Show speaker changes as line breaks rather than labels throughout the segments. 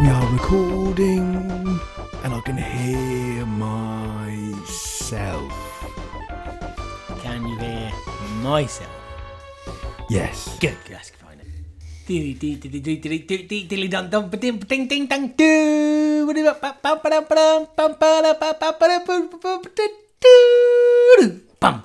We are recording, and I can hear myself.
Can you hear myself?
Yes.
Good, good, that's fine. Dilly dee dilly dee dilly doo dee dilly dum dum ba dim ba ding ding dang doo Ba dee ba ba ba ba dum ba dum bum ba da ba ba ba da boo ba ba ba da doo doo. Bum.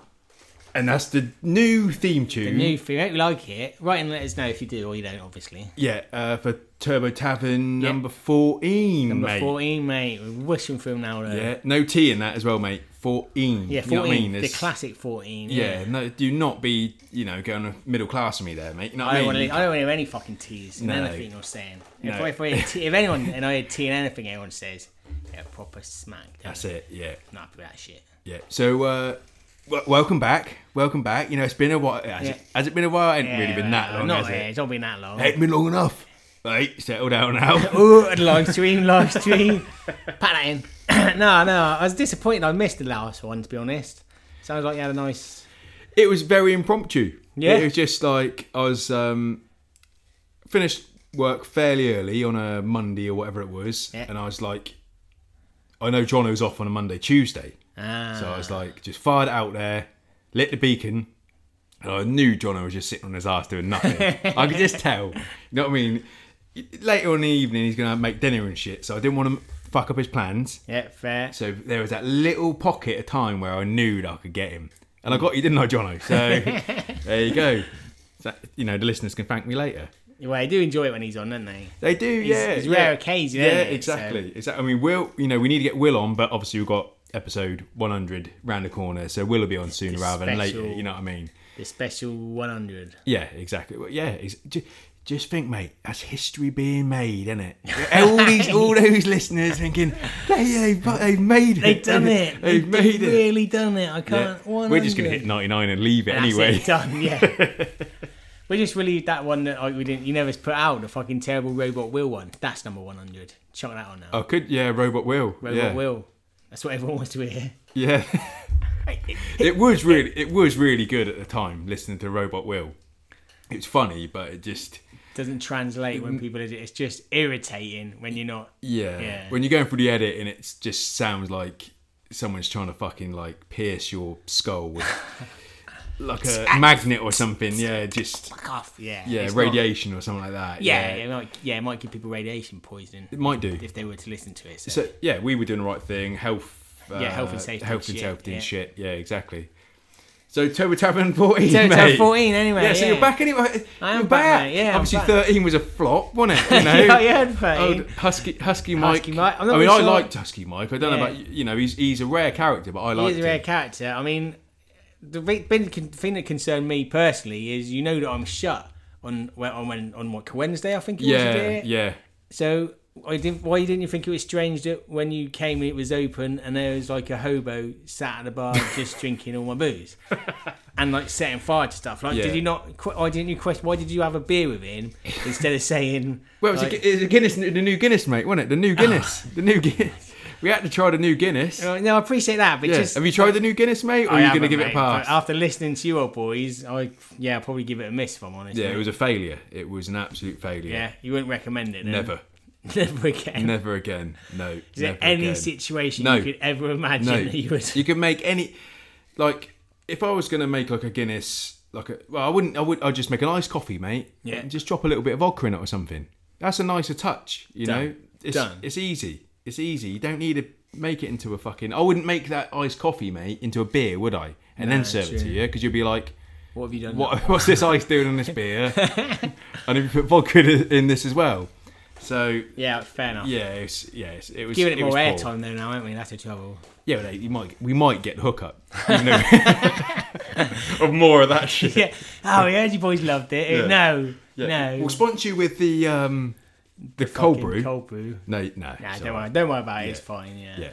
And that's the new theme tune.
New if you don't like it, write and let us know if you do or you don't, obviously.
yeah, uh, for Turbo Tavern
Yeah.
number 14,
Number
mate.
14, mate, we're wishing for him now, though.
Yeah, no T in that as well, mate. 14.
Yeah,
You know
14,
what I mean?
the
It's-
classic 14.
Yeah, no, do not be, you know, going to middle class with me there, mate. You know what
I
I
don't,
mean?
want to, I don't want to hear any fucking teas in
No.
anything you're saying. If,
No.
I, if, I, hear tea- if anyone and I hear tea in anything anyone says, yeah, proper smack. don't
That's it, yeah.
I'm not for that shit.
Yeah. So, uh, w- welcome back. Welcome back. You know, it's been a while. Has, it,
Yeah.
has it been a while? It ain't
Yeah,
really been that
well,
long,
Not,
has it?
yeah, It's not been that long.
ain't been long enough. Right, settle down now.
Oh, and live stream, live stream. Pat that in. no, no, I was disappointed. I missed the last one, to be honest. Sounds like you had a nice.
it was very impromptu.
Yeah.
It was just like I was um, finished work fairly early on a Monday or whatever it was,
Yeah.
and I was like, I know John was off on a Monday, Tuesday,
Ah,
so I was like, just fired it out there, lit the beacon. And I knew John was just sitting on his ass doing nothing. I could just tell. You know what I mean? Later on in the evening, he's going to make dinner and shit. So I didn't want to fuck up his plans.
yeah, fair.
So there was that little pocket of time where I knew that I could get him, and I got you, didn't I, Jono? So there you go. So, you know, the listeners can thank me later.
Well, they do enjoy it when he's on, don't they?
They do,
He's,
yeah.
he's
yeah.
rare occasion,
Yeah,
isn't it?
exactly. Exactly. I mean, Will, you know, we need to get Will on, but obviously we've got episode 100 round the corner, so Will will be on sooner rather than later.
special-
You know what I mean?
So, the special 100.
Yeah, exactly. Well, yeah, it's, ju- just think, mate, that's history being made, isn't it? all these, all those listeners thinking, they, they, they've made it.
They've done it.
They've, made it.
really done it. I
Yeah.
can't.
We're just going to
100.
hit 99 and leave it
That's
anyway.
it, done. Yeah. we just relieved that one that like, we didn't. You never put out the fucking terrible robot will one. That's number one hundred. Chuck that on now.
I Oh, could, yeah, Robot Will.
robot
yeah.
will. That's what everyone wants to hear.
Yeah. it was really, it was really good at the time listening to Robot Will. It's funny, but it just,
Doesn't translate when people. are- It's just irritating when you're not.
yeah.
Yeah.
When you're going through the edit and it just sounds like someone's trying to fucking like pierce your skull with like a magnet or something. Yeah, just
Fuck off. Yeah.
yeah,
it's not-
radiation or something like that.
yeah, It might, yeah, it might give people radiation poisoning
It might do.
if they were to listen to it. So,
So yeah, we were doing the right thing. Health. Uh,
Yeah, health and safety and
Health and
shit,
safety and
yeah.
shit. Yeah, exactly. So Turbo Tavern 14,
Turbo
mate.
Tavern 14 anyway,
Yeah, so
yeah.
you're back anyway.
I am
you're
back, mate, yeah, I'm
Obviously,
back.
13 was a flop, wasn't it? You know?
yeah, I heard thirteen.
Old Husky, Husky Mike.
Husky Mike. I'm
I
not
mean,
really
I
sure-
liked Husky Mike. I don't know
Yeah.
about you. You know, he's he's a rare character, but I
He
liked
is a rare
him.
character. I mean, the re- been, con- thing that concerned me personally is you know that I'm shut on when on when on what Wednesday I think it was. you did
Yeah,
it?
yeah.
So I didn't, why didn't you think it was strange that when you came it was open and there was like a hobo sat at the bar just drinking all my booze and like setting fire to stuff? Like,
Yeah.
did you not? que- Why didn't you question? Why did you have a beer with him instead of saying?
Well, it was,
like,
a, Gu- it was a Guinness, the new Guinness, mate, wasn't it? The
Ah.
new Guinness, the new Guinness. We had to try the new Guinness.
"Oh, no, I appreciate that, but
yeah.
just
Have you tried the new Guinness, mate? Or are
I
you going to
haven't,
give it
mate,
a
but
pass?
After listening to you old boys, I yeah, I'll probably give it a miss if I'm honest.
Yeah,
mate.
it was a failure. It was an absolute failure.
yeah. You wouldn't recommend it. Then.
Never.
never again.
Never again. No. Is
Is there any situation
No.
you could ever imagine
No.
that you would?
You can make any like if I was gonna make like a Guinness like a well I wouldn't I would I'd just make an iced coffee, mate.
Yeah.
And just drop a little bit of vodka in it or something. That's a nicer touch, you
Done.
know? It's
Done.
it's easy. It's easy. You don't need to make it into a fucking I wouldn't make that iced coffee, mate, into a beer, would I? And then serve it to
true.
you, because you'd be like
What have you done?
what, what's this ice doing in this beer? and if you put vodka in- in this as well. So
Yeah, fair enough.
yeah, it's, yeah, it's, it was
Giving it,
was
more
poor.
airtime though now, aren't we? That's the trouble.
Yeah, well, you might we might get the hookup. even though- of more of that shit.
Yeah. Oh, we heard you boys loved it.
Yeah.
No,
Yeah.
no.
We'll sponsor you with the um the, cold
Fucking
brew.
Cold brew.
No, no.
Nah,
it's
don't
all right.
worry. Don't worry about it. It's
Yeah.
fine. Yeah.
Yeah.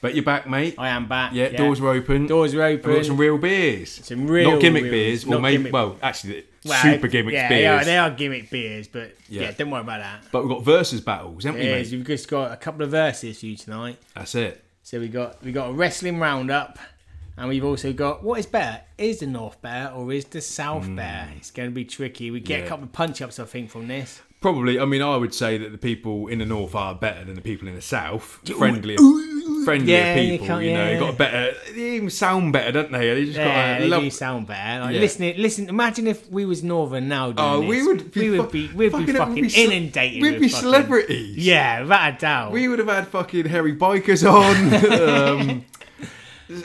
But you're back, mate.
I am back.
yeah, doors are open.
Doors are
We've got some
open.
real beers.
Some real,
not gimmick
real-
beers,
not
or maybe
gimmick-
well, actually the
Well,
super gimmick
yeah,
beers.
They are, they are gimmick beers, but
Yeah.
yeah, don't worry about that.
But we've got versus battles, haven't we,
Yeah,
mate?
you've just got a couple of verses for you tonight.
That's it.
So we got we got a wrestling roundup, and we've also got what is better? Is the North better or is the South better? It's going to be tricky. We get
Hmm. Yeah.
a couple of punch ups, I think, from this.
Probably, I mean, I would say that the people in the north are better than the people in the south. Friendlier, friendlier
Yeah, you
people,
can't-
you, know.
yeah.
They got a better. They even sound better, don't they? They just
Yeah,
got a
they
love.
do sound better. Like,
Yeah.
Listen, listen. Imagine if we was Northern now. Doing
Oh,
this.
we would be,
we would
fuck-
be, we'd be
it,
fucking
we'd ce-
inundated.
We'd
with
be
fucking-
celebrities.
Yeah, without a doubt.
We would have had fucking hairy bikers on, um,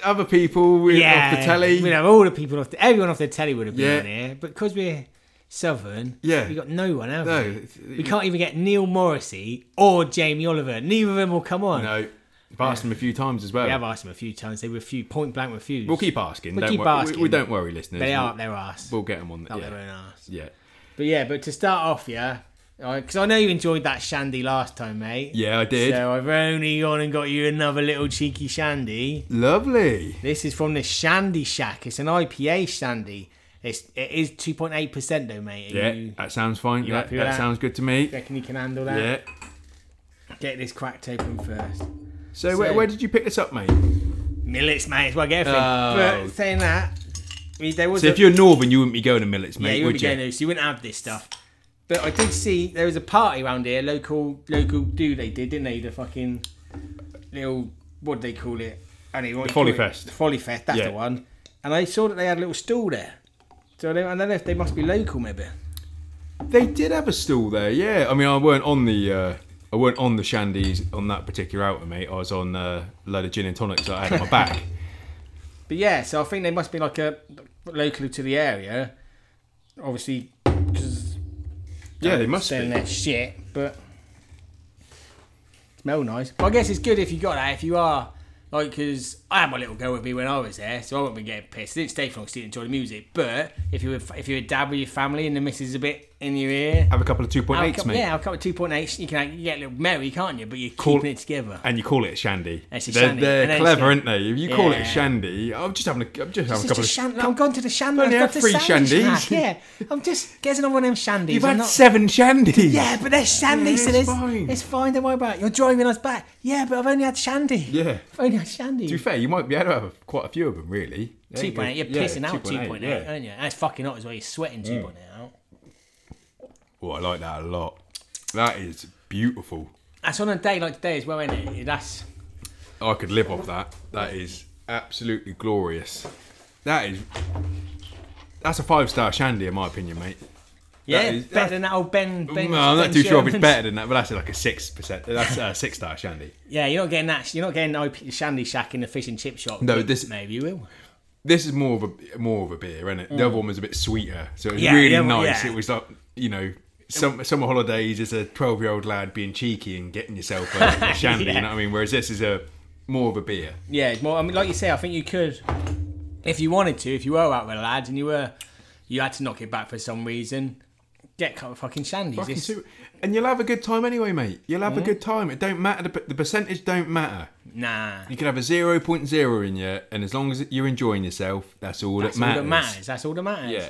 other people with,
yeah,
off the telly.
We'd have all the people off the, everyone off the telly would have been
Yeah.
on here, but because we're Southern,
Yeah.
we got no one, have
No,
we?
it's-
We can't even get Neil Morrissey or Jamie Oliver. Neither of them will come on.
no. I've asked them a few times as well.
We have asked them a few times. They refuse, point blank refuse.
We'll keep asking.
We'll
don't
keep
wor- we-
asking.
We, don't worry, listeners.
they are up
We'll,
their ass.
we'll get them on.
up their
yeah.
own ass.
yeah.
But yeah, but to start off, yeah, because I know you enjoyed that shandy last time, mate.
Yeah, I did.
So I've only gone and got you another little cheeky shandy.
Lovely.
This is from the Shandy Shack. It's an IPA shandy. It's it is two point eight percent though, mate. Are
Yeah,
You
that sounds fine.
you
That,
happy with
that
that?
sounds good to me.
reckon you can handle that?
Yeah.
Get this cracked open first.
So, where,
So-
where did you pick this up, mate?
Millets, mate. Is what I get. everything.
Oh.
But saying that, we- there was
So,
a,
if you're northern, you wouldn't be going to millets,
yeah,
mate,
you
would
wouldn't be
you?
going there, so you wouldn't have this stuff. But I did see there was a party around here, local local do they did, didn't they? The fucking little what do they call it? I don't know what you
Folly
call it.
Fest.
The Folly Fest, that's
Yeah.
the one. And I saw that they had a little stall there. So I don't, I don't know if they must be local, maybe.
They did have a stall there, yeah. I mean, I weren't on the. Uh, I weren't on the shandies on that particular outing, mate. I was on uh, a load of gin and tonics that I had on my back.
But yeah, so I think they must be like a local to the area, obviously. 'cause
yeah, they must
selling
be.
their shit, but smell nice. But I guess it's good if you got that. If you are like, because I had my little girl with me when I was there, so I wouldn't be getting pissed. I didn't stay for long, 'cause I didn't enjoy the music. But if you were if you're a dad with your family and the missus is a bit in your ear,
Have a couple of two point
I'll
eights,
come,
mate,
yeah, I'll come with two point eight. You can you get a little merry, can't you? But you're
Call-
keeping it together.
and you call it a shandy.
It's a
they're
shandy,
they're
and then
clever, aren't
it's
they? If you call it
Yeah.
a shandy, I'm just having a, I'm just having a
It's
couple
just
of.
a shandy. I'm gone to the shandy. I've
only had
got to
three
Shandy's
shandies.
Shack, Yeah, I'm just getting on one of them shandies.
You've
I'm
had
not-
seven shandies.
Yeah, but there's shandy,
Yeah,
so
it's
there's,
fine.
it's fine. Don't worry about it. You're driving us back. Yeah, but I've only had shandy.
Yeah.
I've only had
To be
shandy.
fair, you might be able to have a, quite a few of them, really. There
Two
you go.
point eight. You're
Yeah,
pissing out two
2.8,
point
yeah. Mm.
eight, aren't you? That's fucking hot as well. You're sweating two point eight out.
Oh, I like that a lot. That is beautiful.
That's on a day like today as well, isn't it? That's
I could live off that. That is absolutely glorious. That is. That's a five star shandy, in my opinion, mate.
yeah,
is-
better
that's-
than that old Ben. ben
Mm, I'm not
Ben
too sure if it's
Sherman's.
better than that, but that's like a six percent. That's a six star shandy.
Yeah, you're not getting that. You're not getting IP shandy shack in the fish and chip shop.
No,
but
this-
maybe you will.
This is more of a more of a beer, isn't it? The other one was a bit sweeter, so it was
Mm. Yeah,
really
the other one-
nice.
yeah.
It was like you know. Some, summer holidays as a 12 year old lad being cheeky and getting yourself a, a shandy,
Yeah.
you know what I mean? Whereas this is a more of a beer.
Yeah, it's more. I mean, like you say, I think you could, if you wanted to, if you were out with lads and you were, you had to knock it back for some reason. Get a couple of fucking shandies.
Fucking
It's-
super- And you'll have a good time anyway, mate. You'll have
Hmm?
a good time. It don't matter. The, per- the percentage don't matter.
nah.
You can have a 0.0 in you, and as long as you're enjoying yourself, that's all
That's
that matters.
all that matters. That's all that matters.
Yeah.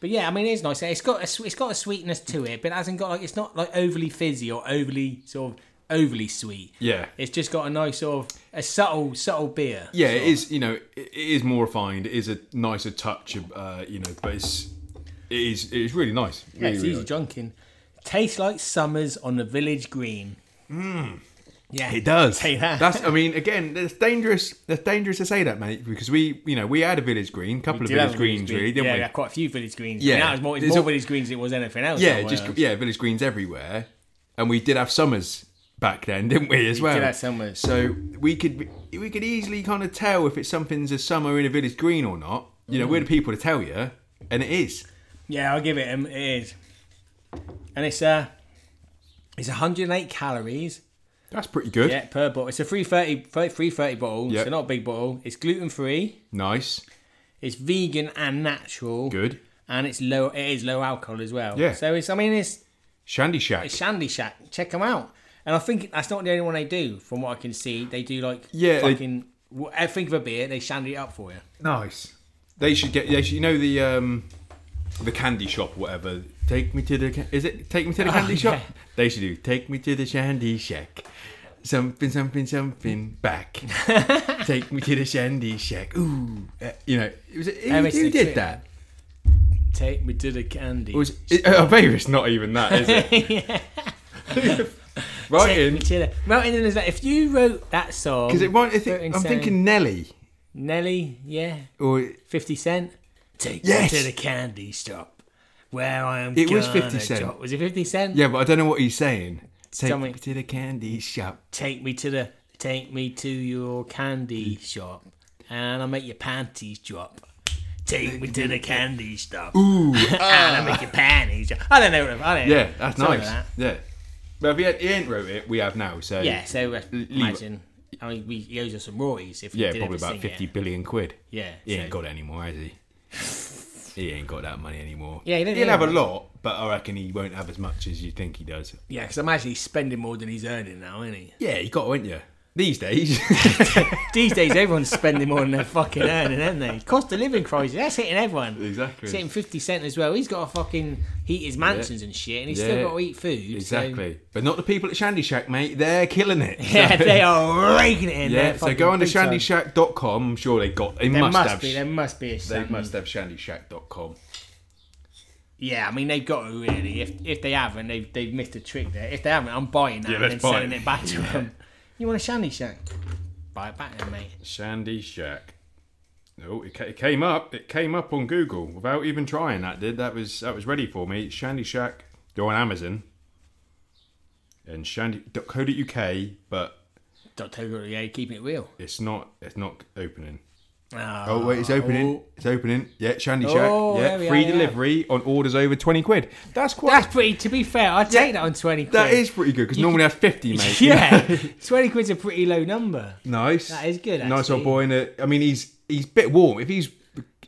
But yeah, I mean, it's nice. It's got a, sw- it's got a sweetness to it, but it hasn't got like it's not like overly fizzy or overly sort of overly sweet.
Yeah.
It's just got a nice sort of a subtle subtle beer.
Yeah,
sort
it is. You know, it, it is more refined. It is a nicer touch. Of, uh, you know, but it's it is it is really nice.
Yeah,
Really,
it's
really
easy
nice.
drunken. Tastes like summers on the village green. Mm. Yeah,
Hmm. It does.
Say that.
That's. I mean, again, it's dangerous. It's dangerous to say that, mate, because we, you know, we had a village green, couple of
Did have
village greens, really, didn't
yeah,
we?
had quite a few village greens.
Yeah.
Yeah, that was more, it's
There's
more
a-
village greens than it was anything else. uh,
Yeah,
I
just
was.
yeah, village greens everywhere, and we did have summers back then, didn't we? As well,
did have summers.
So we could we could easily kind of tell if it's something's a summer in a village green or not. You know, we're
Mm.
the people to tell you, and it is.
yeah, I'll give it. Um, it is, and it's uh, it's 108 calories.
That's pretty good.
Yeah, per bottle. It's a 330, 330 bottle.
Yep.
So not a big bottle. It's gluten free.
Nice,
It's vegan and natural.
good.
And it's low. It is low alcohol as well.
Yeah.
So it's. I mean, it's,
Shandy Shack.
it's Shandy Shack. Check them out. And I think that's not the only one they do. From what I can see, they do like
Yeah, they-
fucking. I think of a beer, they shandy it up for you.
Nice. They should get. They should, you know the um, the candy shop, whatever. Take me to the. ca- Is it take me to the candy shop?
Oh, yeah.
They should do. Take me to the shandy shack. Something, something, something back. take me to the shandy shack. Ooh, Uh, you know. It was, who,
Everything
who
to it.
did that?
Take me to the candy.
It was, it, I bet you it's not even that, is it?
yeah.
right
Take
in.
me to the- Writing in is like, if you wrote that song,
Because it won't. I
Wrote in
think, I'm
saying-
thinking Nelly.
Nelly, yeah,
Or
50 Cent. Take
Yes.
me to the candy shop where I am
It was
gonna
50 Cent.
drop- Was it 50 Cent?
yeah, but I don't know what he's saying. Take
Tell me.
me to the candy shop.
Take me to the, take me to your candy shop and I'll make your panties drop. Take me to the candy shop. Ooh. and I'll make your panties drop. I don't know. what- I don't know.
Yeah, that's
Something
nice.
like that.
Yeah. Well, if he, had, he ain't wrote it, we have now. So
Yeah, so uh,
it.
imagine. I mean, we, he owes us some royalties if we
Yeah,
did
probably
ever
about
sing it.
fifty billion quid.
Yeah,
He
so-
ain't got it anymore, has he? he ain't got that money anymore.
Yeah, he don't
will
need
have a
it.
lot, but I reckon he won't have as much as you think he does.
Yeah, because I'm actually spending more than he's earning now, isn't he?
Yeah, you got, won't you? These days.
These days, everyone's spending more than they're fucking earning, aren't they? Cost of living crisis. That's hitting everyone.
Exactly.
It's hitting 50 Cent as well. He's got to fucking heat his mansions and shit, and he's
Yeah.
still got to eat food. so-
exactly. But not the people at Shandy Shack, mate. They're killing it.
Yeah,
So-
they are raking it in.
Yeah,
They're
so
fucking
go on to
big time.
shantyshack.com. I'm sure they got. They
There
must,
must,
have.
be. There must be a
they
Shandy.
must have shantyshack.com.
Yeah, I mean they've got to really. If if they haven't, they've they've missed a trick there. If they haven't, I'm buying that
Yeah,
and
let's
then
buy
selling
it.
it back to them. You want a shandy shack? Buy it back then, mate.
Shandy Shack. No, it, ca- it came up. It came up on Google without even trying. That did. That was that was ready for me. Shandy Shack. They're on Amazon. And shandy.co.uk, but
Doctor yeah, keeping it real.
it's not. It's not opening.
Ah.
Oh wait, it's opening. It's opening. Yeah, Shandy Shack.
Oh,
yeah,
there we
free
are, yeah.
delivery on orders over twenty quid. That's quite.
That's pretty. To be fair, I would take that on twenty. Quid.
that is pretty good because normally I have fifty, mate.
Yeah, twenty quid's a pretty low number.
Nice.
That is good,
Nice
actually.
old boy in a. I mean, he's he's a bit warm. If he's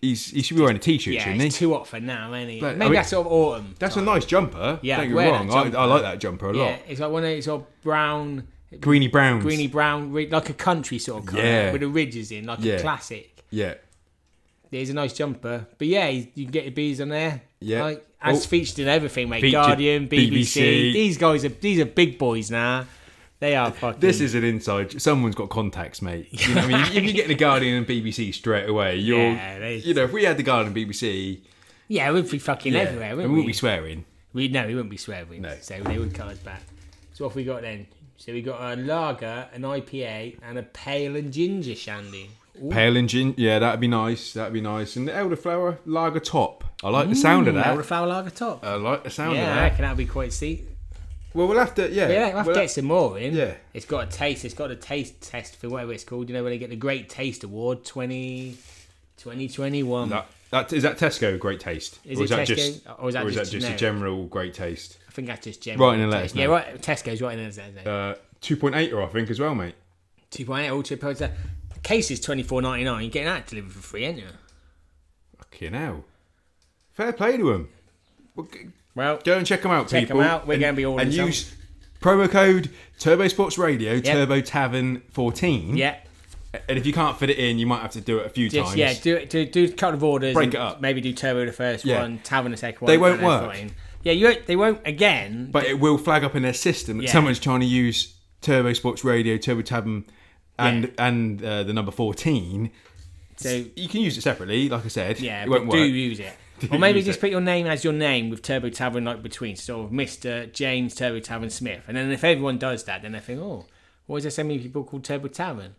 he's he should be wearing a t-shirt,
Yeah,
shouldn't he?
it's too hot for now, ain't it?
But, I
Maybe
mean-
that's sort of autumn.
That's a nice jumper.
Yeah,
don't get me
wear that
wrong. I, I
jumper.
like that jumper a
yeah,
lot.
it's like one of those sort of brown,
Greeny browns.
greeny brown, ri- like a country sort of colour
Yeah.
with the ridges in, like
Yeah.
a classic.
Yeah.
Yeah, he's a nice jumper. But yeah, he's, you can get your bees on there.
Yeah.
Like, as
Oh.
featured in everything, mate.
Featured,
Guardian, BBC.
BBC.
These guys are these are big boys now. They are fucking.
This is an inside. Someone's got contacts, mate. You know, what I mean, if you get the Guardian and BBC straight away, you're.
Yeah, they-
you know, if we had the Guardian and BBC,
yeah, we'd be fucking
yeah,
everywhere,
and
wouldn't
we
we?
wouldn't be swearing.
We no, we wouldn't be swearing.
No.
So they would cut us back. So what have we got then? So we got a lager, an IPA, and a pale and ginger shandy. Ooh,
Pale and gin. Yeah, that'd be nice. That'd be nice. And the elderflower lager top. I like the sound of
Elder
that.
foul lager top.
I like the sound
Mm, yeah, I
of that.
reckon that'd be quite sweet.
Well, we'll have to. Yeah,
Yeah, we'll have
we'll
to
ha-
get some more in.
yeah.
It's got a taste. It's got a taste test for whatever it's called. You know, where they get the Great Taste Award 20, 2021.
That, that is that Tesco great taste,
Is
or
it
is that
Tesco?
just,
Or is that just
a
generic?
general great taste?
I think that's just general.
Right in and let us
Yeah,
know.
right. Tesco's right in and let us know.
Uh, two point eight, I think, as well, mate.
Two point eight ultra poster. The case is twenty four ninety nine. You're getting that delivered for free, ain't you?
Fucking hell. Fair play to him. Well, g-
Well,
go and check them out,
Check 'em
people.
out. We're
And-
gonna be ordering
And
some.
use promo code Turbo Sports Radio, Turbo Tavern fourteen.
yeah.
And if you can't fit it in, you might have to do it a few
Just
times.
yeah, do it. Do, do a couple of orders.
Break
and
it up.
Maybe do turbo the first
Yeah.
one, tavern the second one.
They won't
and then
work.
fine. Yeah, you won't, they won't again.
But it will flag up in their system that
Yeah.
someone's trying to use Turbo Sports Radio, Turbo Tavern, and and uh, the number fourteen.
so
You can use it separately, like I said.
yeah,
it
but
won't
do
work.
use it. Or maybe
use
just
it.
put your name as your name with Turbo Tavern like between, sort of Mister James Turbo Tavern Smith. And then if everyone does that, then they think, oh, why is there so many people called Turbo Tavern?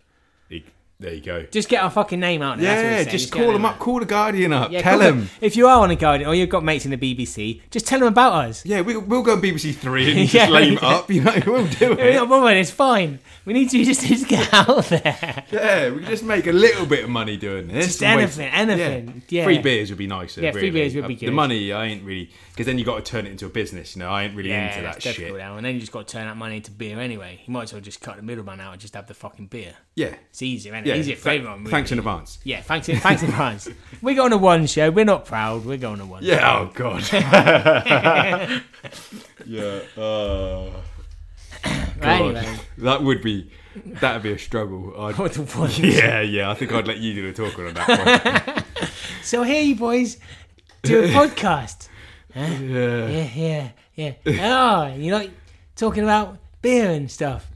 There you go.
Just get our fucking name out. There. that's what
Yeah,
we're saying,
just,
get our
call them
name
up. Call the Guardian up.
out. Yeah,
tell
call
them.
If you are on a guardian or you've got mates in the BBC, just tell them about us.
Yeah, we, we'll go on BBC Three and you
Yeah.
just lame it up. You know, we'll do
We're
it.
not bothered. It's fine. We need to just, just get out there.
Yeah, we can just make a little bit of money doing this.
Just
and wait-
anything, anything. Yeah.
Free beers would be nicer.
Yeah, free
really. Uh,
beers would be
The
good.
money, I ain't really because then you got to turn it into a business. You know, I ain't really into that
it's
shit.
difficult now. And then you just got to turn that money into beer anyway. You might as well just cut the middleman out and just have the fucking beer.
Yeah,
It's easier, and
yeah.
easier for
Tha-
everyone. Really.
Thanks in advance.
Yeah, thanks. In, thanks in advance. We're going to one show. We're not proud. We're going to one.
Yeah. Oh God. yeah. Uh,
show.
God.
Anyway,
that would be that would be a struggle. I'd,
going to one.
yeah, yeah. I think I'd let you do the talking on that one.
So here you boys do a podcast.
Yeah.
Yeah, yeah, yeah. Oh, you know, talking about beer and stuff.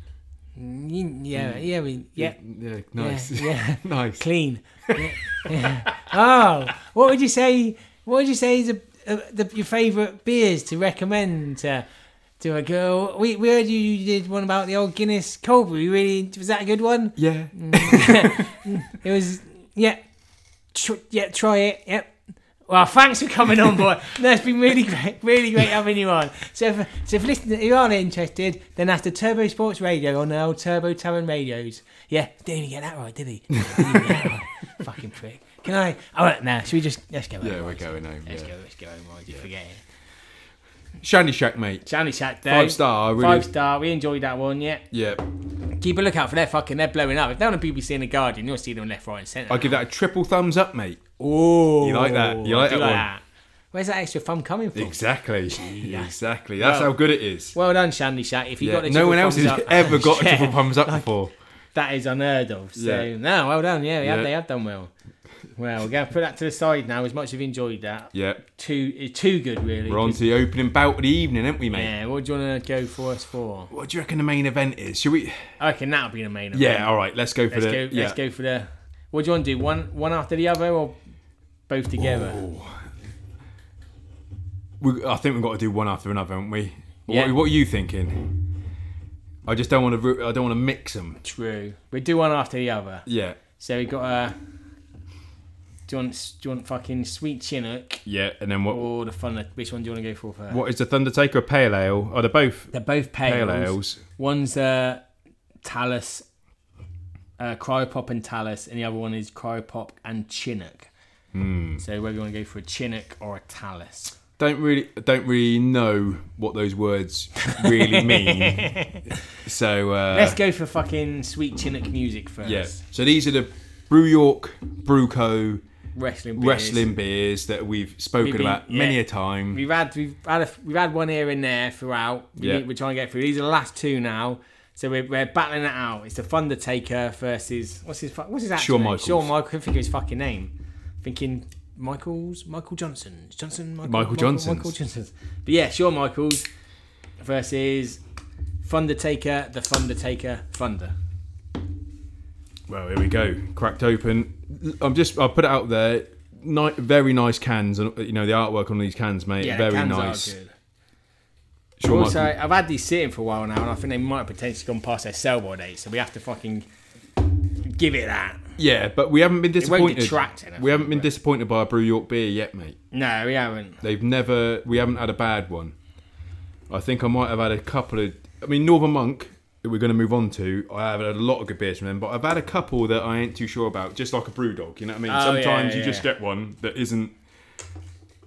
Mm, Yeah, yeah, we, yeah.
Yeah, nice.
yeah.
nice.
clean. Yeah. Oh, what would you say What would you say is a, a, the, your favourite beers to recommend to, to a girl? We, we heard you, you did one about the old Guinness cold brew. Really, was that a good one?
Yeah.
Mm. It was. Yeah, tr- yeah, try it. Yep. Well, thanks for coming on, boy. No, it's been really great, really great having you on. So, if, so if listeners if you aren't interested, then that's the Turbo Sports Radio on the old Turbo Tavern radios. Yeah, didn't even get that right, did he? Didn't even get that right. Fucking prick. Can I? All right, now should we just let's go?
Yeah,
home,
we're
right?
going home.
Let's
Yeah.
go. Let's go home. Right? You Forget it.
Shandy Shack, mate.
Johnny Sack Day.
Five star. I really.
Five star. We enjoyed that one. Yeah.
Yeah.
Keep a lookout for their fucking. They're blowing up. If they're on the BBC and the Guardian, you'll see them left, right, and centre.
I give that a triple thumbs up, mate.
Oh,
You like that? You like
I do
that one?
Where's that extra thumb coming from?
Exactly. Exactly. That's
Well,
how good it is.
Well done, Shandy Shack. If you
Yeah.
got a
No
triple
one else
thumbs
has
up,
ever got a
yeah,
triple thumbs up before.
That is unheard of. So
Yeah.
no, well done. Yeah, we have,
Yeah.
they have done well. Well, we're going to put that to the side now. As much as you've enjoyed that,
Yeah.
too it's too good really.
We're on to the opening bout of the evening, aren't we, mate?
yeah, what do you want to go for us for?
What do you reckon the main event is? Should we? Um,
I reckon that'll be the main. event.
Yeah. All right. Let's go for
let's
the.
go.
yeah.
Let's go for the. What do you want to do? One one after the other, or both together?
We, I think we've got to do one after another, haven't we?
Yeah.
What, what are you thinking? I just don't want to. Ru- I don't want to mix them.
True. We do one after the other.
Yeah.
So we got a. Do you want do you want fucking sweet chinook
Yeah. And then what?
or the fun? Which one do you want to go for first?
What is the Thunder Taker or Pale Ale? Are they both
They're both pale,
Pale Ales?
One's uh, Talus, uh, Cryopop and Talus, and the other one is Cryopop and Chinook.
Hmm.
So whether you want to go for a Chinook or a Talus.
Don't really, don't really know what those words really mean. so uh,
Let's go for fucking sweet Chinook music first.
yeah. So these are the Brew York Brew Co.
Wrestling. Beers.
wrestling beers that we've spoken
We've been-
about many
yeah.
a time.
We've had we've had a, we've had one here and there throughout. We
Yeah.
need- we're trying to get through. These are the last two now, so we're, we're battling it out. It's the Thundertaker versus what's his fu- what's his actual
Shawn
name?
Michaels.
Shawn Michael. I couldn't think of his fucking name. Thinking Michaels, Michael Johnson, Johnson, Michael,
Michael Johnson's.
Michael Johnson's. But yeah, Shawn Michaels versus Thundertaker, the Thundertaker, Thunder.
Well, here we go. Cracked open. I'm just. I'll put it out there. Ni- very nice cans, and you know the artwork on these cans, mate.
Yeah, the
very
cans are
nice.
good.
Shawn
also,
Michaels-
I've had these sitting for a while now, and I think they might have potentially gone past their sell-by date, so we have to fucking give it that.
yeah, but we haven't been
won't
disappointed.
detract anything,
we haven't been
but-
disappointed by a Brew York beer yet, mate.
No, we haven't.
They've never. We haven't had a bad one. I think I might have had a couple of. I mean, Northern Monk. That we're going to move on to. I have had a lot of good beers from them, but I've had a couple that I ain't too sure about. Just like a brew dog, you know what I mean?
Oh, yeah,
Sometimes you
yeah.
just get one that isn't.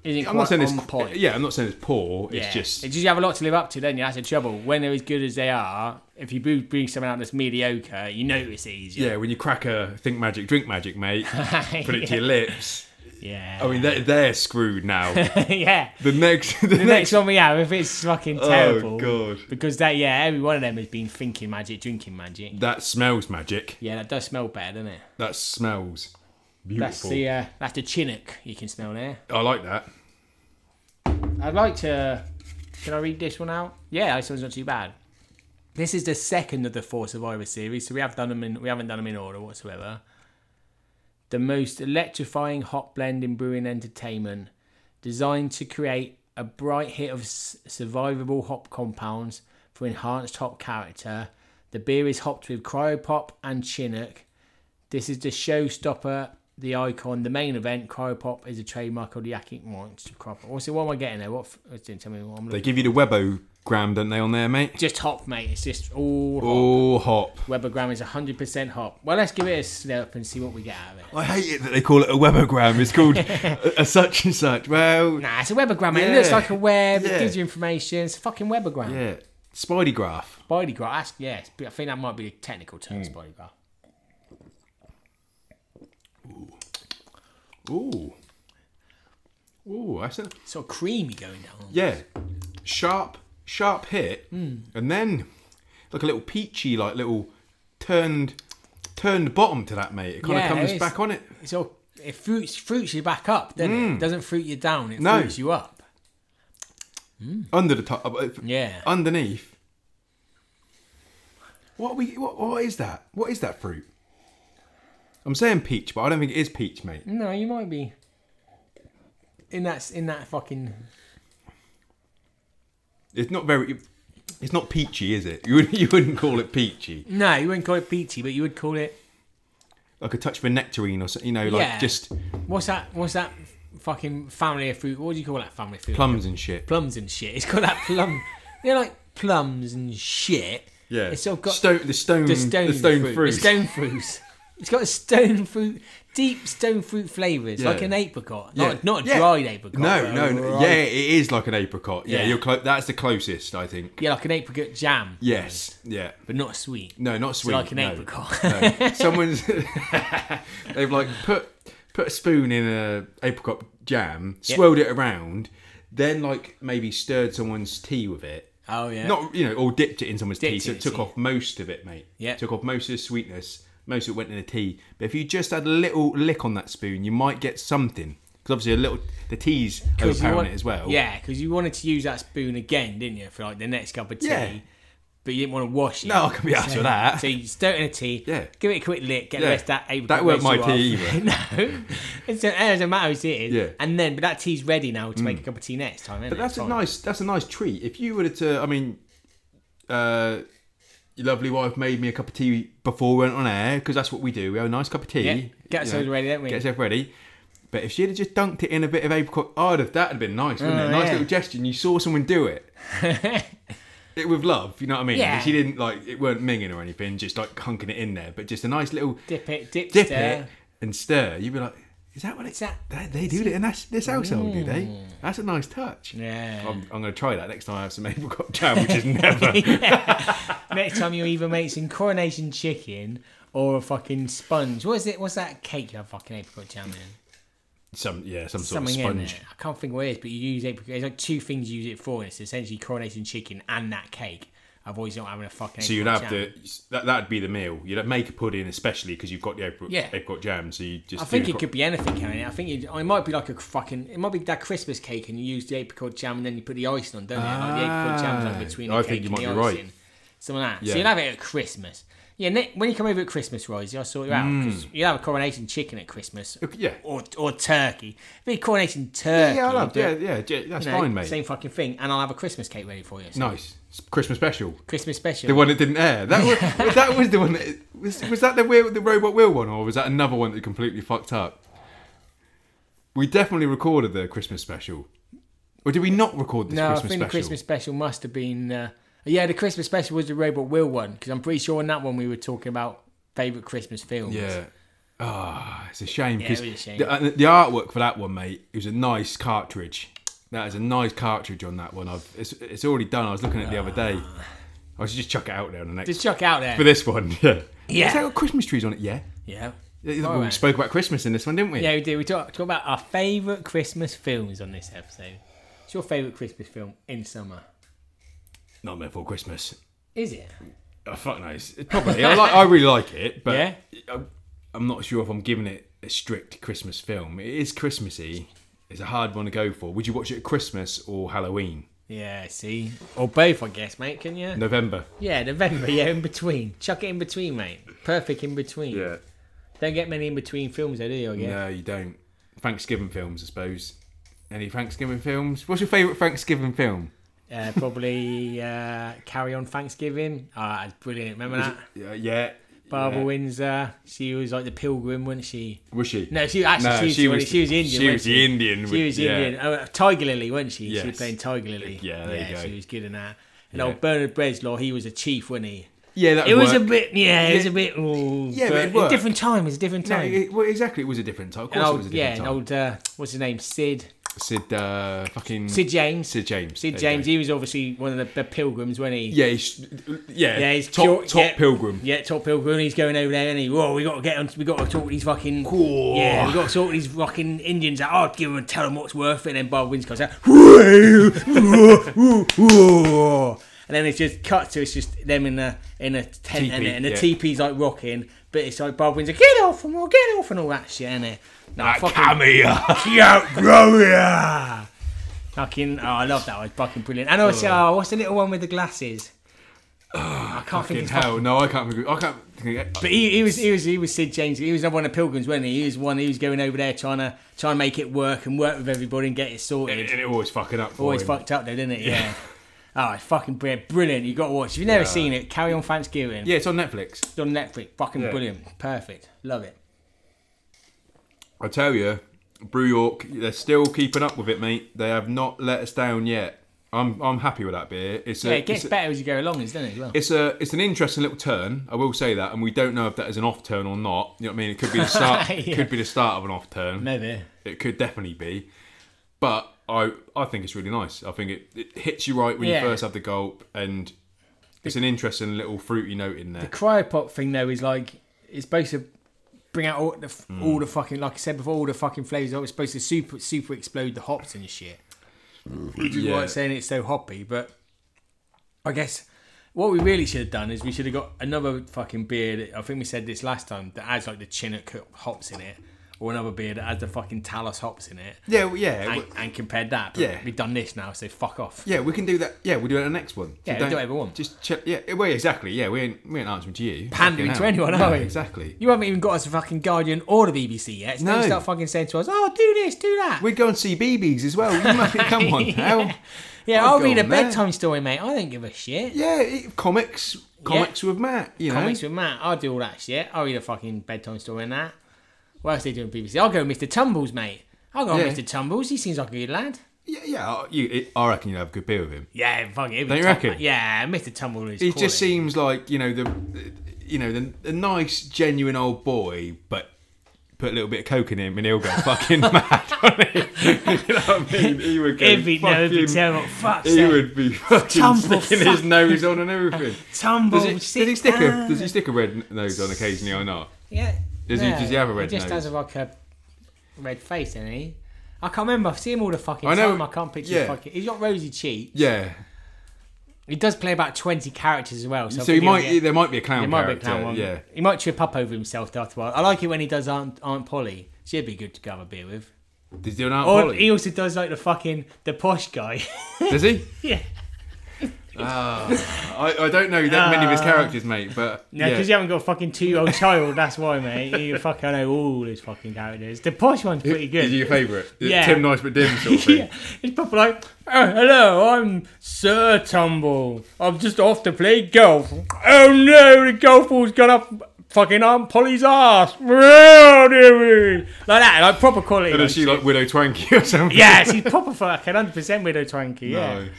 Isn't
I'm not saying
on
it's.
point.
Yeah, I'm not saying it's poor.
Yeah.
It's just.
you have a lot to live up to, then you? That's the trouble. When they're as good as they are, if you do bring something out that's mediocre, you notice it easier.
Yeah, when you crack a think magic, drink magic, mate, put it to your lips.
Yeah.
I mean, they're, they're screwed now.
yeah.
The next, the,
The next one we have, if it's fucking terrible,
God.
because that yeah, every one of them has been thinking magic, drinking magic.
that smells magic.
Yeah, that does smell better, doesn't it?
That smells
That's
beautiful.
the uh, that's the chinook you can smell there.
I like that.
I'd like to. Can I read this one out? Yeah, this one's not too bad. This is the second of the four Survivor Series, so we have done them in we haven't done them in order whatsoever. The most electrifying hot blend in brewing entertainment, designed to create a bright hit of s- survivable hop compounds for enhanced hop character. The beer is hopped with cryopop and chinook. This is the showstopper, the icon, the main event. Cryopop is a trademark of the Yakit Monster Crop. Also, what am I getting there? What? F- it didn't tell me what I'm
They
looking.
give you the Webo gram, don't they, on there, mate?
Just hop, mate. It's just all hop.
Oh, hop.
Webergram is 100% hop. Well, let's give it a slurp and see what we get out of it.
I hate it that they call it a Webogram. It's called a, a such and such. Well,
Nah, it's a Webergram. mate. It
Yeah.
looks like a web.
Yeah.
It gives you information. It's a fucking Webergram.
yeah. Spidey graph.
Body graph. that's- Yes, but I think that might be a technical term.
Hmm.
it's Body graph.
Ooh. Ooh, that's a,
Sort of creamy going down.
Yeah, sharp, sharp hit, and then like a little peachy, like little turned, turned bottom to that, mate. It kind
Yeah,
of comes
it is.
back on it.
It's all it fruits fruits you back up, doesn't it? It doesn't fruit you down. It
Hmm. No.
fruits you up.
under the top, uh, uh,
Yeah.
underneath. What we? What, what is that? What is that fruit? I'm saying peach, but I don't think it is peach, mate.
No, you might be. in that in that fucking.
It's not very. It's not peachy, is it? You wouldn't, you wouldn't call it peachy.
No, you wouldn't call it peachy, but you would call it
Like a touch of a nectarine or something, you know, like
Yeah.
just
what's that? What's that fucking family of fruit? What do you call that family of fruit?
plums and shit.
plums and shit. It's got that plum. They're like plums and shit.
Yeah.
It's all got
stone, the stone,
the stone, fruit.
fruit.
The stone fruit. It's got a stone fruit, deep stone fruit flavours,
Yeah.
like an apricot,
Yeah.
not, not a
Yeah.
dried apricot.
No,
but a
no, no.
ripe-
yeah, it is like an apricot. Yeah,
Yeah.
you're clo- that's the closest, I think.
yeah, like an apricot jam.
Yes, yeah.
but not sweet.
No, not sweet.
like an
no.
apricot.
No. Someone's they've like put put a spoon in a apricot jam, swirled it around, then like maybe stirred someone's tea with it.
Oh yeah,
Not you know, or dipped it in someone's tea,
Dipped
so
it
it took
in tea.
off most of it, mate.
Yeah.
took off most of the sweetness. Most of it went in the tea. But if you just had a little lick on that spoon, you might get something. Because obviously, a little the tea's
'Cause you
overpowering
want-
it as well.
Yeah, because you wanted to use that spoon again, didn't you, for like the next cup of tea?
Yeah.
But you didn't want to wash it.
No, I can be asked for that.
So you stir it in a tea.
Yeah.
Give it a quick lick. Get
Yeah.
the rest of that apricot.
That weren't my
residue
tea
off. no, it's, it doesn't matter who it is.
Yeah. Mm.
And then, but that tea's ready now to make a cup of tea next time. Isn't
But
it?
that's a
Fine.
nice that's a nice treat. If you were to, I mean, uh, your lovely wife made me a cup of tea before we went on air because that's what we do. We have a nice cup of tea.
Yeah,
you
get us
know,
all ready, don't we?
Get yourself ready. But if she'd have just dunked it in a bit of apricot, I'd have that would have been nice, wouldn't
Oh,
it? Nice
yeah.
little gesture. And you saw someone do it. it with love, you know what I mean?
Yeah.
She didn't like it weren't minging or anything, just like hunking it in there. But just a nice little
dip it, dip,
dip
stir.
it and stir. You'd be like, is that what it's
that- Mm.
They, they do it in this, this household, do they? That's a nice touch.
Yeah.
I'm, I'm going to try that next time I have some apricot jam, which is never. Oh.
Next time you either make some coronation chicken or a fucking sponge. What is it? What's that cake you have fucking apricot jam in?
some yeah, some sort
something
of
in
sponge.
there. I can't think what it is, but you use apricot. There's like two things you use it for. and It's essentially coronation chicken and that cake. Otherwise, you're not having a fucking.
So you'd
apricot
have
jam.
the that that'd be the meal. You'd have make a pudding, especially because you've got the apricot,
Yeah.
apricot jam. So you just
I think
do
it
the-
could be anything, can it? I think it, it might be like a fucking. It might be that Christmas cake, and you use the apricot jam, and then you put the icing on, don't you? Like the apricot jam's
Ah,
like between the
I
cake
think you
and
might
the
be right.
icing. Some of that.
Yeah.
So you'll have it at Christmas. Yeah, ne- when you come over at Christmas, Rosie, I'll sort you out.
Hmm.
'cause You'll have a coronation chicken at Christmas.
yeah.
Or, or turkey. Be coronation turkey.
Yeah, I
you'll
love,
do
yeah,
it,
yeah, yeah, that's
you know,
fine, mate.
Same fucking thing, and I'll have a Christmas cake ready for you. so
Nice It's Christmas special.
Christmas special.
The one that didn't air. That was, that was the one. That, was, was that the wheel, the robot wheel one, or was that another one that completely fucked up? We definitely recorded the Christmas special, or did we not record this
no,
Christmas
I think
special?
the Christmas special must have been. Uh, yeah, the Christmas special was the Robot Will one because I'm pretty sure in that one we were talking about favorite Christmas films.
Yeah. Ah, it's a shame
Yeah,
because
it was a shame.
the, uh, the artwork for that one, mate, it was a nice cartridge. That is a nice cartridge on that one. I've it's, it's already done. I was looking at it the other day.
Ah.
I should just chuck it out there on the next
Just chuck out there.
for this one. Yeah.
Yeah.
Has that got Christmas trees on it? Yeah.
yeah.
We
Alright.
spoke about Christmas in this one, didn't we?
Yeah, we did. We talk, talk about our favorite Christmas films on this episode. What's your favorite Christmas film in summer?
Not meant for Christmas.
Is it?
Oh, fuck knows. Probably. I, like, I really like it, but
Yeah?
I'm, I'm not sure if I'm giving it a strict Christmas film. It is Christmassy. It's a hard one to go for. Would you watch it at Christmas or Halloween?
Yeah. See, or both, I guess, mate. Can you?
November.
Yeah, November. Yeah, in between. Chuck it in between, mate. Perfect in between. Don't get many in between films, though, do you? I guess?
No, you don't. Thanksgiving films, I suppose. Any Thanksgiving films? What's your favourite Thanksgiving film?
Uh, probably uh, Carry On Thanksgiving. Ah, that's brilliant. Remember that?
Yeah, uh, yeah.
Barbara
yeah.
Windsor. She was like the pilgrim, wasn't she?
Was she?
No, she actually
No,
she, was, sorry, she was Indian.
She
wasn't
was the Indian.
She
with-
was
yeah.
Indian. Oh, Tiger Lily, wasn't she? She
Yes.
was playing Tiger Lily.
Yeah, there you go.
She was good in that. And
Yeah.
old Bernard Breslaw, he was a chief, wasn't he?
Yeah, that
It was a
worked.
bit, yeah, it was a bit. ooh,
Yeah, but it
a
worked.
different time. It was a different
No,
time.
it, well, exactly. It was a different time. Of
and
course, it
old,
was a
yeah,
different
and
time.
old, uh, what's his name? Sid.
Sid, uh, fucking
Sid James.
Sid
Sid,
James. there you
James.
go.
He was obviously one of the, the pilgrims, wasn't he?
Yeah, he's yeah,
Yeah, he's
top
pure-
top
yeah.
pilgrim.
Yeah, top pilgrim. He's going over there, and he, whoa, we got to get on. We got to talk to these fucking.
Cool.
Yeah, we got to talk to these fucking Indians out. I'll give them, tell them what's worth it. And then Bob Wins comes out. "Whoa, whoa, whoa, whoa." And then it's just cut to it's just them in a in a tent
Teepee,
and, and the
yeah.
teepee's like rocking, but it's like Bob Wins like, get off and all, get off and all that shit, innit? No,
Ah,
fucking,
come here.
yeah, Gloria. Fucking, oh, I love that one. Fucking brilliant. And also, oh, what's the little one with the glasses? I can't think.
Fucking
Of his
hell, no, I can't. Agree. I can't. think-
But he, he was he was he was Sid James. He was another one of Pilgrims, wasn't he? He was one. He was going over there trying to try and make it work and work with everybody and get it
And
sorted.
it always fucking up. For
Always
him.
fucked up though, didn't it? Yeah. Oh, it's fucking brilliant! Brilliant. You got to watch. If you've never
Yeah.
seen it, carry on Thanksgiving.
Yeah, it's on Netflix.
It's on Netflix. Fucking
Yeah.
brilliant. Perfect. Love it.
I tell you, Brew York, they're still keeping up with it, mate. They have not let us down yet. I'm I'm happy with that beer. It's a,
Yeah, it
it's,
gets
a
better as you go along, doesn't it? as Well.
it's a it's an interesting little turn. I will say that, and we don't know if that is an off turn or not. You know what I mean? It could be the start.
Yeah.
It could be the start of an off turn.
Maybe.
It could definitely be. But I I think it's really nice. I think it, it hits you right when
Yeah.
you first have the gulp, and it's an interesting little fruity note in there.
The cryopop thing though is like it's supposed to bring out all the f
Hmm.
all the fucking like I said before, all the fucking flavors. It's supposed to super super explode the hops and shit. Which is why
Yeah.
it's saying it's so hoppy. But I guess what we really should have done is we should have got another fucking beer. That, I think we said this last time that has like the Chinook hops in it, or another beer that has the fucking Talos hops in it,
Yeah, well, yeah,
and,
well,
and compared that. But
Yeah.
we've done this now, so fuck off.
yeah. We can do that. Yeah, we'll do it at the next one. So
Yeah,
don't-
do whatever we want.
Just check. Yeah, eh, well, exactly. Yeah, we ain't we ain't answering to you.
Pandering
Fucking
to
hell.
anyone,
No,
are we?
Exactly.
You haven't even got us a fucking Guardian or the BBC yet. So no.
No.
you start fucking saying to us, "Oh, do this, do that."
We'd go and see BBs as well. You must come on. Hell.
Yeah,
I'd
I'll
go
read a
on there.
bedtime story, mate. I don't give a shit.
Yeah, it- comics, comics with Matt. You know,
Comics with Matt, I'll do all that shit. I'll read a fucking bedtime story and that. What else they doing BBC? I'll go with Mr. Tumbles, mate. I'll go
Yeah.
with Mr. Tumbles. He seems like a good lad.
yeah, yeah. You, it, I reckon you'd have a good beer with him.
Yeah, fuck it.
Don't you reckon?
Yeah, Mr. Tumble is.
He
quality.
just seems like you know the, you know the, the nice, genuine old boy, but put a little bit of coke in him and he'll go fucking mad. On it. you know what I mean? He would go
Every no, every
fucking-
terrible. Fuck.
He would be fucking
Tumble
sticking his
fuck.
nose on and everything.
Tumble.
Does, it, does
sit
he stick a
down.
Does he stick a red nose on occasionally or not?
Yeah.
Does he- does he have a red
He just
nose?
has like a red face, doesn't he? I can't remember. I've seen him all the fucking
I know-
time. I can't picture
yeah.
his fucking. He's got rosy cheek.
Yeah.
He does play about twenty characters as well. So, I
So he
think he'll
might.
get-
There might be a clown
It might be a
character.
clown one.
Yeah.
He might trip up over himself though after a while. I like it when he does Aunt Aunt Polly. She'd be good to go have a beer with.
Does he do an Aunt
Or
Polly?
he also does like the fucking the posh guy.
Does he?
yeah.
I, I don't know that many of his
Uh,
characters, mate. But
No,
yeah.
because you haven't got a fucking two year old child, that's why, mate. You fucking know all his fucking characters. The posh one's
Is
pretty
he
good.
your favourite?
Yeah.
Tim Nice but Dim sort of thing.
yeah. It's proper like, oh, hello, I'm Sir Tumble. I'm just off to play golf. Oh no, the golf ball's gone up fucking Aunt Polly's ass. Like that, like proper quality.
And
like
is she like Widow Twanky or something?
Yeah, she's proper fucking hundred percent widow twanky. Yeah,
Nice.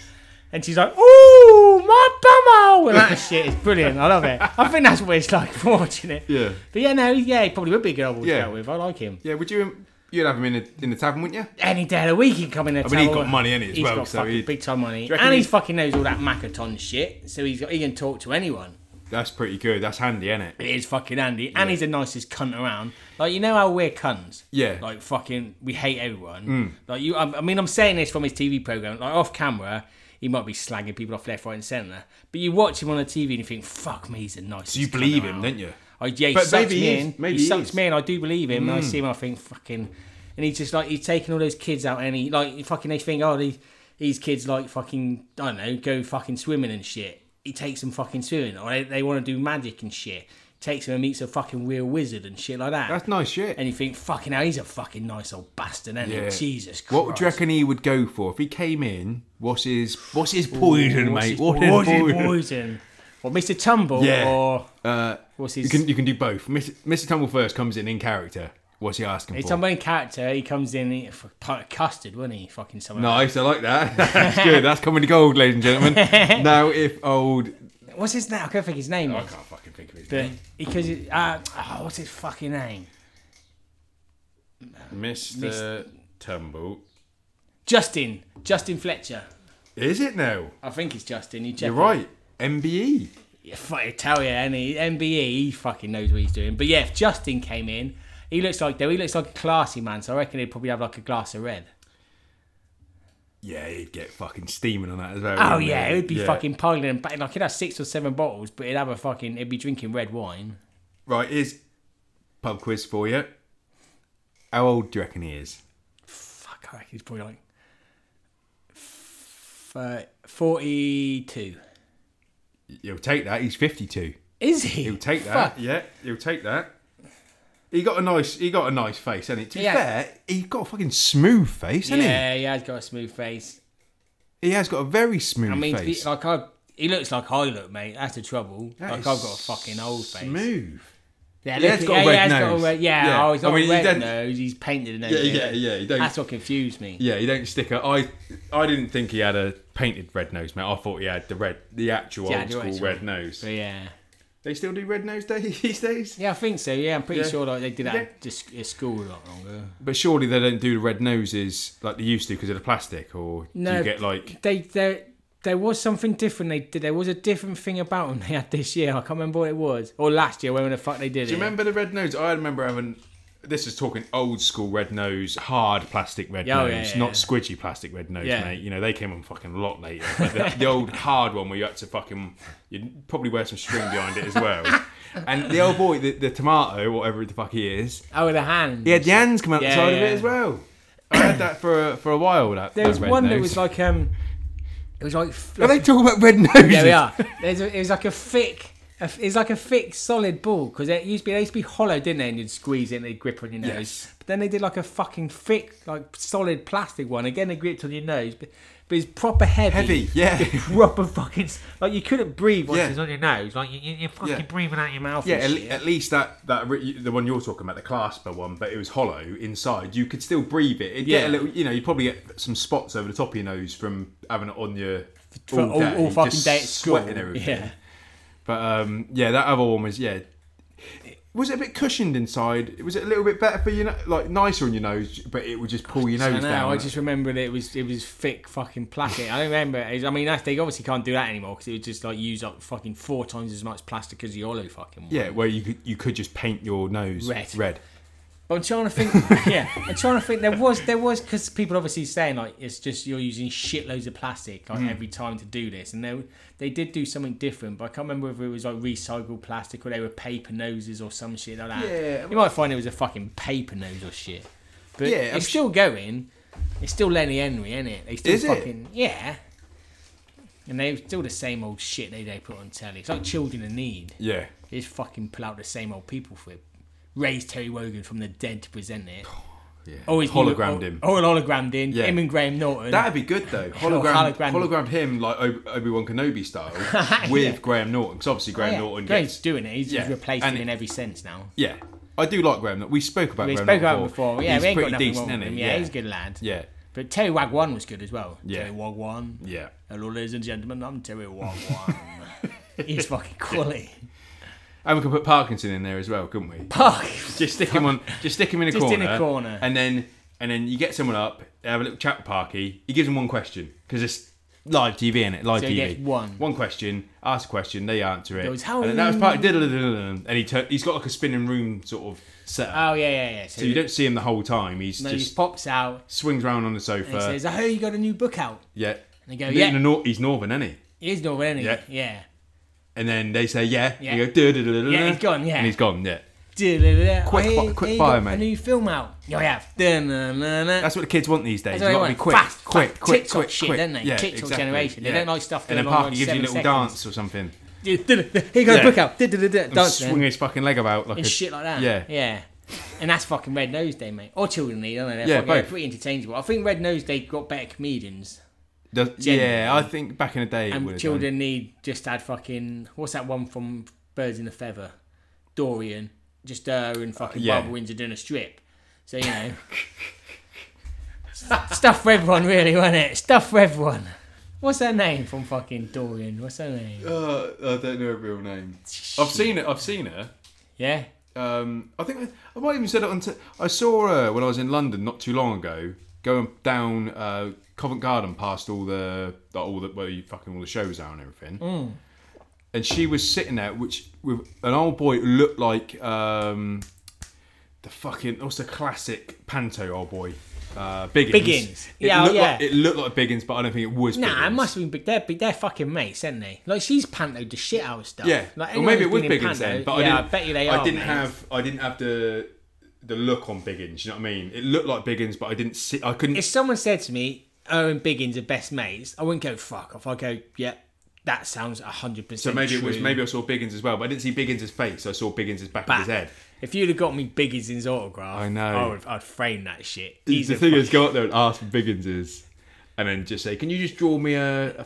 and she's like, "Ooh, my bummer!" And that shit is brilliant. I love it. I think that's what it's like for watching it.
Yeah.
But yeah, no, yeah, he probably would be a good old boy to
Yeah.
go with. I like him.
Yeah. Would you? You'd have him in the in the tavern, wouldn't you?
Any day of the week, he can come in there. I
mean, he's got money, ain't he, as
He's
well,
got
so
fucking
he-
big time money,
reckon
and he
he's-
fucking knows all that Macaton shit. So he's got, he can talk to anyone.
That's pretty good. That's handy, isn't it?
It is fucking Andy, and he's the nicest cunt around. Like you know how we're cunts.
Yeah. Mm.
Like fucking, we hate everyone. Like you, I, I mean, I'm saying this from his TV program. Like off camera, he might be slagging people off left, right, and centre. But you watch him on the TV and you think, "Fuck me, he's the nicest."
you
cunt
believe him,
around."
don't you?
I, yeah, he
But
sucks
maybe
me
he is.
in.
Maybe
he
he
sucks
is.
me in. I do believe him.
Hmm.
And I see him. I think fucking, and he's just like he's taking all those kids out, and he like fucking they think, oh, these these kids like fucking I don't know, go fucking swimming and shit. He takes them fucking swimming, or they, they want to do magic and shit. Takes them and meets a fucking real wizard and shit like that.
That's nice shit.
and you think, fucking hell, he's a fucking nice old bastard, and
Yeah.
Jesus Christ.
What would you reckon he would go for if he came in? What's his What's his poison,
What's
mate?
his-
What
what's his
poison?
poison? Or Mr. Tumble,
Yeah.
or
Uh,
what's
you
his?
can you can do both. Mr. Mr. Tumble first comes in in character. What's he asking
It's
for?
on my character. He comes in, he, f- part of custard, wasn't he? Fucking something. like
Nice, I like that. That's good. That's comedy gold, ladies and gentlemen. now, if old,
that. What's his name? I can't think his name.
I
is.
can't fucking think of his
But
name.
because it- uh, oh, what's his fucking name?
Mr. Tumble.
Justin. Justin Fletcher.
Is it now?
I think it's Justin. You check.
You're
it.
right. E. MBE.
Yeah, fuck, I tell you, and he, MBE, he fucking knows what he's doing. But yeah, if Justin came in, he looks like though he looks like a classy man. So I reckon he'd probably have like a glass of red.
Yeah, he'd get fucking steaming on that as well.
Oh
wouldn't
yeah,
he?
it would be
Yeah.
fucking piling and back. Like he'd have six or seven bottles, but he'd have a fucking. He'd be drinking red wine.
Right, here's pub quiz for you. How old do you reckon he is?
Fuck, I reckon he's probably like f- uh, forty-two.
He'll take that. He's 52.
Is he?
He'll take
Fuck.
that. Yeah, he'll take that. He got a nice, he got a nice face, and it. To be
Yeah.
fair, he got a fucking smooth face, hasn't
Yeah, he has got a smooth face.
he? He has got a very smooth
I mean, to be,
face.
like I, he looks like I look, mate. That's the trouble.
That
like I've
is
got a fucking old face.
Smooth.
Yeah,
He has
look-
got a
yeah,
red
he has
nose.
red- yeah,
Yeah.
oh,
I
he's got
mean,
a
he
red
don't-
nose. He's painted and
Yeah,
everything.
yeah, yeah. You don't,
That's what confused me.
yeah, you don't stick a. I, I didn't think he had a painted red nose, mate. I thought he had the red, the actual
Yeah,
old
the
school
actual-
red nose.
But yeah,
They still do red nose day these days.
yeah, I think so. Yeah, I'm pretty
Yeah.
sure like they did that
Yeah.
at the sc- at school a lot longer.
But surely they don't do the red noses like they used to because of the plastic, or do
No.
you get like
They there there was something different they did. There was a different thing about them they had this year. I can't remember what it was or last year. When the fuck they did
Do you
it?
remember the red nose? I remember having. This is talking old school red nose, hard plastic red
Yeah, oh,
nose,
yeah, yeah,
not
yeah.
squidgy plastic red nose,
Yeah.
mate. You know they came on fucking a lot later. But the, the old hard one where you had to fucking, you'd probably wear some string behind it as well. And the old boy, the, the tomato, whatever the fuck he is,
Oh, the hand.
he had the hands come out
Yeah,
the side
yeah.
of it as well. I had that for a, for a while. That
There
that
was
red
one that
nose.
was like um, it was like f-
Are they talking about red noses?
Yeah, we are. There's a, it was like a thick. a- It's like a thick, solid ball because it used to be they used to be hollow, didn't they? And you'd squeeze it and they'd grip on your nose.
Yes.
But then they did like a fucking thick, like solid plastic one. Again, it gripped on your nose, but, but it's proper heavy.
Heavy, yeah.
Proper fucking s- like you couldn't breathe once
Yeah.
it was on your nose. Like you, you- you're fucking
Yeah.
breathing out your mouth.
Yeah,
and
at,
shit.
at least that that re- the one you're talking about, the clasper one, but it was hollow inside. You could still breathe it. It'd get
Yeah.
a little, you know, you'd probably get some spots over the top of your nose from having it on your
For all,
day,
all fucking
just
day at school.
sweating everything.
Yeah.
But um, yeah, that other one was yeah. Was it a bit cushioned inside? Was it a little bit better for you, like nicer on your nose? But it would just pull your
I
nose
know,
down.
I just remember that it was it was thick fucking plastic. I remember. It was, I mean, that's, they obviously can't do that anymore because it would just like use up fucking four times as much plastic as the Olo fucking. One.
yeah, where you could you could just paint your nose
Red.
Red.
But I'm trying to think. yeah, I'm trying to think. There was there was because people obviously saying like it's just you're using shitloads of plastic
Hmm.
like every time to do this, and they they did do something different, but I can't remember whether it was like recycled plastic or they were paper noses or some shit like that.
Yeah.
you might find it was a fucking paper nose or shit. But
Yeah,
it's
I'm
still going. It's still Lenny Henry, isn't it? They still
Is it?
fucking yeah. And they're still the same old shit they, they put on telly. It's like children in need.
Yeah.
They just fucking pull out the same old people for it. Raise Terry Wogan from the dead to present it. Oh,
Yeah.
Or his new-
Oh, hologrammed
or-
him.
Or, an hologrammed him.
Yeah.
Him and Graham Norton.
That'd be good though.
Hologram-
Hologram, hologrammed him like Obi Wan Kenobi style with
Yeah.
Graham Norton. Because obviously Graham
Yeah.
Norton
Graham's
gets.
doing it. He's
Yeah.
he's replaced
And
him in
it-
every sense now.
Yeah, I do like Graham. Norton. We spoke about
We
Graham
spoke about
Norton
him before. Yeah,
he's
we ain't
pretty
got nothing
decent,
wrong with
isn't
him.
he?
Yeah, he's a good lad.
Yeah,
But Terry Wagwan was good as well.
Yeah.
Terry Wagwan.
yeah.
Hello, ladies and gentlemen. I'm Terry Wagwan. he's fucking quality.
And we could put Parkinson in there as well, couldn't we?
Fuck.
Just stick him on. Just stick him in a
Just in
corner.
a corner.
And then and then you get someone up. They have a little chat with Parky. He gives him one question because it's live TV in it. Live
So
TV.
he gets one.
One question. Ask a question. They answer it.
Goes, "How
and then that
are
was
you-"
Parky. diddle-diddle-diddle, And he tur- he's got like a spinning room sort of setup.
Oh, yeah, yeah, yeah. So,
So you don't see him the whole time. He's
no, he
just
just pops out
swings around on the
and he
sofa.
says, I heard you got a new book out.
yeah.
And they go,
And then
yeah.
the nor- he's northern, isn't he?
He is Norton, isn't
Yeah.
he? Yeah.
And then they say, yeah.
Yeah.
And you go, "Duh, duh, duh, duh, duh,
Yeah,
duh."
he's gone, yeah.
And he's gone, yeah.
Quick,
Quick fi- quick fire,
A
mate.
new film out. Oh, yeah. That's
That's what the kids want these days.
That's what
you gotta be
they want.
quick,
Fast,
quick,
fast.
quick,
TikTok
quick,
shit,
quick.
don't they?
Yeah,
TikTok
exactly.
generation. They
Yeah.
don't like stuff
And then
going on
Parker gives
like
you a
seven
little
seconds.
dance or something.
Here you go,
Yeah.
book out. Dance
swing his fucking leg about like
and
a
shit like that.
Yeah.
Yeah. And that's fucking Red Nose Day, mate. Or Children Need, aren't they? They're
Yeah,
fucking- they're
both.
pretty interchangeable. I think Red Nose Day got better comedians.
Does-
Generally.
yeah, I think back in the day it would
And
have
Um, Children Need just had fucking. What's that one from Birds in the Feather? Dorian. Just her and fucking
Uh, yeah.
Barbara Windsor doing a strip. So, you know. Stuff for everyone, really, wasn't it? Stuff for everyone. What's her name from fucking Dorian? What's her name?
Uh, I don't know her real name. I've seen it. I've seen her.
Yeah?
um, I think I, I might even said it on. T- I saw her when I was in London not too long ago, going down uh, Covent Garden past all the like, all the where you fucking all the shows are and everything.
Mm.
And she was sitting there, which with an old boy who looked like um, the fucking what's the classic panto old boy. Uh, Biggins.
Biggins.
It
Yeah,
looked
yeah.
Like, it looked like Biggins, but I don't think it was.
Nah,
Biggins.
it must have been big. They're, big- they're fucking mates, aren't they? Like, she's pantoed the shit out of stuff.
Yeah,
Like,
or
anyone
maybe
who's
it was
been in
Biggins then,
panto-
but I
yeah,
didn't,
I bet you they
I
are.
didn't
mate.
have I didn't have the the look on Biggins. You know what I mean? It looked like Biggins, but I didn't see. I couldn't.
"Oh, If someone said to me, Owen Biggins are best mates, I wouldn't go, fuck off. I'd go, yeah, That sounds hundred
So
percent.
maybe it was maybe I saw Biggins as well, but I didn't see Biggins' face. I saw Biggins' back, of his head.
If you'd have got me Biggins's autograph,
I know.
I would, I'd frame that shit.
The
a
thing
fuck-
is, go up there and ask for Biggins's, and then just say, "Can you just draw me a, a,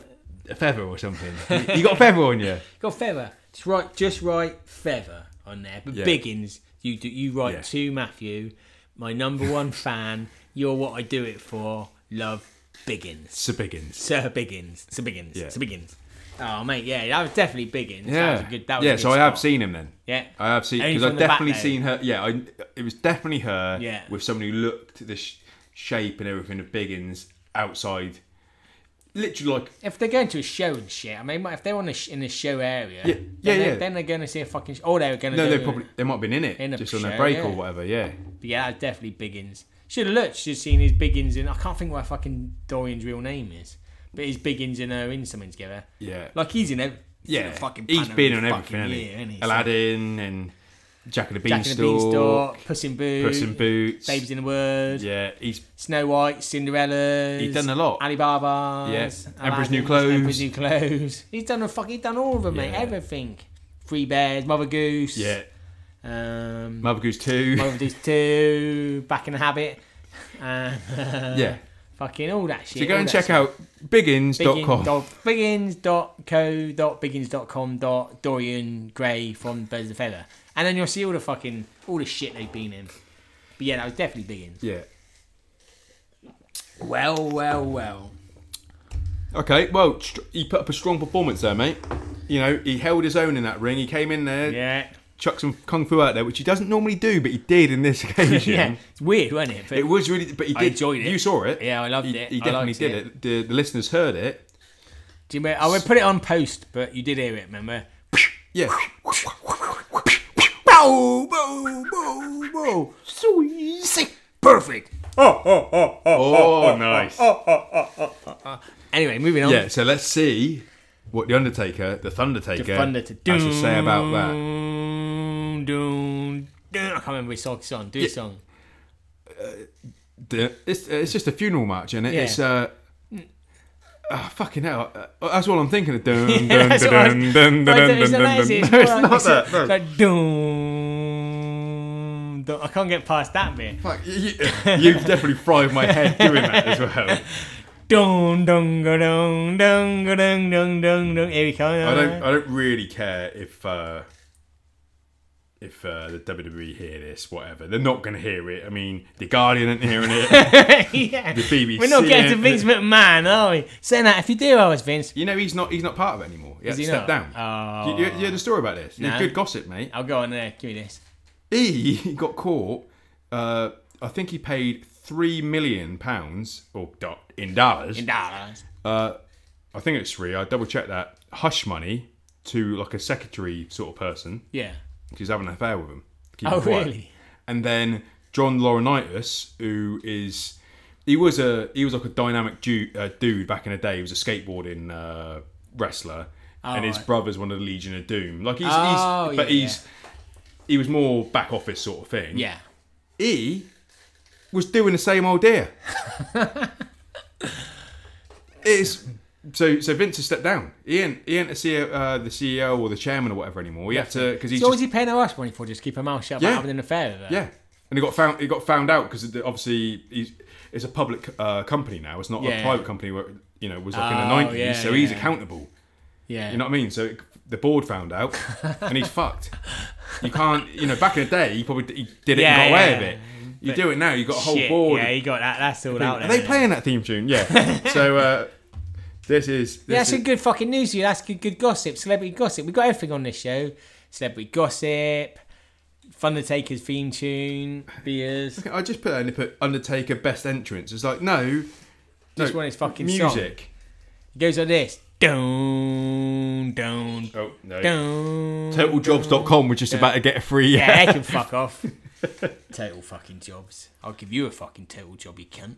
a feather or something? You- you got a feather on you?
got feather. Just write, just write feather on there. But
Yeah.
Biggins, you do, you write
Yeah.
to Matthew, my number one fan. You're what I do it for. Love Biggins,
Sir Biggins."
Sir Biggins, Sir Biggins,
Yeah.
Sir Biggins. Oh mate, yeah, that was definitely Biggins.
Yeah,
that was a good. That was a
yeah.
good
So I have
spot.
seen him then.
Yeah.
I have seen
Only
because
from
I've
the back
definitely
though.
seen her. Yeah, I, it was definitely her.
Yeah.
with somebody who looked the sh- shape and everything of Biggins outside, literally like
If they're going to a show and shit, I mean, if they're on a sh- in a show area,
Yeah, yeah,
then, they're,
yeah.
then they're going to see a fucking. Sh- oh, they're going to.
no,
do
they
it.
probably they might have been in it
In a
just on their
show,
break or
yeah.
whatever. Yeah,
But yeah, that's definitely Biggins. Should have looked. Should have seen his Biggins in. I can't think what fucking Dorian's real name is, but his Biggins and her in something together.
yeah,
Like he's in every.
yeah.
fucking
he's
panel
been on
every
everything.
fucking
hasn't
year, isn't he? So-
Aladdin and Jack and the
Jack
Beanstalk,
and the Beanstalk, Puss in Boots,
Puss in Boots.
Babes in the Wood,
Yeah, he's
Snow White, Cinderella.
He's done a lot.
Alibaba.
Yeah. Emperor's New Clothes.
Emperor's New Clothes. He's done a fuck. He's done all of them, mate.
Yeah.
Everything. Three Bears, Mother Goose.
yeah.
Um,
Mother Goose two.
Mother Goose two. Back in the Habit. Uh,
yeah.
Fucking all that shit.
So go
all
and
that
check
shit.
out Biggins.com.
Biggins dot- Biggins.co.biggins.com dot Dorian Gray from Birds of Feather. And then you'll see all the fucking all the shit they've been in. But yeah, that was definitely Biggins.
yeah.
Well, well, well.
Okay, well, str- he put up a strong performance there, mate. You know, he held his own in that ring. He came in there,
Yeah.
chucked some kung fu out there, which he doesn't normally do, but he did in this occasion.
Yeah. It's weird, wasn't it? But
It was really, but he did.
I enjoyed it.
You saw it.
Yeah, I loved
he,
it.
He
I
definitely
liked
did
it.
it. The, the listeners heard it.
do you remember, I would put it on post, but you did hear it, remember?
Yeah. Bow, bow, bow, bow. Sweet.
Perfect.
Oh, nice.
Anyway, moving on.
Yeah, so let's see what the Undertaker, the Thundertaker,
The Thunder to do.
has to say about that.
Doom, doom, doom. I can't remember his song. song. Do a song.
the, it's, it's just a funeral march, and it?
Yeah.
it's uh, ah, fucking hell. Uh, that's all I'm thinking of. Dun, dun,
Yeah, that's what I
dun,
was-
dun,
Right,
dun,
is
dun,
that
dun,
that is
dun.
it?
No, it's
Right,
not
it's
that. no.
Like, doom, doom. I can't get past that bit.
Fuck, you- You've definitely fried my head doing that as well.
Dun dun ga, dun dun ga, dun dun dun dun. Here we go.
I don't. I don't really care if uh, if uh, the WWE hear this. Whatever, they're not going to hear it. I mean, the Guardian ain't hearing it.
yeah.
The BBC.
We're not getting to
ain't-
Vince McMahon, are we? Saying that if you do, I was Vince.
You know he's not. He's not part of it anymore. He had
he
to step
not? Oh.
down. You, you, you heard the story about this.
No.
Good gossip, mate.
I'll go on there. Give me this.
he got caught. Uh, I think he paid three million pounds or do- in dollars.
In dollars.
uh, I think it's three. I double checked that hush money to like a secretary sort of person.
Yeah.
She's having an affair with him. to keep
Oh,
him quiet.
really?
And then John Laurinaitis, who is he was a he was like a dynamic dude, uh, dude back in the day. He was a skateboarding uh, wrestler, and his
Oh, right.
brother's one of the Legion of Doom. Like he's,
Oh,
he's but
yeah,
he's he was more back office sort of thing.
Yeah.
he was doing the same old deal. it's so so Vince has stepped down. He ain't he ain't the CEO, uh, the CEO or the chairman or whatever anymore. He had to because he's
So what
just,
was he paying her us money for? Just keep her mouth shut about
Yeah.
having an affair with her.
yeah, and he got found he got found out because obviously he's it's a public uh, company now. It's not
Yeah.
a private company where you know it was like in the
Oh,
nineties.
yeah,
so he's
yeah.
accountable.
Yeah.
You know what I mean? So it, the board found out, and he's fucked. You can't, you know. Back in the day, he probably he did it
Yeah,
and got away
yeah.
with it. You do it now, you got a whole
Shit,
board.
Yeah, he got that. That's all out
Are
there.
they playing that theme tune? Yeah. so uh, this is this
Yeah, that's
is,
some good fucking news. You. That's good, good gossip. Celebrity gossip. We got everything on this show. Celebrity gossip. Undertaker's theme tune. Beers.
I just put that in and put Undertaker best entrance. It's like no,
Just
no,
want his fucking song.
music.
It goes like this. Down, down,
Oh no.
down.
TotalJobs.com was just about to get a free.
Yeah, they can fuck off. Total fucking jobs. I'll give you a fucking total job, you cunt.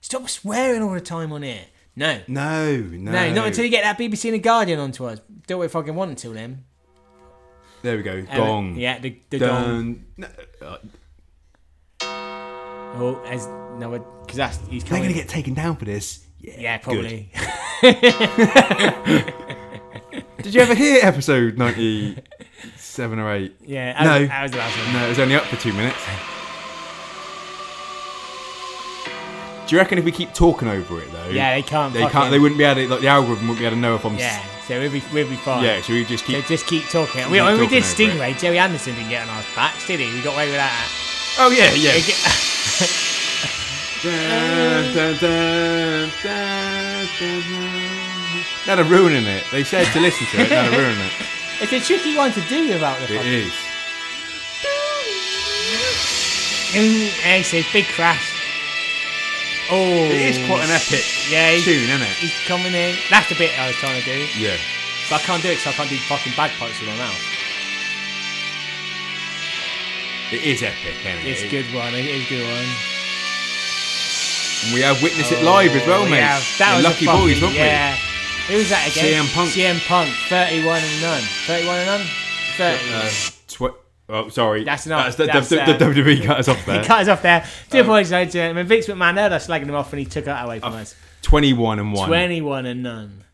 Stop swearing all the time on here. No.
No, no,
No, not until you get that BBC and the Guardian onto us. Do what we fucking want until then.
There we go. Gong.
Yeah, the, the dong.
Dun. No, uh,
Oh, as no, because that's he's
they're
coming.
gonna get taken down for this. Yeah,
yeah,
good.
probably.
Did you ever hear episode 97 or 8?
Yeah,
No.
that was, that was the last one.
No, it was only up for two minutes. Do you reckon if we keep talking over it though?
Yeah, they can't.
They
fucking,
can't. They wouldn't be able to. Like the algorithm wouldn't be able to know if I'm.
Yeah,
s-
so we'll be, we'll be fine.
Yeah. Should we just
So
keep?
just keep talking. We,
Keep
when we did
talking over
Stingray, Jerry Anderson didn't get on our backs, did he? We got away with that.
Oh yeah, yeah.
He get-
Dun, dun, dun, dun, dun, dun. Now they're ruining it. They said to listen to it. Now they're ruining it.
It's a tricky one to do without the
It
fucking.
is.
Hey, so Mm, big crash. Oh.
It is quite an epic
Yeah, he's,
tune, isn't it?
he's coming in. That's the bit I was trying to do.
Yeah.
But I can't do it because I can't do fucking bagpipes with my mouth.
It is epic, isn't it?
It's a
It-
good one. It is a good one.
And we have witnessed it live as well,
Oh,
mate.
yeah, that
We're
was a
lucky
fucking-
boys, weren't we?
yeah. Who was that again?
CM Punk.
CM Punk. 31 and none. 31 and none? 30.
Uh, tw- oh, sorry.
That's enough.
the,
That's,
the,
uh,
the WWE cut us off
he
there.
cut us off
uh,
there. Two points, ladies and gentlemen. Vince McMahon had us slagging him off and he took that away
Oh,
from us.
21 and 1.
21 and none.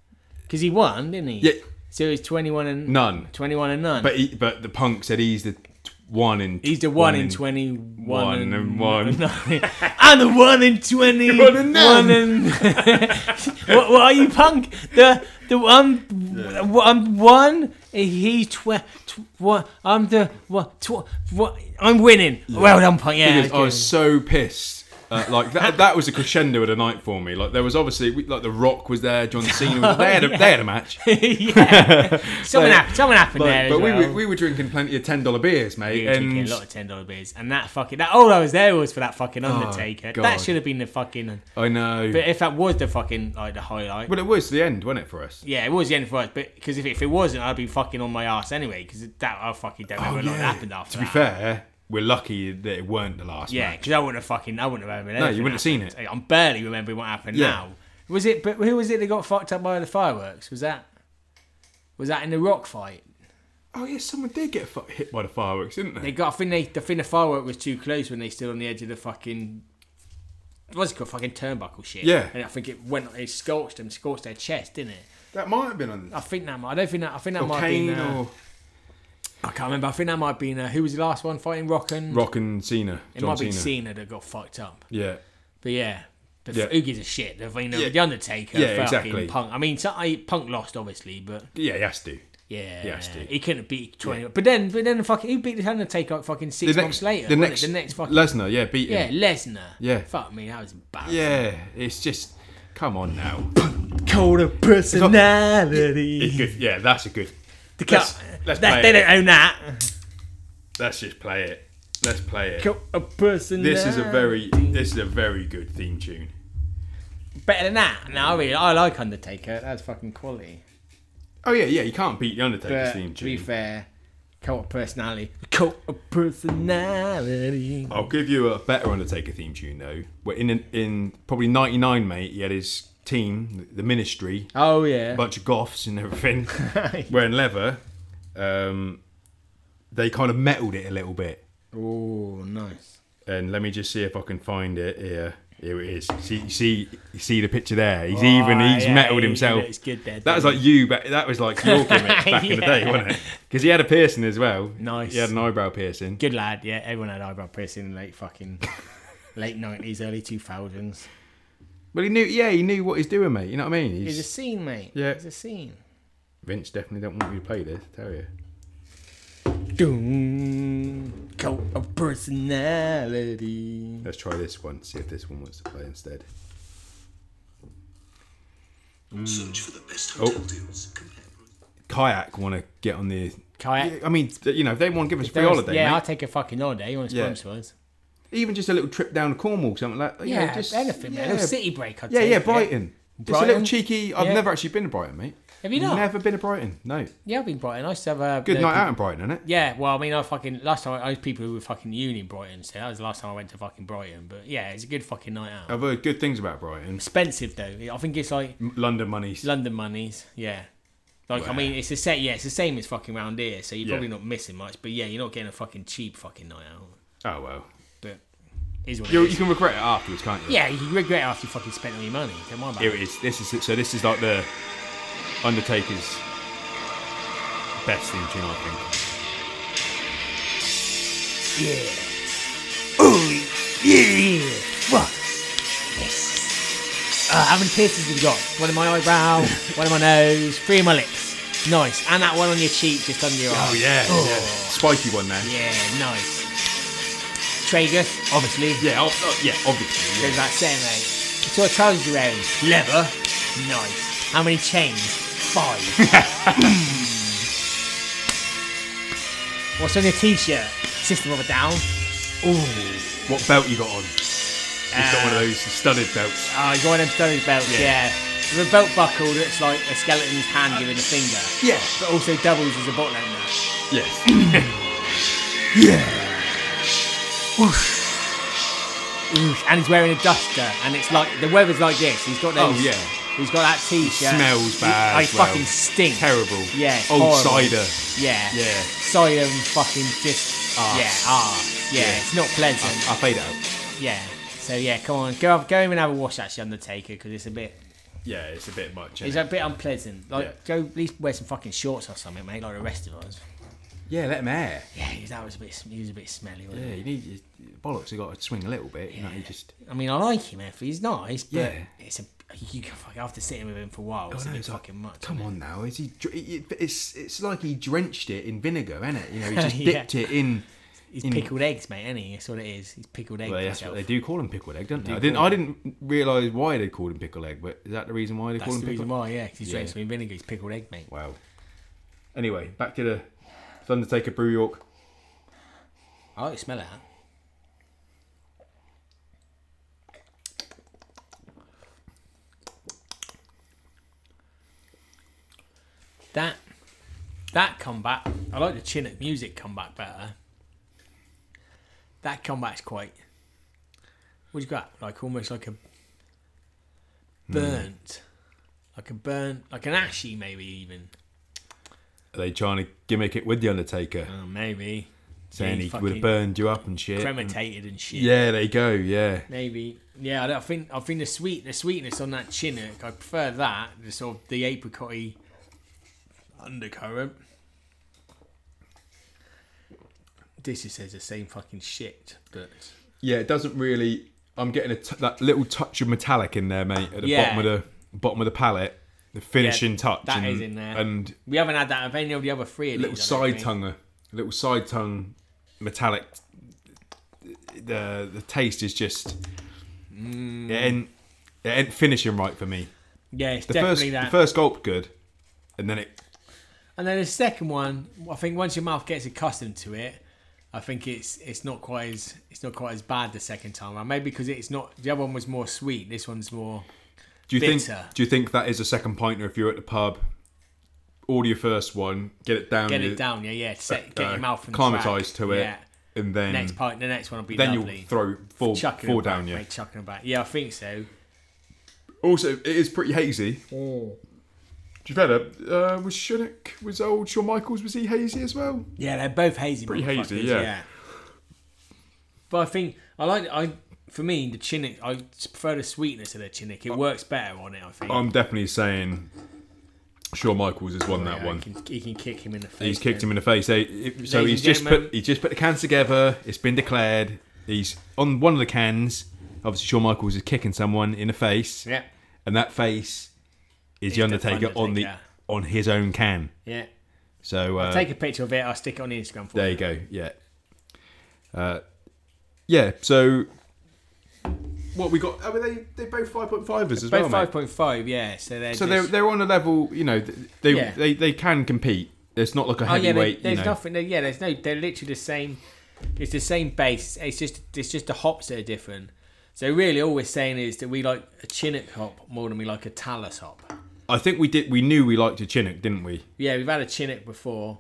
Because he won, didn't he?
Yeah,
So it was 21 and
none.
21 and none.
But he, but the punk said he's the t- one in.
He's the one, in
in-
21
one
and,
and one.
I'm the one in 20.
One and none.
one and- what, what are you, punk? The the one I'm one. He tw- tw- what, I'm the what, tw- what I'm winning. Well done, punk. Yeah.
Because I
okay.
was so pissed. Uh, like that, that was a crescendo of the night for me. Like there was obviously we, like The Rock was there, John Cena was there. They had a, they had a match, but,
yeah. Something happened. Something happened there.
but
as
we,
well.
were, we were drinking plenty of ten dollar beers, mate.
We were drinking
and
a lot of ten dollar beers, and that fucking that all I was there was for that fucking Undertaker.
Oh, God.
that should have been the fucking.
I know,
But if that was the fucking like the highlight,
well, it was the end, wasn't it, for us?
Yeah, it was the end for us, but because if, if it wasn't, I'd be fucking on my ass anyway. Because that I fucking don't know what happened after.
Oh, to be
that.
fair, we're lucky that it weren't the last.
yeah,
match.
because I wouldn't have fucking, I wouldn't have remembered.
you
anything
wouldn't have seen
happened. I'm barely remembering what happened
Yeah.
now. Was it? But who was it that got fucked up by the fireworks? Was that? Was that in the rock fight?
Oh yeah, someone did get fu- hit by the fireworks, didn't they?
They got. I think they. I think the firework was too close when they stood on the edge of the fucking. What's it called? Fucking turnbuckle shit.
Yeah.
And I think it went. It scorched them, scorched their chest, didn't it?
That might have been on
I think that might. I don't think that. I think that
or
Oh, might
Kane
be. Uh,
or
I can't remember. I think that might have been. Uh, who was the last one fighting Rock and?
Rock and Cena.
It
John
might be
Cena.
Cena that got fucked up.
Yeah.
But yeah. But
Yeah.
who gives a shit? The, you know,
Yeah.
the Undertaker,
Yeah,
fucking
exactly.
Punk. I mean, so, I, Punk lost obviously, but
Yeah, he has to.
yeah,
Yeah, Steve.
he couldn't beat twenty. But then, but then, fucking, who beat the Undertaker like, fucking six months later?
the
wasn't it?
next,
the next fucking,
Lesnar, yeah, beat
yeah,
him.
Lesnar.
Yeah.
fuck me, that was bad.
Yeah, it's just, come on now.
Called a
It's
personality.
good. Yeah, that's a good.
The cut-
Let's, let's
that,
play
they
it.
don't own that.
Let's just play it. Let's play it.
Called a personality.
This is a very, this is a very good theme tune.
better than that. No, I really, I like Undertaker. That's fucking quality.
Oh yeah, yeah. You can't beat the Undertaker's
But
theme
to be
tune.
fair, cult of personality. Cult of personality.
I'll give you a better Undertaker theme tune though. Where in in probably '99, mate, he had his team, the Ministry,
Oh yeah.
bunch of goths and everything wearing leather, um, they kind of metaled it a little bit.
oh nice.
And let me just see if I can find it here. Here it is. See, you see, you see the picture there. He's even. He's
Oh, Ah, yeah,
metaled
he
himself.
looks good there,
That was like you. Back, that was like your gimmick back in the day,
Yeah.
wasn't it? Because he had a piercing as well.
Nice.
He had an eyebrow piercing.
Good lad. Yeah, everyone had eyebrow piercing in the late fucking late nineties, early two thousands.
Well, he knew. Yeah, he knew what he's doing, mate. You know what I mean? He's,
It's a scene, mate.
Yeah.
It's a scene.
Vince definitely don't want me to play this. Tell you.
Doom. Cult of personality.
Let's try this one. See if this one wants to play instead.
Mm. Search for the best hotel deals.
Oh. Kayak want to get on the.
Kayak.
I mean, you know, if they want to give us a free
There was-
holiday,
yeah,
mate.
I'll take a fucking holiday. You want to
Yeah.
sponsor us?
even just a little trip down to Cornwall, something like that. you know,
Yeah,
just
anything, man. A little city break. I'd
Yeah,
take,
yeah, Brighton. Just a little
Brighton?
cheeky. I've
Yeah.
never actually been to Brighton, mate.
Have you not?
Never been to Brighton. No.
Yeah, I've been Brighton. I used to have a
Good night out in Brighton, isn't it?
Yeah, well, I mean, I fucking last time I was people who were fucking uni in Brighton, so that was the last time I went to fucking Brighton. But yeah, it's a good fucking night out.
I've heard good things about Brighton.
Expensive though. I think it's like
M- London money.
London monies. Yeah. Like I
Wow.
mean, it's the same. Yeah, it's the same as fucking round here. So you're
Yeah.
probably not missing much. But yeah, you're not getting a fucking cheap fucking night out.
Oh well.
But is what
You,
it
you
is.
can regret it afterwards, can't you?
Yeah, you regret it after you fucking spent all your money. Don't worry about
Here
it.
it is. This is so. This is like the Undertaker's best theme tune, I think.
Yeah. Oh, yeah. Fuck. Yes. Uh, how many piercings have you got? One in my eyebrow, one in my nose, three in my lips. Nice. And that one on your cheek, just under your eye. Oh,
spiky one there.
Yeah, nice. Tragus, obviously.
Yeah, ob- oh, yeah, obviously.
Goes
yeah.
without saying, mate. So what trousers you wearing? Leather. Nice. How many chains? Five. Hmm. Mm. What's on your t-shirt? System of a Down.
What belt you got on? He's got one
Uh,
of those studded belts.
Oh, he's got one of them stomach belts, yeah.
Yeah.
With a belt buckle that's like a skeleton's hand giving a finger,
Yeah.
but also doubles as a bottleneck.
Yes.
Oof. And he's wearing a duster, and it's like the weather's like this. He's got those.
Oh, yeah.
He's got that t-shirt.
smells bad
I
as well.
fucking stink.
Terrible.
Yeah. it's
Old
horrible.
cider.
Yeah.
Yeah.
Cider and fucking just.
Arse.
Yeah. Ah. Yeah,
Yeah.
It's not pleasant.
I fade it out.
yeah. So yeah, come on, go up, go home and have a wash. Actually, Undertaker, because it's a bit,
Yeah, it's a bit much.
it's
innit?
a bit unpleasant. Like,
Yeah.
go at least wear some fucking shorts or something, mate. Like the rest of us.
Yeah, let him air.
Yeah, he was- that was a bit. He was a bit smelly. Wasn't
Yeah, you need you, bollocks. You got to swing a little bit. You know, you just.
he? I mean, I like him, Effie. He's nice, but
Yeah.
it's a. You can fuck after sitting with him for a while. It's
Oh,
a
no,
bit
it's like,
fucking much.
Come
isn't it?
on now, is he? dr- it- It's it's like he drenched it in vinegar, is it? You know, he just
Yeah.
dipped it in.
He's
in-
pickled eggs, mate. Any, that's what it is. He's pickled eggs.
Well, that's what
himself.
they do call him pickled egg, don't they? I
do
didn't.
call
I didn't realise why they called him pickle egg, but is that the reason why they
That's
call him
the
pickle?
reason why, yeah, 'cause he's
Yeah.
drinking some vinegar. He's pickled egg, mate.
Wow. Anyway, back to the to Undertaker Brew York.
Oh, you smell that? That that comeback. I like the Chinook music comeback better. That comeback's quite. What you got? Like almost like a burnt, like a burnt, like an ashy, maybe even.
Are they trying to gimmick it with the Undertaker,
Oh, maybe
saying
he
he would
fucking
have burned you up and shit?
cremated and shit.
Yeah, there you go. Yeah,
Maybe. Yeah, I, don't- I think I think the sweet the sweetness on that chinook, I prefer that the sort of the apricotty undercurrent. This just says the same fucking shit, but
yeah. It doesn't really. I'm getting a t- that little touch of metallic in there, mate, at the
Yeah.
bottom of the bottom of the palate. The finishing touch.
that
and,
is in there.
And
we haven't had that of any of the other three. Of
little
these, I don't
side
think.
tonguer, little side tongue, metallic. The the taste is just
Mm.
it ain't it ain't finishing right for me.
Yeah, it's
The
definitely
first
that.
the first gulp good, and then it
And then the second one, I think once your mouth gets accustomed to it, I think it's it's not quite as it's not quite as bad the second time around. Maybe because it's not the other one was more sweet. This one's more
do you
Bitter.
think do you think that is a second pinter if you're at the pub? Order your first one, get it down,
get
your-
it down. Yeah, yeah. Set, get
uh,
your mouth on
acclimatise
track.
to it,
Yeah.
and then
Next part, the next one will be
then
lovely.
you'll throw four
chucking
four
them back,
down. Yeah.
mate, chucking them back. Yeah, I think so.
Also, it is pretty hazy. Do you better? Uh, was Shunnock, was old Shawn Michaels, was he hazy as well?
Yeah, they're both hazy.
Pretty hazy,
motherfuckers,
yeah.
But I think I like I for me the chinook. I prefer the sweetness of the chinook. It works better on it. I think.
Uh, I'm definitely saying Shawn Michaels has won that
Oh, Yeah,
one.
He can, he can kick him in the face.
He's kicked
then.
him in the face. They- it- So
Ladies
he's
and
just
gentlemen.
put he's just put the cans together. It's been declared. He's on one of the cans. Obviously, Shawn Michaels is kicking someone in the face.
Yeah.
And that face is the
the
Undertaker, on the
Undertaker.
on his own can.
Yeah.
So uh,
Take a picture of it. I'll stick it on Instagram for
there
you.
you go. Yeah. Uh, yeah. So what we got? Oh, they they both five point fivers as well,
Both
mate.
five point five. Yeah. So they're
So
just,
they're they're on a level, you know, th- they
Yeah.
they, they can compete. It's not like a
Oh yeah, they,
heavyweight. you
there's
know.
nothing. there- Yeah, there's no. They're literally the same. It's the same base. It's just it's just the hops that are different. So really, all we're saying is that we like a Chinook hop more than we like a Talus hop.
I think we did. We knew we liked a Chinook, didn't we?
Yeah, we've had a Chinook before.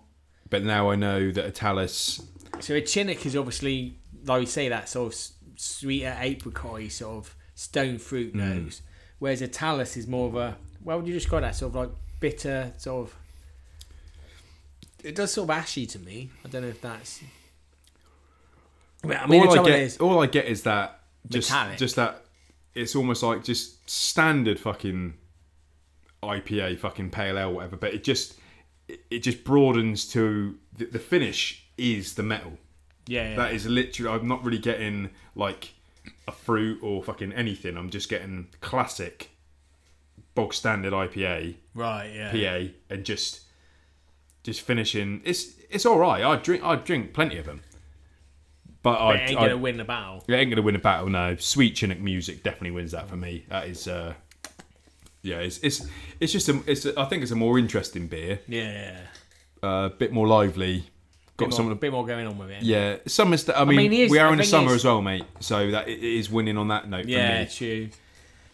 But now I know that a Talus.
So a Chinook is obviously, like we say, that sort of s- sweeter apricot sort of stone
Mm.
fruit nose. Whereas a Talus is more of a, well, would you describe that? Sort of like bitter, sort of. It does sort of ashy to me. I don't know if that's. I mean, I mean the
all I
trouble
get,
is,
all I get is that Just,
Metallic.
just that. It's almost like just standard fucking IPA, fucking pale ale, whatever. But it just it it just broadens to the, the finish is the metal.
Yeah, yeah.
That is literally. I'm not really getting like a fruit or fucking anything. I'm just getting classic, bog standard IPA,
right. Yeah,
PA, and just just finishing. It's it's all right. I drink I drink plenty of them, but,
But
I,
it ain't
I
gonna win the battle.
it ain't gonna win a battle. No, sweet Chinook music definitely wins that for me. That is. uh yeah, it's it's it's just a, it's a, I think it's a more interesting beer,
Yeah, yeah.
a bit more lively, got
Bit,
some
more,
of the
bit more going on with it.
yeah, summer's. I mean,
mean, it is-
we are
the
in the
thing
summer
is-
as well, mate. So that it is winning on that note
Yeah,
for me.
true.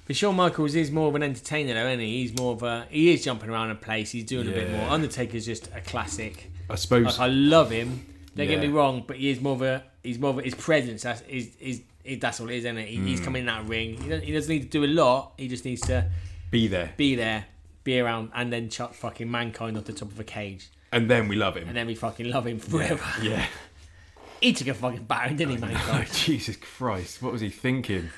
But Shawn Michaels is more of an entertainer, though, isn't he? He's more of a. He is jumping around a place. He's doing a bit
Yeah.
more. Undertaker's just a classic.
I suppose.
Like, I love him. Don't get me
Yeah.
wrong, but he is more of a. He's more of a, his presence. That's is is. That's all it is, isn't it? He, He's
Mm.
coming in that ring. He doesn't, he doesn't need to do a lot. He just needs to
be there,
be there, be around, and then chuck fucking mankind off the top of a cage,
and then we love
and
him.
then we fucking love him forever.
Yeah.
He took a fucking battering, didn't he,
Oh
mankind?
Jesus Christ! What was he thinking?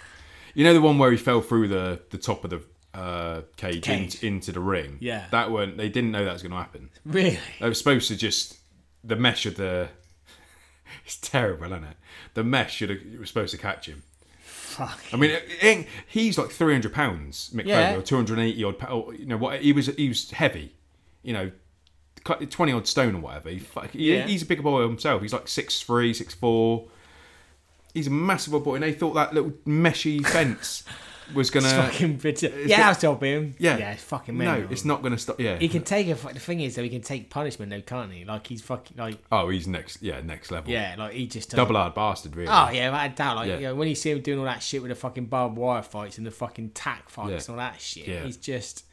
You know the one where he fell through the the top of the uh, cage,
Cage.
In, into the ring.
Yeah.
that weren't. They didn't know that was going to happen.
really?
They were supposed to just the mesh of the. It's terrible, isn't it? The mesh should have was supposed to catch him.
Fuck.
I mean, it, it ain't- he's like three hundred pounds, Mick
Yeah.
Foley, or two hundred eighty odd. Or, you know what? He was he was heavy, you know, twenty odd stone or whatever. He, fuck- he-
Yeah.
he's a bigger boy himself. He's like six three, six four. He's a massive old boy, and they thought that little meshy fence was gonna.
fucking bitter.
it's
Yeah,
got-
I'll stop him.
Uh, Yeah,
Yeah, it's fucking mental.
no, it's not gonna stop. Yeah.
He can take a. fu- The thing is, though, he can take punishment, though, can't he? Like he's fucking like
oh, he's next. Yeah, next level.
yeah, like he just doesn't-
Double hard bastard, really.
Oh yeah, without a doubt. Like
Yeah.
you know, when you see him doing all that shit with the fucking barbed wire fights and the fucking tack fights
Yeah.
and all that shit,
Yeah.
he's just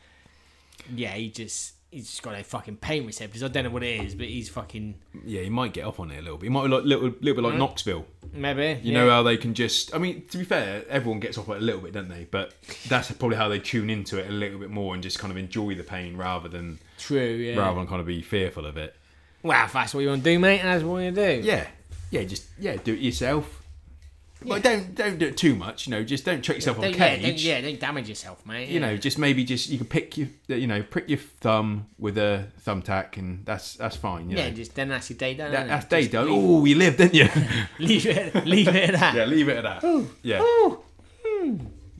yeah, he just he's just got a fucking pain receptors. I don't know what it is, but he's fucking
Yeah, he might get off on it a little bit. He might be like little, little bit like Knoxville.
maybe
You know how they can just. I mean, to be fair, everyone gets off it a little bit, don't they? But that's probably how they tune into it a little bit more and just kind of enjoy the pain rather than
true. Yeah.
rather than kind of be fearful of it.
Well, if that's what you want to do, mate, that's what you do.
Yeah, yeah, just yeah, do it yourself. Like don't don't do it too much. You know, just don't chuck yourself on
Don't,
a
yeah,
cage.
don't, yeah, don't damage yourself, mate.
You know, just maybe just you can pick your you know prick your thumb with a thumbtack and that's that's fine. You
yeah,
know.
just then that's your day done.
That,
innit?
that's day
Just
done. Oh, you lived, didn't you?
Leave it, leave it at that.
yeah, leave it at that. Yeah.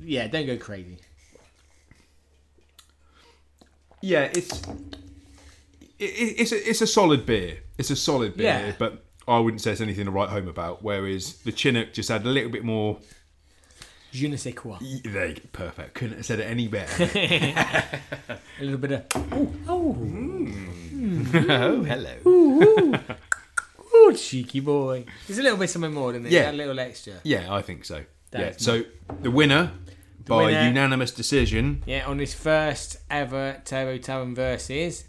Yeah, don't go crazy.
yeah, it's it, it's a, it's a solid beer. It's a solid beer,
Yeah.
but I wouldn't say it's anything to write home about. Whereas the Chinook just had a little bit more.
Je ne sais quoi.
There, you go, perfect. Couldn't have said it any better.
A little bit of oh, oh,
oh, hello.
oh, cheeky boy. There's a little bit something more than it.
Yeah.
a little extra.
Yeah, I think so.
That's
yeah. So the winner by
winner-
unanimous decision.
Yeah, on this first ever Turbo Tavern versus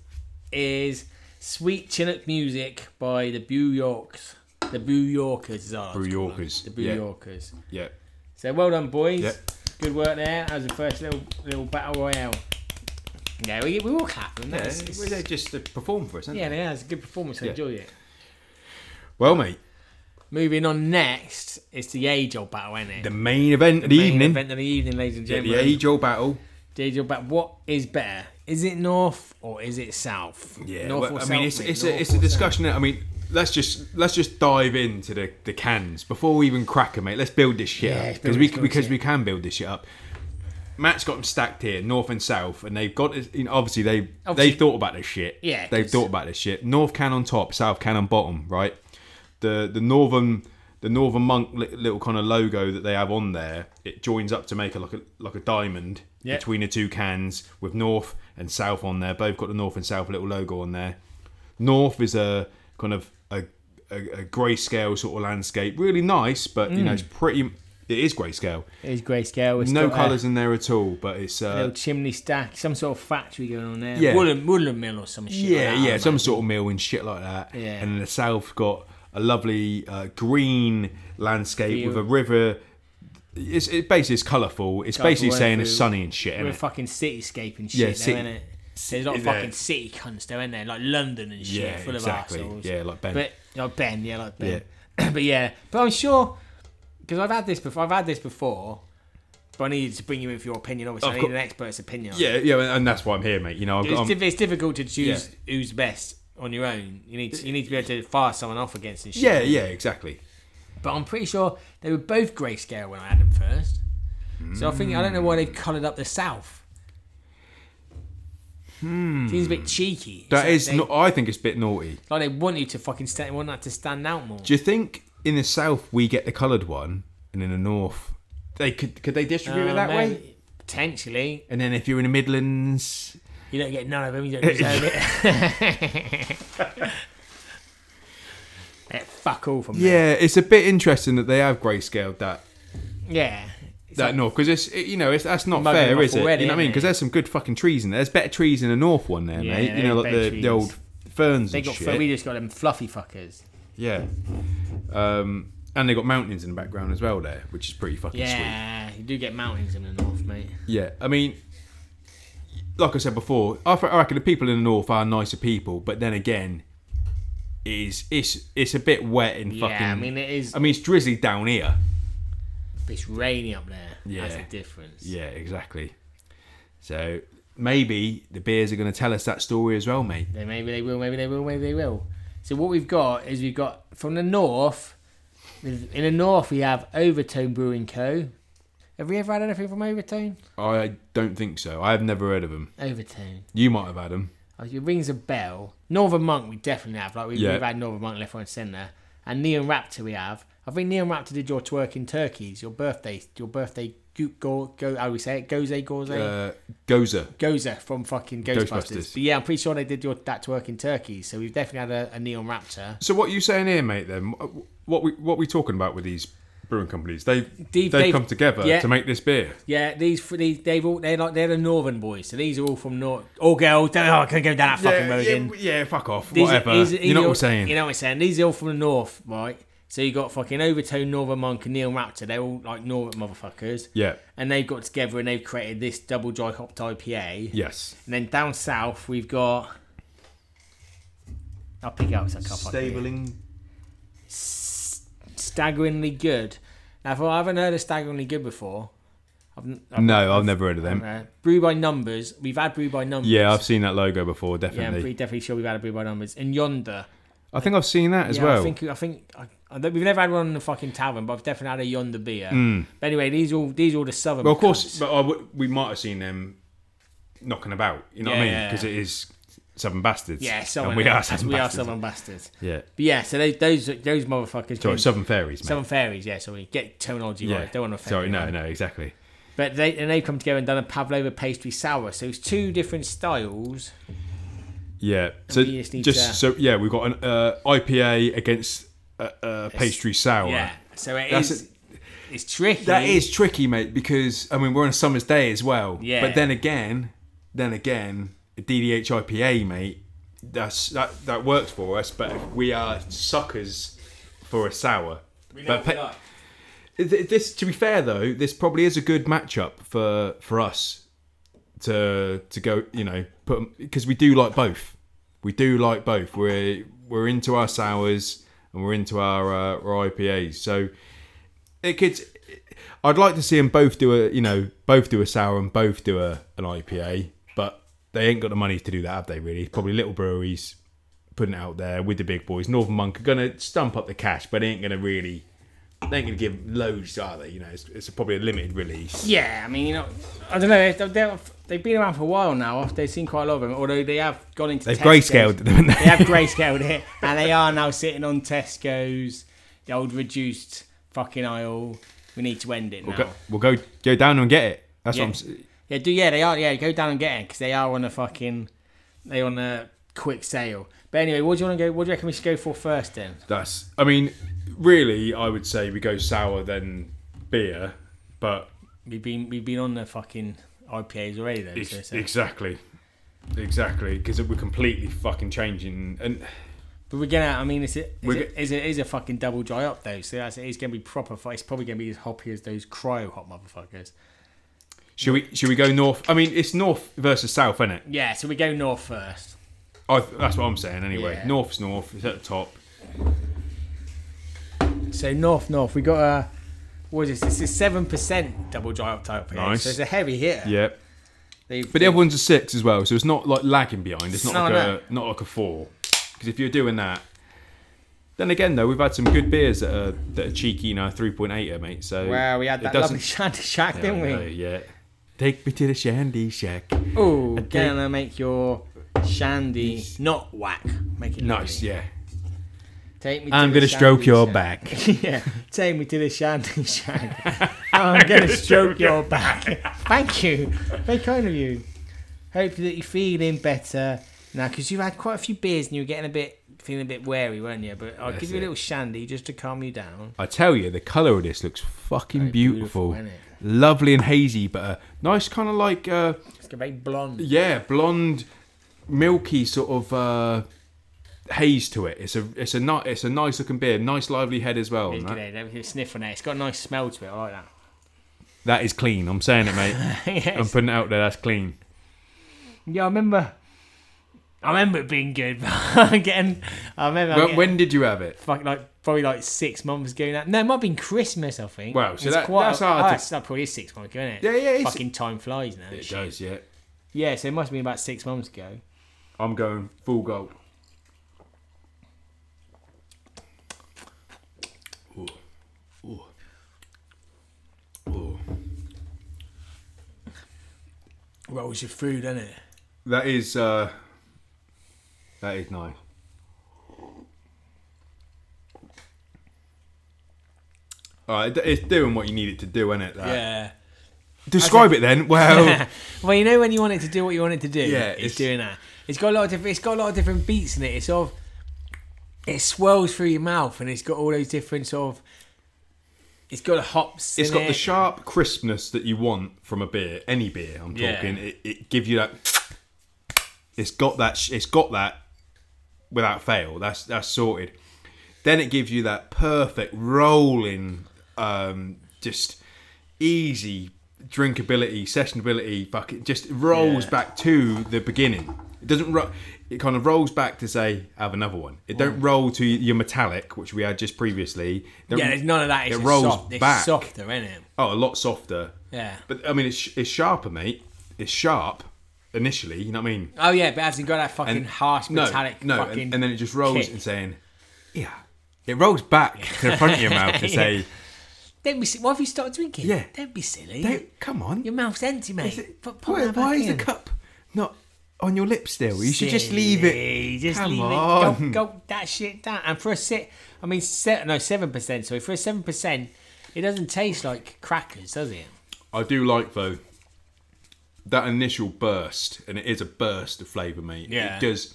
is Sweet Chinook Music by the Boo Yorks. The Boo Yorkers, is I like
Brew
to call
Yorkers,
them. The Boo
yeah.
Yorkers.
Yeah.
So well done, boys.
Yeah.
Good work there. That was the first little little battle royale. Yeah, we we all clap them.
Yeah,
That's,
well, they just to perform for us, isn't
yeah,
they?
yeah, it's a good performance. I
Yeah.
enjoy it.
Well, mate,
Moving on next, it's the age old battle, isn't it?
the main event of the
main
evening,
event of the evening, ladies and
yeah,
gentlemen.
the age-old battle.
Age old battle. What is better? Is it north or is it south?
Yeah,
north
well, I mean, it's
mate?
it's
North
a, it's a
or south?
discussion. that- I mean, let's just let's just dive into the, the cans before we even crack 'em, mate. Let's build this shit
Yeah,
up
let's build
because we
this, build
because
this
we can build this shit up. Matt's got them stacked here, north and south, and they've got you know, obviously they
Obviously-
they thought about this shit.
Yeah,
they've
'cause-
thought about this shit. North can on top, south can on bottom, right? The the northern the northern monk li- little kind of logo that they have on there, it joins up to make a like a like a diamond
Yeah.
between the two cans with north and south on there. Both got the north and south little logo on there. North is a kind of a, a, a grayscale sort of landscape, really nice, but you know it's pretty. It is grayscale.
It is grayscale. Mm. It's
No
got a
colours in there at all, but it's uh,
Little chimney stack, some sort of factory going on there.
Yeah.
Woolen, woolen mill or some shit. like
yeah,
that,
yeah,
mate.
some sort of mill and shit like that.
Yeah.
And the south got a lovely uh, green landscape
Field.
with a river. It's it basically it's colourful. It's
Colourful
basically
and
saying it's
food.
sunny and shit.
We're
innit?
a fucking cityscape and shit,
Yeah,
though,
city-
innit? There's a lot of
yeah.
fucking city cunts, though, isn't there? Like London and shit,
Yeah,
full
exactly.
of arseholes. oh,
Yeah, like Ben.
But, like Ben, yeah, like Ben. but yeah, but I'm sure because I've had this before. I've had this before, but I needed to bring you in for your opinion. Obviously,
Of
I need
cour-
an expert's opinion.
Yeah, yeah, and that's why I'm here, mate. You know, I've
it's,
got.
diff- it's difficult to choose who's best on your own. You need to, you need to be able to fire someone off against and shit.
yeah, yeah, exactly.
but I'm pretty sure they were both grayscale when I had them first. So I think I don't know why they've coloured up the south. Seems a bit cheeky.
Hmm.
It's
That
like
is,
they,
not, I think it's a bit naughty.
like they want you to fucking stand, want that to stand out more.
Do you think in the south we get the coloured one, and in the north they could could they distribute it
Uh,
that
man,
way?
Potentially,
And then if you're in the Midlands,
you don't get none of them. You don't deserve it. Eh, Fuck all from there.
yeah, it's a bit interesting that they have grayscaled that
Yeah, It's
that
like-
north because it's it- you know it's that's not
Mugging
fair,
them off
is it?
already,
you know what I mean?
ain't
Because
they?
there's some good fucking trees in there. There's better trees in the north one there,
Yeah,
mate. You
there
know,
is
like
better
the,
trees.
the old ferns
they
and
got
shit.
we just got them fluffy fuckers.
Yeah. Um, and they got mountains in the background as well there, which is pretty fucking sweet.
Yeah, you do get mountains in the north, mate.
Yeah, I mean, like I said before, I fe- I reckon the people in the north are nicer people, but then again, it is it's it's a bit wet and
Yeah,
fucking.
I mean it is.
I mean, it's drizzly down here.
It's rainy up there. that's the
Yeah.
difference.
Yeah, exactly. So maybe the beers are going to tell us that story as well, mate.
They, maybe they will. Maybe they will. Maybe they will. So what we've got is we've got from the north. In the north, we have Overtone Brewing Co. Have we ever had anything from Overtone?
I don't think so. I have never heard of them.
Overtone.
You might have had them.
Oh, It rings a bell. Northern Monk, we definitely have. Like we,
Yeah.
we've had Northern Monk left, right, and centre. And Neon Raptor, we have. I think Neon Raptor did your twerking turkeys, your birthday, your birthday go go. go how do we say it? Goze goze.
Uh, Goza.
Gozer from fucking Ghostbusters.
Ghostbusters.
But yeah, I'm pretty sure they did your that twerk in Turkey, so we've definitely had a, a Neon Raptor.
So what are you saying here, mate? Then what we what we talking about with these brewing companies? They
They've-
they've,
they've-
come together
yeah.
to make this beer.
Yeah, these these they've all they're like they're the Northern boys, so these are all from North. All girls. don't- Oh, I can go down that fucking road again.
yeah, fuck off.
These are-
Whatever.
these are-
you know what
these are-
I'm saying?
You know what I'm saying. These are all from the North, right? So you got fucking Overtone, Northern Monk, and Neon Raptor. They're all like Northern motherfuckers.
yeah.
And they've got together and they've created this double dry hopped IPA.
Yes.
And then down south we've got. I'll pick it up. so I can't fucking read it. staggeringly good. Now, if I haven't heard of staggeringly good before, I've, n- I've
No, I've never heard of them.
uh, brew by numbers. We've had brew by numbers.
Yeah, I've seen that logo before.
yeah, I'm
Definitely.
pretty definitely sure we've had a brew by numbers. And yonder
I think I've seen that as
yeah,
well.
I think I think I, I, don't- we've never had one in the fucking tavern, but I've definitely had a yonder beer. But anyway, these all these all the southern.
Hmm. well, of course,
cunts.
but I w- we might have seen them knocking about. You know what I mean?
Yeah.
Because it is seven bastards.
yeah,
and
southern.
we are seven.
we are
bastards.
southern bastards.
Yeah.
But yeah, so those those, those motherfuckers.
Sorry, southern fairies, mate.
Southern fairies. Yeah, sorry, get terminology
yeah.
right. Don't want to offend.
Sorry, no,
anyone.
no, exactly.
But they and they've come together and done a pavlova pastry sour. So it's two different styles.
Yeah. So
we
just,
just need to-
so yeah, we've got an uh, IPA against a, a pastry sour.
Yeah. So it
That's
is.
it.
It's tricky.
That is tricky, mate, because I mean we're on a summer's day as well.
Yeah.
But then again, then again, a DDH IPA, mate, that's that that works for us, but we are suckers for a sour. but pa- Th- this, to be fair though, this probably is a good matchup for for us to to go. You know, put because we do like both. We do like both. We're we're into our sours and we're into our, uh, our IPAs. So it could. I'd like to see them both do a you know both do a sour and both do a an IPA, but they ain't got the money to do that, have they? Really, probably little breweries putting it out there with the big boys. Northern Monk are gonna stump up the cash, but they ain't gonna really. They ain't gonna give loads, are they? You know, it's, it's probably a limited release.
Yeah, I mean, you know, I don't know. They've, they've, they've been around for a while now. They've seen quite a lot of them. Although they have gone into
They've grayscaled,
Tesco's.
haven't they?
they have grayscaled it, and they are now sitting on Tesco's the old reduced fucking aisle. We need to end it now.
Go, we'll go go down and get it. That's
Yeah.
what I'm. s-
Yeah, do yeah they are. Yeah, go down and get it because they are on a fucking they on a quick sale. But anyway, what do you want to go? What do you reckon we should go for first then?
That's. I mean, really, I would say we go sour then beer, but
We've been we've been on the fucking IPAs already though.
Ex-
so- so-
Exactly, exactly. Because we're completely fucking changing, and
But we're gonna. I mean, it's a, it's,
We're
a, it's, a, it's a fucking double dry up though, so that's, it's gonna be proper. fu- It's probably gonna be as hoppy as those cryo hop motherfuckers.
should we should we go north? I mean, it's north versus south, isn't it?
Yeah, so we go north first.
I, that's what I'm saying. Anyway,
Yeah.
north's north. It's at the top.
So north, north. We got a What is this? This is seven percent double dry up type here.
Nice.
So it's a heavy hitter.
Yeah.
They've-
But the other one's a six as well, so it's not like lagging behind. It's not
No,
like
no.
a not like a four. Because if you're doing that, then again though, we've had some good beers that are that are cheeky, you know, three point eight, mate. So
Wow, we had
it
that
doesn't-
lovely shanty shack,
Yeah, I
didn't we?
know, Yeah. Take me to the shandy shack.
Oh,
And
gonna make your shandy not whack. Make it
Nice,
lovely.
yeah.
Take me. To
I'm
the
gonna
shandy
stroke your
shack.
back.
yeah, take me to the shanty shack. I'm gonna stroke your back. Thank you, very kind of you. Hopefully that you're feeling better now, because you had quite a few beers and you were getting a bit feeling a bit wary, weren't you? But I'll
That's
give you a
it.
little shandy just to calm you down.
I tell you, the colour of this looks fucking beautiful.
beautiful, innit?
Lovely and hazy, but a nice kind of like uh,
It's very blonde.
yeah, blonde, milky sort of uh, haze to it. It's a it's a ni- it's a nice looking beer, nice lively head as well. and
Look at
That,
it, everything sniff on it. It's got a nice smell to it. I like that.
that is clean. I'm saying it, mate.
Yes.
I'm putting it out there. That's clean.
Yeah, I remember. I remember it being good. but Again, I remember
When,
getting,
when did you have it?
fuck, like probably like six months ago. Now. No, it might have been Christmas. I think.
Wow, so
It's
that- that's hard
oh,
to-
That's that probably is six months ago, isn't it?
Yeah, yeah, it's-
Fucking time flies now.
It
shit.
does, yeah.
Yeah, so it must have been about six months ago.
I'm going full gold.
Rolls your food, doesn't it?
That is uh, that is nice. All right, it- it's doing what you need it to do, isn't it? that?
Yeah.
Describe it then. Well,
well, you know when you want it to do what you want it to do.
oh. Yeah,
it's,
it's-
doing that. It's got a lot of different. It's got a lot of different beats in it. It's sort of it swirls through your mouth, and it's got all those different sort of. It's got the hops.
it's
in
got the
it.
sharp crispness that you want from a beer, any beer. I'm
Yeah.
talking. It, it gives you that. It's got that. sh- It's got that without fail. That's that's sorted. Then it gives you that perfect rolling, um, just easy drinkability, sessionability. Fucking just rolls
Yeah.
back to the beginning. It doesn't. Ro- it kind of rolls back to say have another one. It don't roll to your metallic, which we had just previously. Don't-
Yeah, there's none of that. It's
it
just
rolls
soft. It's
back.
softer, isn't it?
Oh, a lot softer.
Yeah.
But I mean, it's it's sharper, mate. It's sharp initially. You know what I mean?
Oh yeah, but it hasn't got that fucking harsh
no,
metallic
no, and-
fucking.
and, then it just rolls
kick.
and saying, yeah. It rolls back to the front of your mouth to say,
Don't be. si- Why have you started drinking?
Yeah.
Don't be silly.
Don't, "Come on,
Your mouth's empty, mate.
Is it-
Put- put
why,
that
why
back
is the
in.
cup not on your lips still? You should just leave it."
Silly, Just
Come
leave
on.
it. Go, go that shit down. And for a sit, I mean, se- no seven percent. Sorry, for a seven percent, it doesn't taste like crackers, does it?
I do like though that initial burst, and it is a burst of flavour, mate.
Yeah.
It does.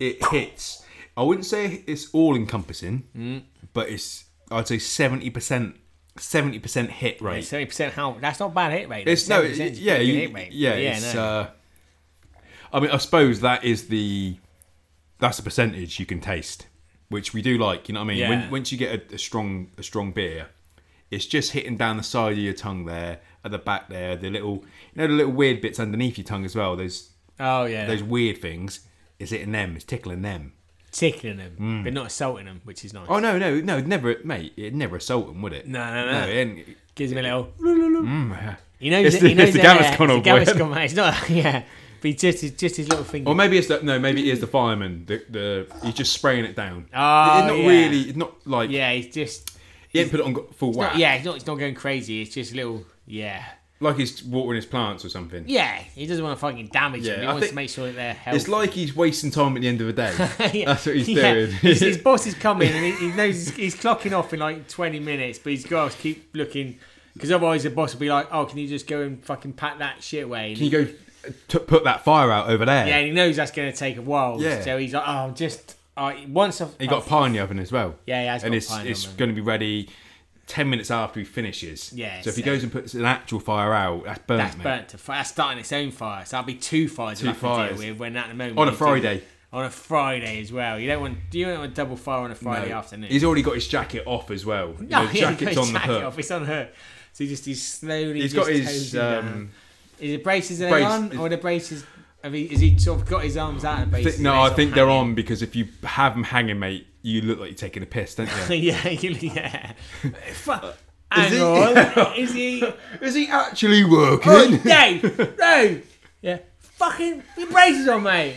It hits. I wouldn't say it's all encompassing, but it's. I'd say seventy percent. Seventy percent hit rate.
Seventy percent. How? That's not a bad hit rate. though.
It's no,
70%
it-
is a
yeah,
pretty good
you-
hit rate.
yeah.
yeah.
it's,
no.
uh, I mean, I suppose that is the that's the percentage you can taste, which we do like. You know what I mean?
Yeah.
When, once you get a, a strong a strong beer, it's just hitting down the side of your tongue there, at the back there, the little you know the little weird bits underneath your tongue as well. Those
oh yeah,
those weird things. It's hitting them. It's tickling them.
tickling them,
Mm.
but not assaulting them, which is nice.
Oh no, no, no, it'd never, mate. It never assault them, would it?
No, no, no.
no it ain't-
Gives him a little. You know,
Mm, It's
he
the-
knows
it's the
they're
Gavin's
there.
gone
It's
on,
the Gavin's
boy.
gone, mate. It's not. Yeah, but it's just his, just his little finger.
Or maybe it's the no, maybe it is the fireman. The, the he's just spraying it down.
Oh,
it's not
yeah.
really. It's not like
yeah, he's just.
he ain't put it on go- full whack.
Yeah, he's not. He's not going crazy. It's just a little. Yeah,
like he's watering his plants or something.
yeah. He doesn't want to fucking damage
Yeah,
them. He
I
wants
think-
to make sure that they're healthy.
It's like he's wasting time at the end of the day.
Yeah,
That's what he's
yeah.
doing.
His, his boss is coming and he, he knows he's, he's clocking off in like 20 minutes, but he's got to keep looking because otherwise the boss will be like, "Oh, can you just go and fucking pack that shit away?" And
Can you go t- put that fire out over there?
yeah, and he knows that's going to take a while.
Yeah.
So he's like, "Oh, I'm just uh, once I've
He got pie in the oven as well.
Yeah, he has
and
got
it's
pie in the
it's
oven.
going to be ready ten minutes after he finishes.
Yeah,
So if he
so-
goes and puts an actual fire out, that's burnt.
That's
mate.
burnt to fire. That's starting its own fire. So that'll be two fires. Two
fires.
To deal with when at the moment
On a
you do-
Friday.
On a Friday as well. You don't want you don't want double fire on a Friday
No.
afternoon.
He's already got his jacket off as well. You
no,
know,
yeah,
jacket's
he's
on the
jacket
hook.
off. It's on her. So he just he's slowly.
He's
just
got his
toes down.
um,
Is it braces that
Brace-
are on, or the braces? Have he, is he sort of got his arms out of the
Th-
braces?
no,
and
I
sort of
think they're
hanging?
on because if you have them hanging, mate, you look like you're taking a piss, don't you?
yeah, you, yeah. Fu- Hang
he?
on. Is he?
Is he actually working?
Oh, Dave! Dave! Yeah. Fucking, your braces on, mate.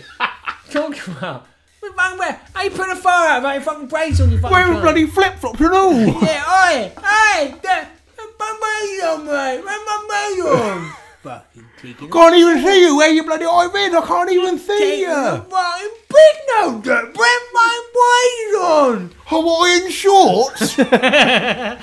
Talking about. What fucking where? How you putting a fire out about your fucking braces on your fucking
Wearing
cunt?
bloody flip flops and all.
Yeah, oi! Oi! da- Put my braces on, mate! Put my braces on! Fucking kicking.
Can't even see you. Where you bloody eyes? I can't even see you.
Fucking big nose! Put my braces on!
Hawaiian shorts. Look at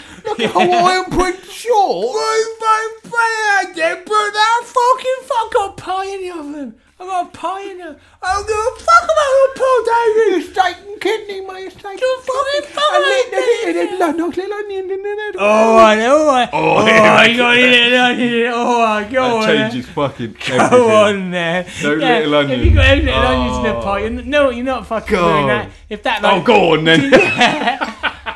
Hawaiian print shorts.
Put my braces on! there, Put that fucking fuck! I got a pie in the oven! I got a pie in the I don't give a fuck about your poor David!
Steak and kidney, mate. Steak.
Don't fucking fuck about
little,
it!
little, little onion in there.
Alright, alright. Oh,
yeah.
I got it, I got it. Alright, go on. eh? then.
changes fucking
Go on there.
No little
If you
onions.
got any little onions in the
Oh.
pot, you're, n- no, you're not fucking doing
God.
that. If that,
Oh,
like,
go on then.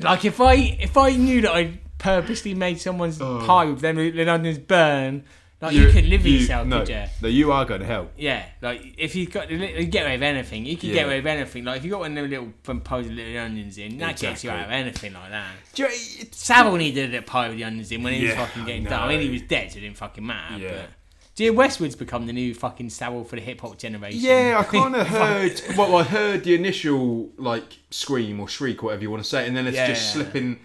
like if I if I knew that I purposely made someone's
Oh.
pie with them little onions burn, like you, could live with yourself,
no,
could you?
No, you are going to hell.
Yeah, like if you got the little, you get away with anything, you can
Yeah.
get away with anything. Like if you got one of them little um, pies with little onions in, that gets
Exactly.
you out of anything like that.
Do you- it's-
Savile needed a little pie with the onions in when he was
Yeah,
fucking getting
I
done. I mean, he
know.
was dead, so it didn't fucking matter.
Yeah.
But. Dear Westwood's become the new fucking Savile for the hip hop generation.
Yeah, I kind of heard. Well, I heard the initial like scream or shriek, whatever you want to say, and then it's
Yeah.
just slipping.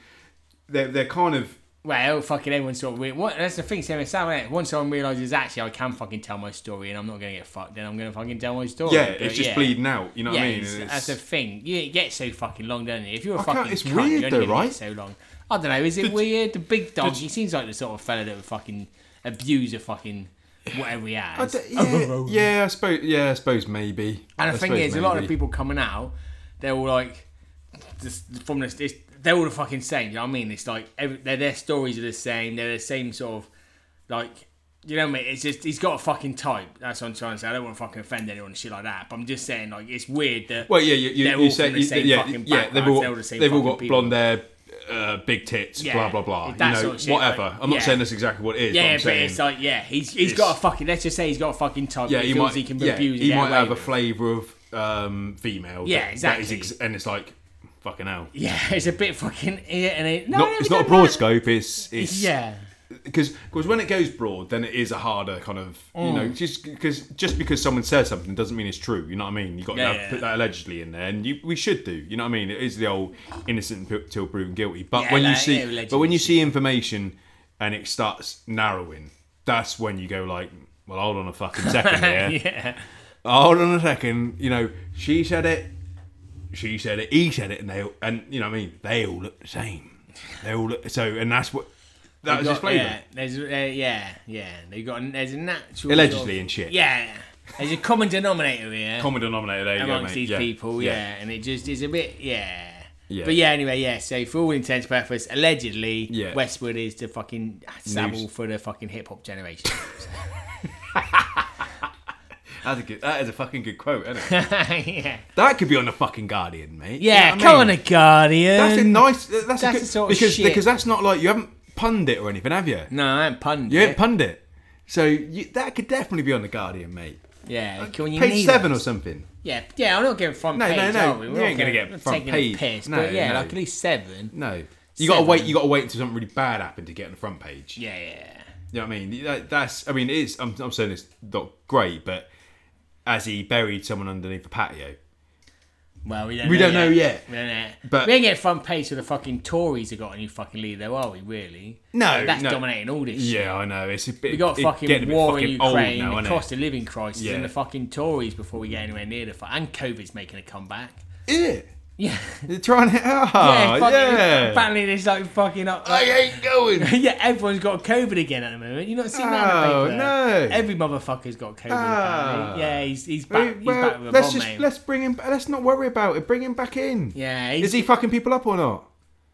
They're they're kind of
Well, fucking everyone sort of re- what that's the thing, Sam. Sam innit? eh? Once someone realizes actually I can fucking tell my story and I'm not gonna get fucked, then I'm gonna fucking tell my story.
yeah,
But
it's just
yeah.
bleeding out. You know
Yeah,
what I mean?
it's-
And
that's the thing. You get so fucking long, don't you? If you're a
I can't-
fucking
it's
cunt,
weird
you
though,
only gonna
right?
get so long. I don't know. Is it weird? The big dog. he seems like the sort of fella that would fucking abuse a fucking whatever he
I
has.
d- yeah, yeah, I suppose. Yeah, I suppose maybe.
And the
I
thing
suppose
is, a lot of
maybe.
people coming out, they're all like, just from this, it's, they're all the fucking same. You know what I mean? It's like every, their their stories are the same. They're the same sort of like. You know what I mean? It's just he's got a fucking type. That's what I'm trying to say. I don't want to fucking offend anyone and shit like that. But I'm just saying, like, it's weird that.
Well, yeah, you, you,
they're
you
all
say
from the
you-
same
yeah,
fucking
yeah, they've
backgrounds,
all,
they're all the same
they've all
fucking
got
people.
blonde hair, uh, big tits,
Yeah,
blah blah blah.
that
you know,
sort of shit,
whatever.
like,
I'm not
yeah.
saying that's exactly what it is. but
yeah,
I'm
but
saying,
it's like, yeah, he's he's got a fucking. Let's just say he's got a fucking type.
yeah,
that
he
feels
might,
he can
yeah,
abuse. and
he
get
might
away
have a
with.
flavour of um, female.
Yeah,
that- That
exactly.
is ex- and it's like fucking hell.
Yeah, it's a bit fucking. Yeah, and it, no,
Not,
no, we
it's not a
don't
broad
mind.
scope. It's it's
Yeah,
because because when it goes broad, then it is a harder kind of you
Mm.
know just because just because someone says something doesn't mean it's true. You know what I mean? You got to
Yeah,
have,
yeah.
put that allegedly in there, and you, we should do. You know what I mean? It is the old innocent p- till proven guilty. But
Yeah,
when you
like,
see
yeah, allegedly.
but when you see information and it starts narrowing, that's when you go like, well, hold on a fucking second here.
yeah.
Hold on a second. You know, she said it. She said it. He said it, and they all- and you know what I mean. They all look the same. They all look so, and that's what that was his
got-
flavour.
Yeah, there's, uh, yeah, yeah. They got there's a natural
Allegedly
sort of-
and shit.
Yeah, there's a common denominator here
common denominator. There you go,
amongst
mate.
these
yeah.
people. Yeah. and it just is a bit yeah.
Yeah.
But yeah, anyway, yeah. So for all intents and purposes, allegedly,
Yeah.
Westwood is the fucking Savile
News.
for the fucking hip hop generation.
That's a good, that is a fucking good quote, isn't it?
yeah,
that could be on the fucking Guardian, mate.
yeah.
You know what I
come on,
mean?
the Guardian.
That's a nice. That's, a
That's
good
the sort of
because
shit.
because that's not like you haven't punned it or anything, have you?
no, I'm pundit.
You haven't punned it, so you, that could definitely be on the Guardian, mate.
yeah, can you
Uh, Page
need
seven
us?
or something.
Yeah, yeah. I'm not getting front
No, no,
page.
no,
Are we?
you
We're
ain't
not
gonna
gonna-
get
we're
front
taking
page.
A piss,
No,
but yeah,
no.
like at least seven.
No. You gotta wait.
Seven.
You gotta wait until something really bad happened to get on the front page.
Yeah, yeah.
You know what I mean? That, that's. I mean, it is. I'm, I'm saying it's not great, but as he buried someone underneath the patio,
Well, we don't.
We
know
don't know yet.
We don't know yet.
But-
we ain't getting front page to the fucking Tories have got a new fucking leader, though, are we? Really?
No,
Like, that's
no.
dominating all this. shit.
Yeah, I know. It's a bit.
We got
it's getting a bit
fucking war in
fucking old
Ukraine,
now,
the
isn't
cost
it?
of living crisis,
Yeah.
and the fucking Tories before we get anywhere near the fight. And COVID's making a comeback.
Yeah,
Yeah.
they're trying it out. Ah, Yeah,
fucking, Apparently, there's like fucking up.
I ain't going.
yeah, everyone's got COVID again at the moment. You not seen that?
Oh,
in the paper?
no.
Every motherfucker's got COVID.
Ah.
apparently. Yeah, he's he's back. He's back
well,
with a
let's
bomb,
just
mate.
let's bring him. Let's not worry about it. Bring him back in.
yeah, he's
Is he fucking people up or not?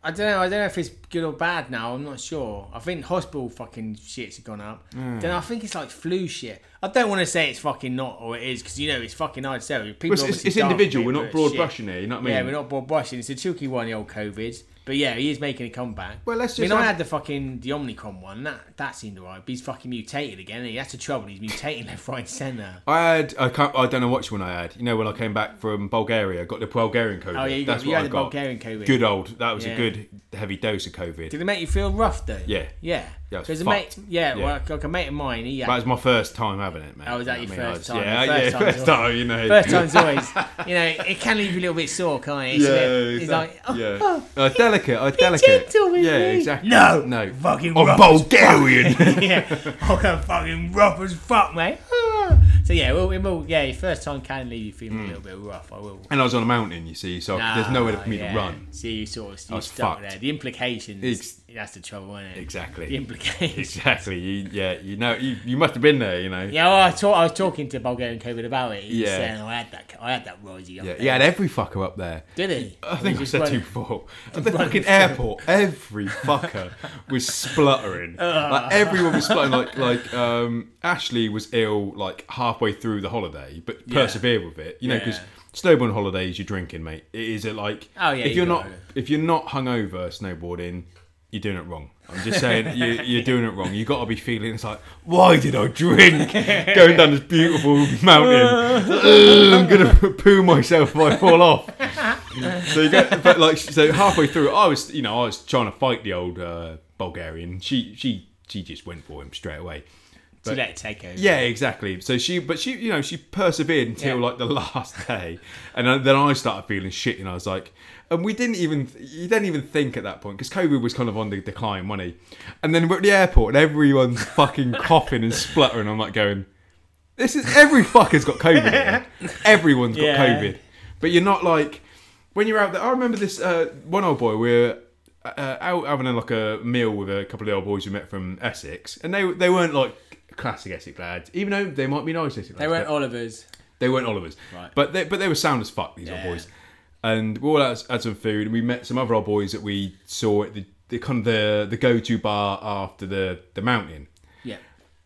I don't know. I don't know if it's good or bad now. I'm not sure. I think hospital fucking shit's gone up.
Hmm.
Then I think it's like flu shit. I don't want to say it's fucking not or it is because you know it's fucking hard to tell. People
It's, it's,
obviously
it's
die from
individual. We're
it,
not
but
broad
shit.
brushing here. You know what I mean?
Yeah, we're not broad brushing. It's a tricky one, the old COVID. But yeah, he is making a comeback.
Well, let's
I mean,
just
I
have-
had the fucking the Omnicron one. That that seemed alright. But he's fucking mutated again. And he that's the trouble. He's mutating left, right, and centre.
I had I can't I don't know which one I had. You know when I came back from Bulgaria, got the Bulgarian COVID.
Oh yeah, you,
that's
got, you
what
had
I
the
got.
Bulgarian COVID.
Good old. That was
Yeah.
a good heavy dose of COVID.
Did it make you feel rough though?
Yeah.
Yeah.
Yeah, it's
a mate,
fucked.
yeah,
Yeah.
well, like a mate of mine, he had
that was my first time having it, man.
Oh, was that
You
your
know what I
first
mean?
time?
I was-
Your
Yeah,
first
yeah,
time's
first time. You know,
First time's always, you know, it can leave you a little bit sore, can't it? It's, a bit- it's like, oh,
yeah.
oh,
Uh, delicate, uh, delicate.
gentle with
yeah,
me.
exactly.
No,
no,
fucking
I'm
rough
Bulgarian.
yeah, I'm gonna fucking rough as fuck, mate. Ah. so yeah, well, it will, yeah, your first time can leave you feeling a little bit rough. I will.
and I was on a mountain, you see, so I- Hmm. there's nowhere for me
Ah,
to
yeah.
run.
See, you sort of you
was
stuck
fucked.
there. The implications.
Ex-
that's the trouble, isn't it? The
Exactly.
implications.
Exactly. You, yeah, you know, you, you must have been there, you know.
Yeah, well, I, talk, I was talking to Bulgarian COVID about it. He was
Yeah.
saying, "Oh, I had that, I had that rising.
Yeah, he had every fucker up there.
Did he?
I think I
Just
said
run-
to you before. At the
run
fucking
through.
airport, every fucker was spluttering. Like everyone was spluttering. Like like um, Ashley was ill like halfway through the holiday, but persevered with it. You know, because
Yeah.
snowboarding holidays, you're drinking, mate. It is a like.
Oh, yeah,
If
you
you're
got
not
it.
if you're not hungover snowboarding, you're doing it wrong. I'm just saying you, you're doing it wrong. You got to be feeling it's like, why did I drink? Going down this beautiful mountain, Ugh, I'm gonna poo myself if I fall off. So, you go, but like, so halfway through, I was, you know, I was trying to fight the old uh, Bulgarian. She, she, she just went for him straight away.
To let it take over.
Yeah, exactly. So she, but she, you know, she persevered until
Yeah.
like the last day, and then- then I started feeling shit, and I was like, and we didn't even, you didn't even think at that point because COVID was kind of on the decline, wasn't he? And then we're at the airport, and everyone's fucking coughing and spluttering. I'm like going, this is every fucker's got COVID. here. Everyone's got
Yeah.
COVID, but you're not like when you're out there. I remember this uh, one old boy. We're uh, out having a, like a meal with a couple of the old boys we met from Essex, and they they weren't like classic Essex lads, even though they might be nice Essex lads.
They weren't
but
Oliver's.
they weren't Oliver's,
Right.
but they but they were sound as fuck these old
Yeah.
boys. And we all had, had some food, and we met some other old boys that we saw at the, the kind of the the go to bar after the the mountain
Yeah.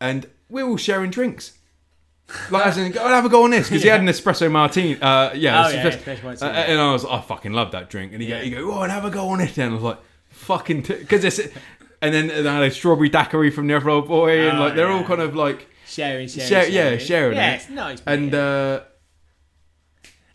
and we are all sharing drinks. Like, as in, go and have a go on this because he had an espresso martini. Uh, yeah,
Oh,
it's
yeah,
just-
espresso martini.
uh, and I was, I fucking love that drink. And he
Yeah.
go, he go, oh, and have a go on it. And I was like, fucking, because it's, and then and I had a strawberry daiquiri from the other old boy, and
Oh,
like they're all
yeah.
kind of like,
Sharing, sharing,
share,
sharing.
yeah, sharing
Yeah,
it.
it's nice.
And
mate.
uh,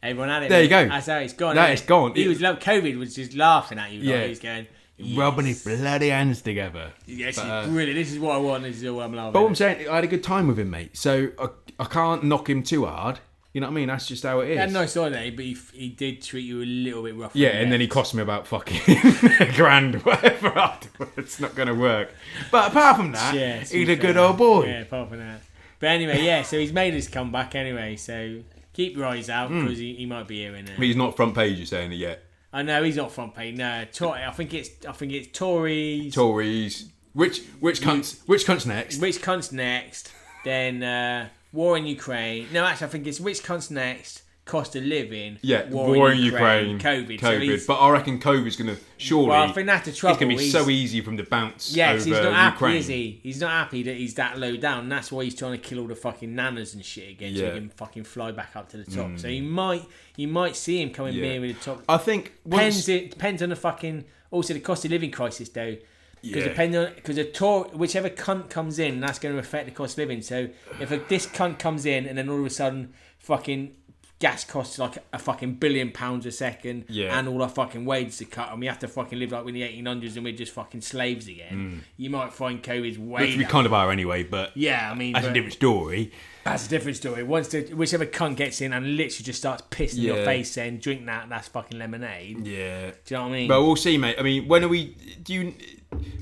everyone had it.
there you
mate.
go.
That's how it's gone.
That
innit?
is gone.
He
It-
was love. COVID was just laughing at you. Yeah.
Yeah.
He was going,
rubbing his bloody hands together.
yes,
But, uh,
it's brilliant. This is what I want. This is what I'm loving.
But what I'm saying, I had a good time with him, mate. So I, I can't knock him too hard. You know what I mean? That's just how it is.
He had a nice holiday, but he, f- he did treat you a little bit rough.
Yeah, and then he cost me about fucking a grand whatever afterwards. It's not going to work. But apart from that,
Yeah, to
he's
be
a good
fair.
old boy.
Yeah, apart from that. But anyway, yeah. So he's made his comeback anyway. So keep your eyes out
Hmm.
because he, he might be here in there.
But he's not front page, you're saying it yet.
I know he's not front page. No, Tor- I think it's I think it's Tories.
Tories. Which which cunts which cunts next?
Which cunt's next? Then uh, war in Ukraine. No, actually, I think it's which cunt's next? Cost of living.
Yeah, war, in Ukraine.
COVID. So
COVID.
he's-
but I reckon COVID's going to surely.
well, I think that's the trouble.
It's going to be
he's,
so easy from the bounce
Yeah, 'cause
over
he's not happy,
Ukraine.
is he? He's not happy that he's that low down. That's why he's trying to kill all the fucking nanas and shit again, so
Yeah. Mm.
he can fucking fly back up to the top. So you might, you might see him coming
Yeah.
nearer the top.
I think
depends
once
it depends on the fucking also the cost of living crisis though because
Yeah.
depending on because a tour whichever cunt comes in that's going to affect the cost of living so if a, this cunt comes in and then all of a sudden fucking gas costs like a fucking billion pounds a second
Yeah.
and all our fucking wages are cut and we have to fucking live like we're in the 1800s and we're just fucking slaves again you might find COVID's way
Hmm. which we
down.
kind of are anyway, but
yeah I mean
that's a
but-
different story.
that's a different story. Once the whichever cunt gets in and literally just starts pissing in your
Yeah.
face, saying "Drink that, that's fucking lemonade."
Yeah.
Do you know what I mean?
But we'll see, mate. I mean, when are we? Do you?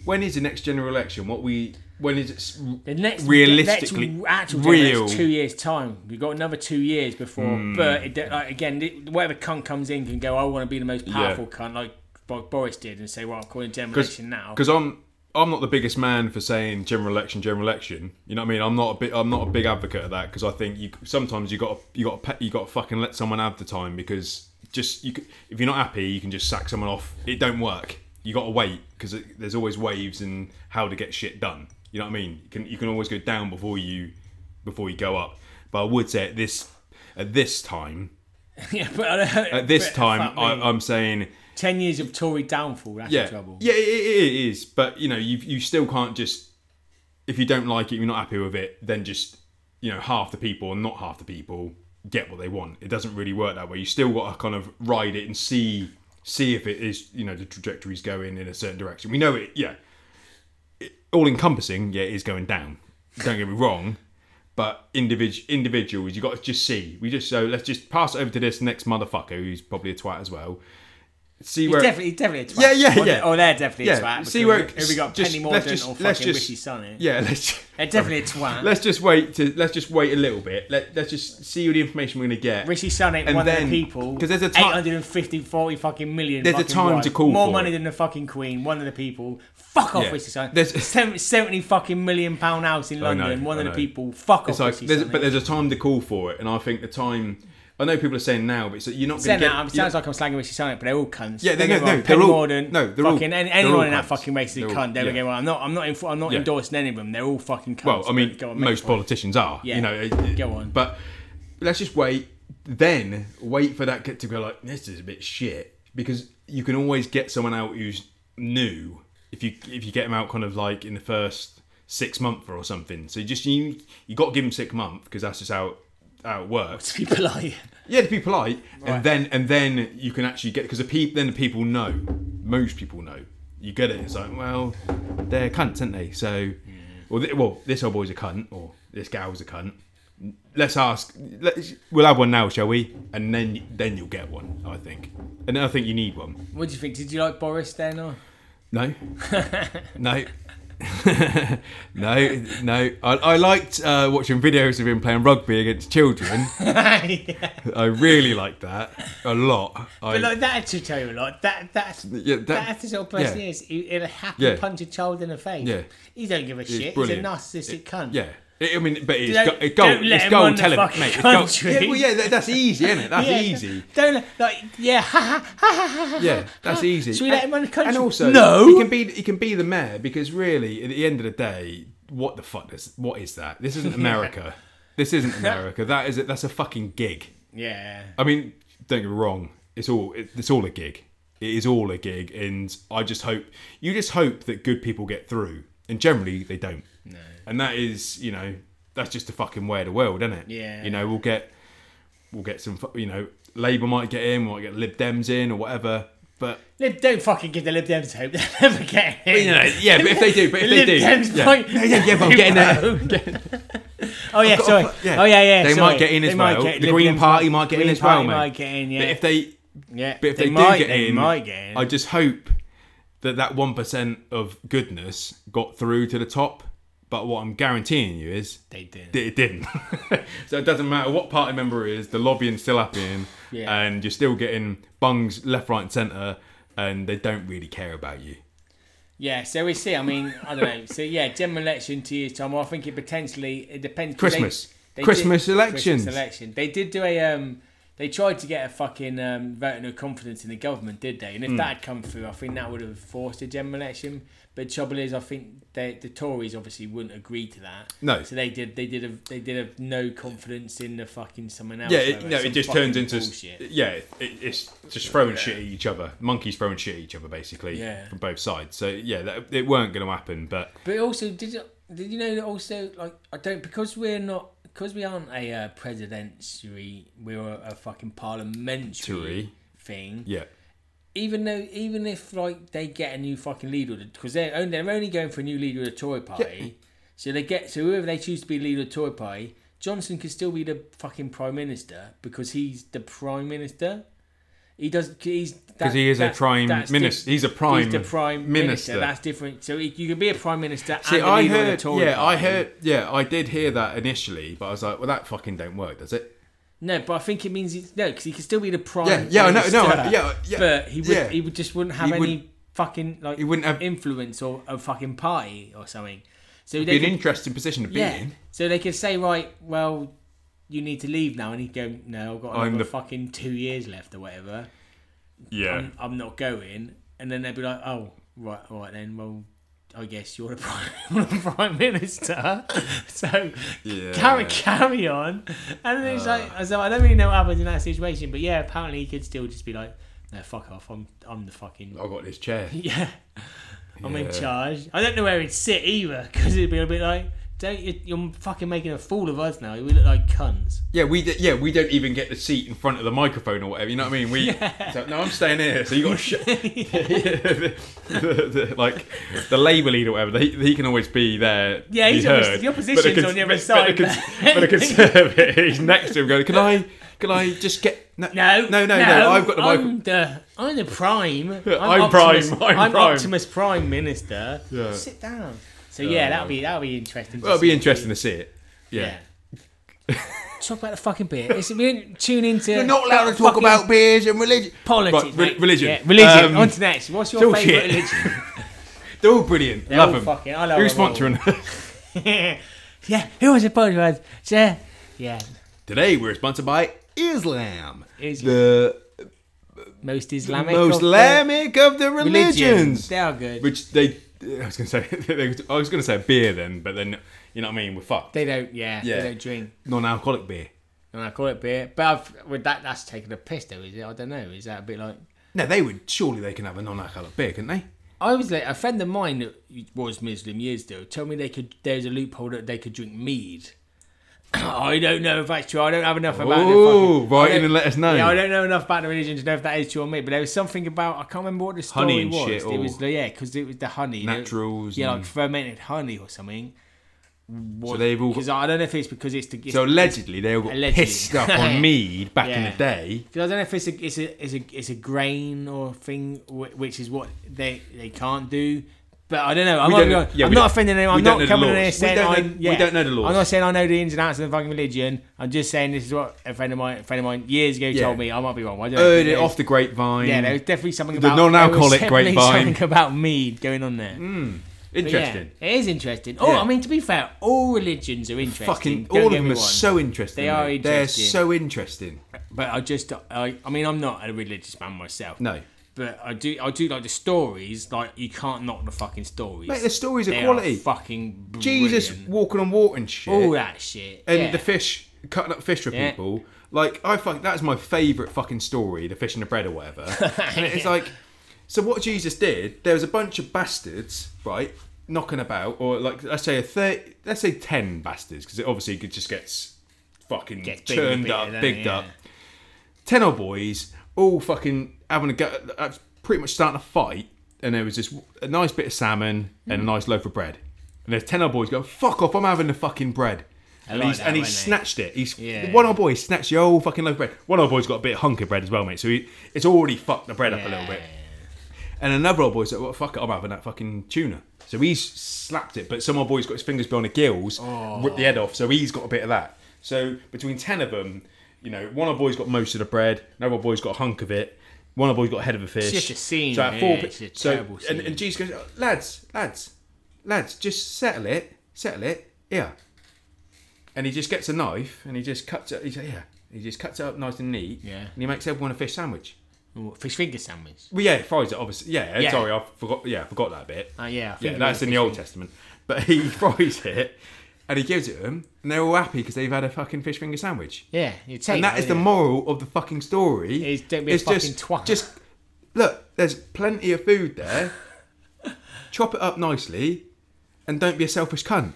When is the next general election? What we? When is it? s-
The next
realistically
the next actual real.
real? Hmm.
two years time. We've got another two years before. But it, like, again, th- whatever cunt comes in can go. I want to be the most powerful cunt, like Bo- Boris did, and say, "Well, I'm calling a general election now."
Because I'm I'm not the biggest man for saying general election, general election. You know what I mean? I'm not a bit I'm not a big advocate of that because I think you sometimes you got you got you got to fucking let someone have the time because just you c- if you're not happy you can just sack someone off. It don't work. You got to wait because there's always waves and how to get shit done. You know what I mean? You can you can always go down before you before you go up. But I would say at this at this time
yeah, but I don't-
at this
but
time
fuck me.
I, I'm saying
Ten years of Tory downfall. That's
yeah,
the trouble.
yeah, it, it- it is. But you know, you you still can't just if you don't like it, you're not happy with it, then just you know, half the people and not half the people get what they want. It doesn't really work that way. You still got to kind of ride it and see see if it is you know the trajectory's going in a certain direction. We know it, yeah. All encompassing, yeah, it is going down. Don't get me wrong. But individ- individuals, you got to just see. We just so let's just pass it over to this next motherfucker who's probably a twat as well. See where
He's definitely, he's definitely a twat.
Yeah, yeah,
Or-
yeah.
Or they're definitely a
yeah,
twat.
see
because
where it-
here we got
just-
Penny Morden
let's just-
or
let's
fucking
just-
Rishi Sonny.
Yeah, let's
They're definitely a twat.
let's just wait to let's just wait a little bit. Let let's just see all the information we're gonna get.
Rishi Sunak,
And
one of
then-
the people.
'cause there's a ti-
850, 40 fucking million.
There's a
fucking
time
wife.
to call
More
for
money
it.
than the fucking Queen. One of the people. Fuck off,
Yeah.
Rishi Sunak.
There's-
70, 70 fucking million pound house in
know,
London. one
I
of the
know.
people. Fuck
It's
off,
like,
Rishi
there's,
Sunak.
but there's a time to call for it, and I think the time. I know people are saying now, but it's, you're not
Saying
gonna
that,
get.
um, it
you're-
sounds like I'm slagging Rishi Sunak, but they're all cunts.
Yeah, they- no,
Don't get me wrong,
no,
Penny
they're all-
Morden,
no, they're all-
fucking any-
they're all
anyone in that
cunts.
fucking race is a
They're all-
cunt. Don't
yeah.
get me wrong. I'm not, I'm not, inf- I'm not
Yeah.
endorsing any of them. They're all fucking cunts.
Well, I mean,
but go on, make
most
your point.
politicians are.
Yeah.
You know, it-
Go on.
But let's just wait. Then wait for that kid to go like, this is a bit shit, because you can always get someone out who's new if you if you get them out kind of like in the first six month or something. So you just you you got to give them six month because that's just how how it works.
To be polite.
Yeah, to be polite, and then and then you can actually get because the people then the people know, most people know. You get it. It's like well, they're cunts, aren't they? So, well, th- well, this old boy's a cunt, or this gal's a cunt. Let's ask. Let's, we'll have one now, shall we? And then then you'll get one. I think, and I think you need one.
What do you think? Did you like Boris then? Or?
No, no. no, no. I, I liked uh, watching videos of him playing rugby against children.
yeah.
I really liked that a lot. I,
But like that should tell you a lot. That that's
Yeah, that-
that's the sort of person
yeah.
he is. He, he'll happily
Yeah.
punch a child in the face.
Yeah.
He don't give a shit.
brilliant.
He's a narcissistic cunt.
Yeah. I I mean, but it's,
Don't-
go, it's gold.
don't let
it's
him
gold
run the
television,
fucking
mate. It's gold.
country.
Yeah, well, yeah, that, that's easy, isn't it? That's
Yeah,
easy.
Don't let- like yeah, ha ha ha ha ha.
Yeah, that's easy.
Should we let him run the country?
And also,
No.
he can be he can be the mayor because really, at the end of the day, what the fuck is what is that? This isn't America. This isn't America. That is a, that's a fucking gig.
Yeah.
I mean, don't get me wrong. It's all it, it's all a gig. It is all a gig, and I just hope you just hope that good people get through, and generally they don't. No. And that is, you know, that's just the fucking way of the world, isn't it?
Yeah.
You know, we'll get we'll get some, fu- you know, Labour might get in, we might get Lib Dems in or whatever, but
Lib, don't fucking give the Lib Dems hope. They'll never get him.
you know, yeah, but if they do, but if
The
they
Lib
do,
Dems
yeah.
might-
No, yeah, yeah, but I'm getting there.
Oh yeah,
got a
sorry.
pl- yeah.
Oh yeah, yeah.
They
sorry.
might get in as
They might
well.
get-
the
Lib
Green
Dems
Party might get in
Green
as well,
Party
mate.
Might get in, yeah.
But if they
yeah.
But if they, do
might,
get
they
in,
might get in.
I just hope that that one percent of goodness got through to the top. But what I'm guaranteeing you is
They didn't.
that it didn't. so it doesn't matter what party member it is, the lobbying's still happening,
Yeah.
and you're still getting bungs left, right, and centre, and they don't really care about you.
Yeah, so we see. I mean, I don't know. So yeah, general election two years time. Well, I think it potentially it depends. 'cause
Christmas.
did-
Christmas elections.
Christmas election. They did do a um. They tried to get a fucking um, vote of no confidence in the government, did they?
Hmm.
And if that had come through, I think that would have forced a general election. But trouble is, I think they, the Tories obviously wouldn't agree to that.
No.
So they did. They did. A, they did a no confidence in the fucking someone else.
Yeah, it,
vote,
no, it
some
just turns
fucking
into
bullshit.
yeah, it, it's just throwing shit at each other. Monkeys throwing shit at each other, basically,
Yeah.
from both sides. So yeah, that, it weren't going to happen, but
But also, did you, did you know that also like I don't because we're not because we aren't a uh, presidentiary, we're a, a fucking parliamentary
Tory.
thing.
yeah,
Even though, even if like they get a new fucking leader, because they're only, they're only going for a new leader of the Tory party, so they get so whoever they choose to be leader of the Tory party, Johnson could still be the fucking prime minister because he's the prime minister. He does. He's
because he is a prime minister.
minister.
He's a prime.
He's the prime minister. That's different. So he- you can be a prime minister.
See,
and the
I
leader of
heard.
the Tory
yeah, I
party.
heard. Yeah, I did hear that initially, but I was like, well, that fucking don't work, does it?
No, but I think it means he's, no, because he could still be the prime.
Yeah, yeah, I know-
minister,
no, I- yeah, yeah,
But he would,
yeah.
he would just wouldn't have
He
any
would-
fucking like
he wouldn't have-
influence or a fucking party or something. So
Be
they
an
could,
interesting position to be
yeah,
in.
so they could say right, well, you need to leave now, and he'd go, no, I've got
I'm
another
the-
fucking two years left or whatever.
Yeah,
I'm, I'm not going, and then they'd be like, oh, right, all right then, well. I guess you're the prime, you're the prime minister, so
yeah. Uh.
carry carry on. And then it's like, so I don't really know what happens in that situation, but yeah, apparently he could still just be like, No, fuck off. I'm I'm the fucking
I got this chair.
yeah. I'm
Yeah.
in charge. I don't know where he'd sit either because it'd be a bit like, don't you, you're fucking making a fool of us now. We look like cunts.
Yeah, we d- yeah we don't even get the seat in front of the microphone or whatever. You know what I mean? We so, no, I'm staying here. So you got to sh- the, the- the- like the labour leader, or whatever. He, he can always be there.
Yeah, he's
be
always-
heard.
the
But
opposition's
cons-
on the other
but-
side,
But
man.
a, cons- but a conservative, he's next to him going, "Can I? Can I just get no,
No,
no, no? no I've got the microphone."
I'm the, I'm the prime. I'm,
I'm prime,
Optimus,
I'm prime.
Optimus Prime Minister.
Yeah.
Sit down. So yeah, that'll be that'll be interesting. to
Well, it'd be
see.
interesting to see it. Yeah.
talk about the fucking beer. It's, we didn't tune into.
You're not allowed to talk
fucking
about beers and religion.
politics.
Right, re-
mate.
religion.
Yeah, religion.
Um,
On to next. What's your
talk
favourite
shit.
religion?
They're all brilliant.
They're
love
all
them.
fucking- I love
Who's
them all.
sponsoring?
yeah, who was it podcast? Yeah, yeah,
Today we're sponsored by Islam.
Islam.
The
most Islamic.
most
of the
Islamic of the religions.
They are good.
Which they, I was gonna say, I was gonna say beer then, but then you know what I mean. We're fucked.
they don't. Yeah,
Yeah.
they don't drink.
Non-alcoholic beer.
And I call it beer, but I've, with that, that's taking a piss though, is it? I don't know. Is that a bit like?
No, they would surely they can have a non-alcoholic beer, couldn't they?
I was like a friend of mine that was Muslim years ago told me they could. There's a loophole that they could drink mead. I don't know if that's true. I don't have enough about it.
Ooh,
fucking-
write
I
in
don't-
and let us know.
Yeah, I don't know enough about the religion to know if that is true or meat, but there was something about I can't remember what the story
Honey and
was.
shit
it was
or-
yeah, because it was the honey, that-
Naturals
yeah, like
and-
fermented honey or something.
So they've all.
Because I don't know if it's because it's the it's,
so allegedly they all got
Allegedly.
pissed up on mead back in
Yeah.
the day.
I don't know if it's a it's a it's a, it's a grain or thing wh- which is what they they can't do. But I don't know. I'm,
We
not,
don't-
gonna-
yeah,
I'm
we
not
don't-
offending anyone.
we
I'm
don't know the
not coming in
laws.
here
We
saying
don't know-
I'm,
we
yeah.
don't know the laws.
I'm not saying I know the ins and outs of the fucking religion. I'm just saying this is what a friend of mine a friend of mine years ago
Yeah.
told me. I might be wrong. I don't know.
Heard it
It was-
off the grapevine.
Yeah, there was definitely something
The
about
non-alcoholic
there was definitely
grapevine.
Something about mead going on there. But yeah,
Mm. Interesting.
it is interesting. Oh,
Yeah.
I mean, to be fair, all religions are interesting.
Fucking
Don't
all of
get
them
me
are
wrong.
so interesting.
They are
mate.
interesting.
They're so interesting.
But I just, I, I mean, I'm not a religious man myself.
No.
But I do, I do like the stories. Like you can't knock the fucking stories.
Mate, the stories are
They
quality.
fucking
Jesus
brilliant. Oh,
walking on water and shit.
all that shit.
and
yeah.
the fish cutting up fish for
Yeah.
people. Like I fuck that's my favourite fucking story, the fish and the bread or whatever. and it's
Yeah.
like so what Jesus did, there was a bunch of bastards, right, knocking about, or like let's say a thirty let's say ten bastards, because it obviously could just gets fucking
Gets bigger and
churned
bigger,
up,
doesn't it?
bigged
Yeah.
up. Ten old boys, all fucking having a go uh, pretty much starting a fight, and there was just a nice bit of salmon and a nice loaf of bread. And the ten old boys go, fuck off, I'm having the fucking bread. And,
like
he's,
that,
and he
won't they?
snatched it. He's
Yeah.
one old boy snatched the whole fucking loaf of bread. One old boy's got a bit of hunk of bread as well, mate. So he, it's already fucked the bread up a little bit. And another old boy's like, well, fuck it, I'm having that fucking tuna. So he's slapped it, but some old boy's got his fingers behind the gills, ripped the head off, so he's got a bit of that. So between 10 of them, you know, one old boy's got most of the bread, another old boy's got a hunk of it, one old boy's got a head of a fish.
just a scene,
So at four,
yeah,
pe-
it's a
so,
terrible
and,
scene.
and Jesus goes, lads, lads, lads, just settle it, settle it, yeah. And he just gets a knife and he just cuts it, he's like, yeah. He just cuts it up nice and neat,
Yeah.
and he makes everyone a fish sandwich.
Ooh, fish finger sandwich.
Well, yeah, fries it obviously. Yeah,
Yeah.
sorry, I forgot. Yeah, I forgot that bit.
Oh yeah, I think
yeah,
it
that's
was
in
fish
the Old
finger.
Testament. But he fries it, and he gives it to them, and they're all happy because they've had a fucking fish finger sandwich.
Yeah, you take
And that is the
more.
moral of the fucking story.
Is don't be a
It's
fucking twat.
Just look, there's plenty of food there. Chop it up nicely, and don't be a selfish cunt.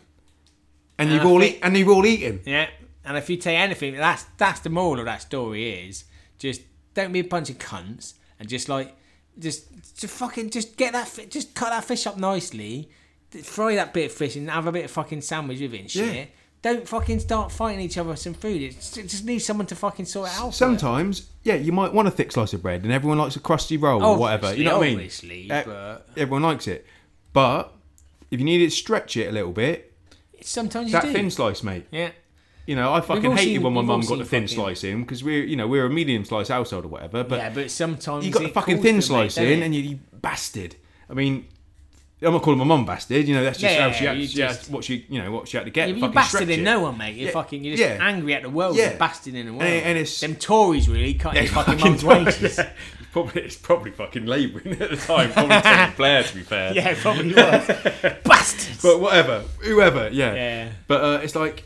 And, you've
I
all
think-
eat, and you've all eaten.
Yeah, and if you take anything, that's that's the moral of that story is just don't be a bunch of cunts and just like just just fucking just get that fi- just cut that fish up nicely, th- fry that bit of fish and have a bit of fucking sandwich with it and shit.
Yeah.
Don't fucking start fighting each other for some food. It's, it just needs someone to fucking sort it out. for it.
Sometimes, yeah, you might want a thick slice of bread, and everyone likes a crusty roll or whatever. You
Obviously,
know what I mean?
obviously,
E-
but-
everyone likes it. But if you need it, stretch it a little bit.
sometimes you
That
do.
thin slice, mate.
yeah.
You know, I
all
fucking hated
seen-
when my
we've all
mum got the
seen
thin
fucking-
slice in because we're, you know, we're a medium slice household or whatever. But
yeah, but sometimes
you got the
it
fucking
calls
thin
for it, mate,
slice
don't
in,
it?
and you, you bastard. I mean, I'm not calling my mum bastard. You know, that's just
Yeah,
how she had,
you
she had-
just-
what she, you know, what she had to get.
Yeah, but
fucking
you're bastarding
stretch it.
no one, mate. You're
Yeah,
fucking, you're just
yeah.
angry at the world.
Yeah.
You're bastarding the world.
And- and it's-
them Tories really cutting your fucking mum's
Fucking-
wages.
yeah. It's Probably it's probably fucking labouring at the time. Probably Tony Blair, to be fair.
Yeah, it probably was. Bastards.
But whatever, whoever, yeah.
Yeah.
But uh, it's like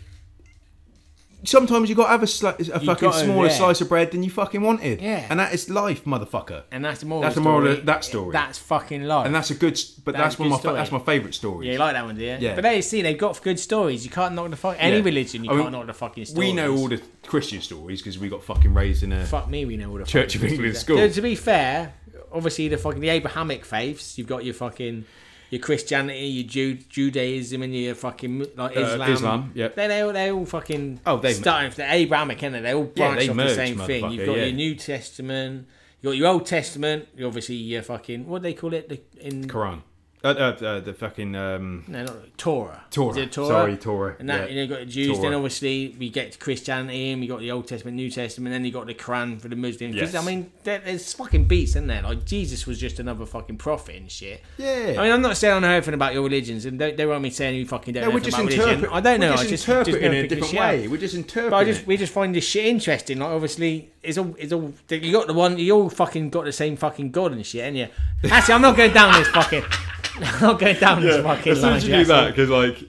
sometimes you got to have a, sli- a fucking
gotta,
smaller
yeah.
slice of bread than you fucking wanted.
Yeah.
And that is life, motherfucker.
And that's the moral.
That's
of
the moral
story.
of that story.
That's fucking life.
And that's a good, s- but
That's
that's,
a
one of
good
my fa-
story.
that's my favourite story.
yeah, you like that one, do you?
Yeah.
But there you see, they've got good stories. You can't knock the fuck any
Yeah.
religion. You
I mean,
can't knock the fucking stories.
we know all the Christian stories because we got fucking raised in a.
Fuck me, we know all the
Church
fucking
of England
religions.
school.
Though, to be fair, obviously the fucking the Abrahamic faiths. You've got your fucking your Christianity, your Ju- Judaism, and your fucking like Islam.
Uh, Islam, yeah.
They they all, they all fucking
Oh, they-
starting from the Abrahamic, innit? They all
Yeah,
branch
they
off
merged,
the same thing. You've
motherfucker,
got
yeah.
your New Testament. You have got your Old Testament. You obviously your fucking what do they call it the, in
Quran. Uh, uh, uh, the fucking. Um,
no not Torah.
Torah.
Is it
Sorry, Torah.
And that
Yeah.
you know you got the Jews. Then
Torah.
obviously we get to Christianity, and we got the Old Testament, New Testament. Then you got the Quran for the Muslims. 'Cause,
Yes.
I mean, there, there's fucking beats in there. Like Jesus was just another fucking prophet and shit.
Yeah.
I mean, I'm not saying I know everything about your religions, and don't, don't want me saying you fucking don't
no,
know
we're
anything
just
about religion.
interpreting.
I don't know.
We're just,
I just
interpreting
just don't
in a
pick this
different
shit up.
way. We're just interpreting.
But I just we just find this shit interesting. Like obviously, it's all it's all you got the one you all fucking got the same fucking god and shit, ain't you? Actually, I'm not going down this fucking. I'm not going down this fucking.
as soon
line,
as you
yeah,
do
so-
that, because like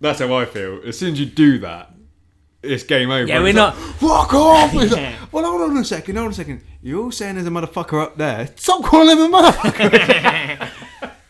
that's how I feel. As soon as you do that, it's game over.
Yeah,
It's
we're
like,
not-
Fuck off! It's like,
Yeah.
well, hold on a second. Hold on a second. You're all saying there's a motherfucker up there. Stop calling him a motherfucker.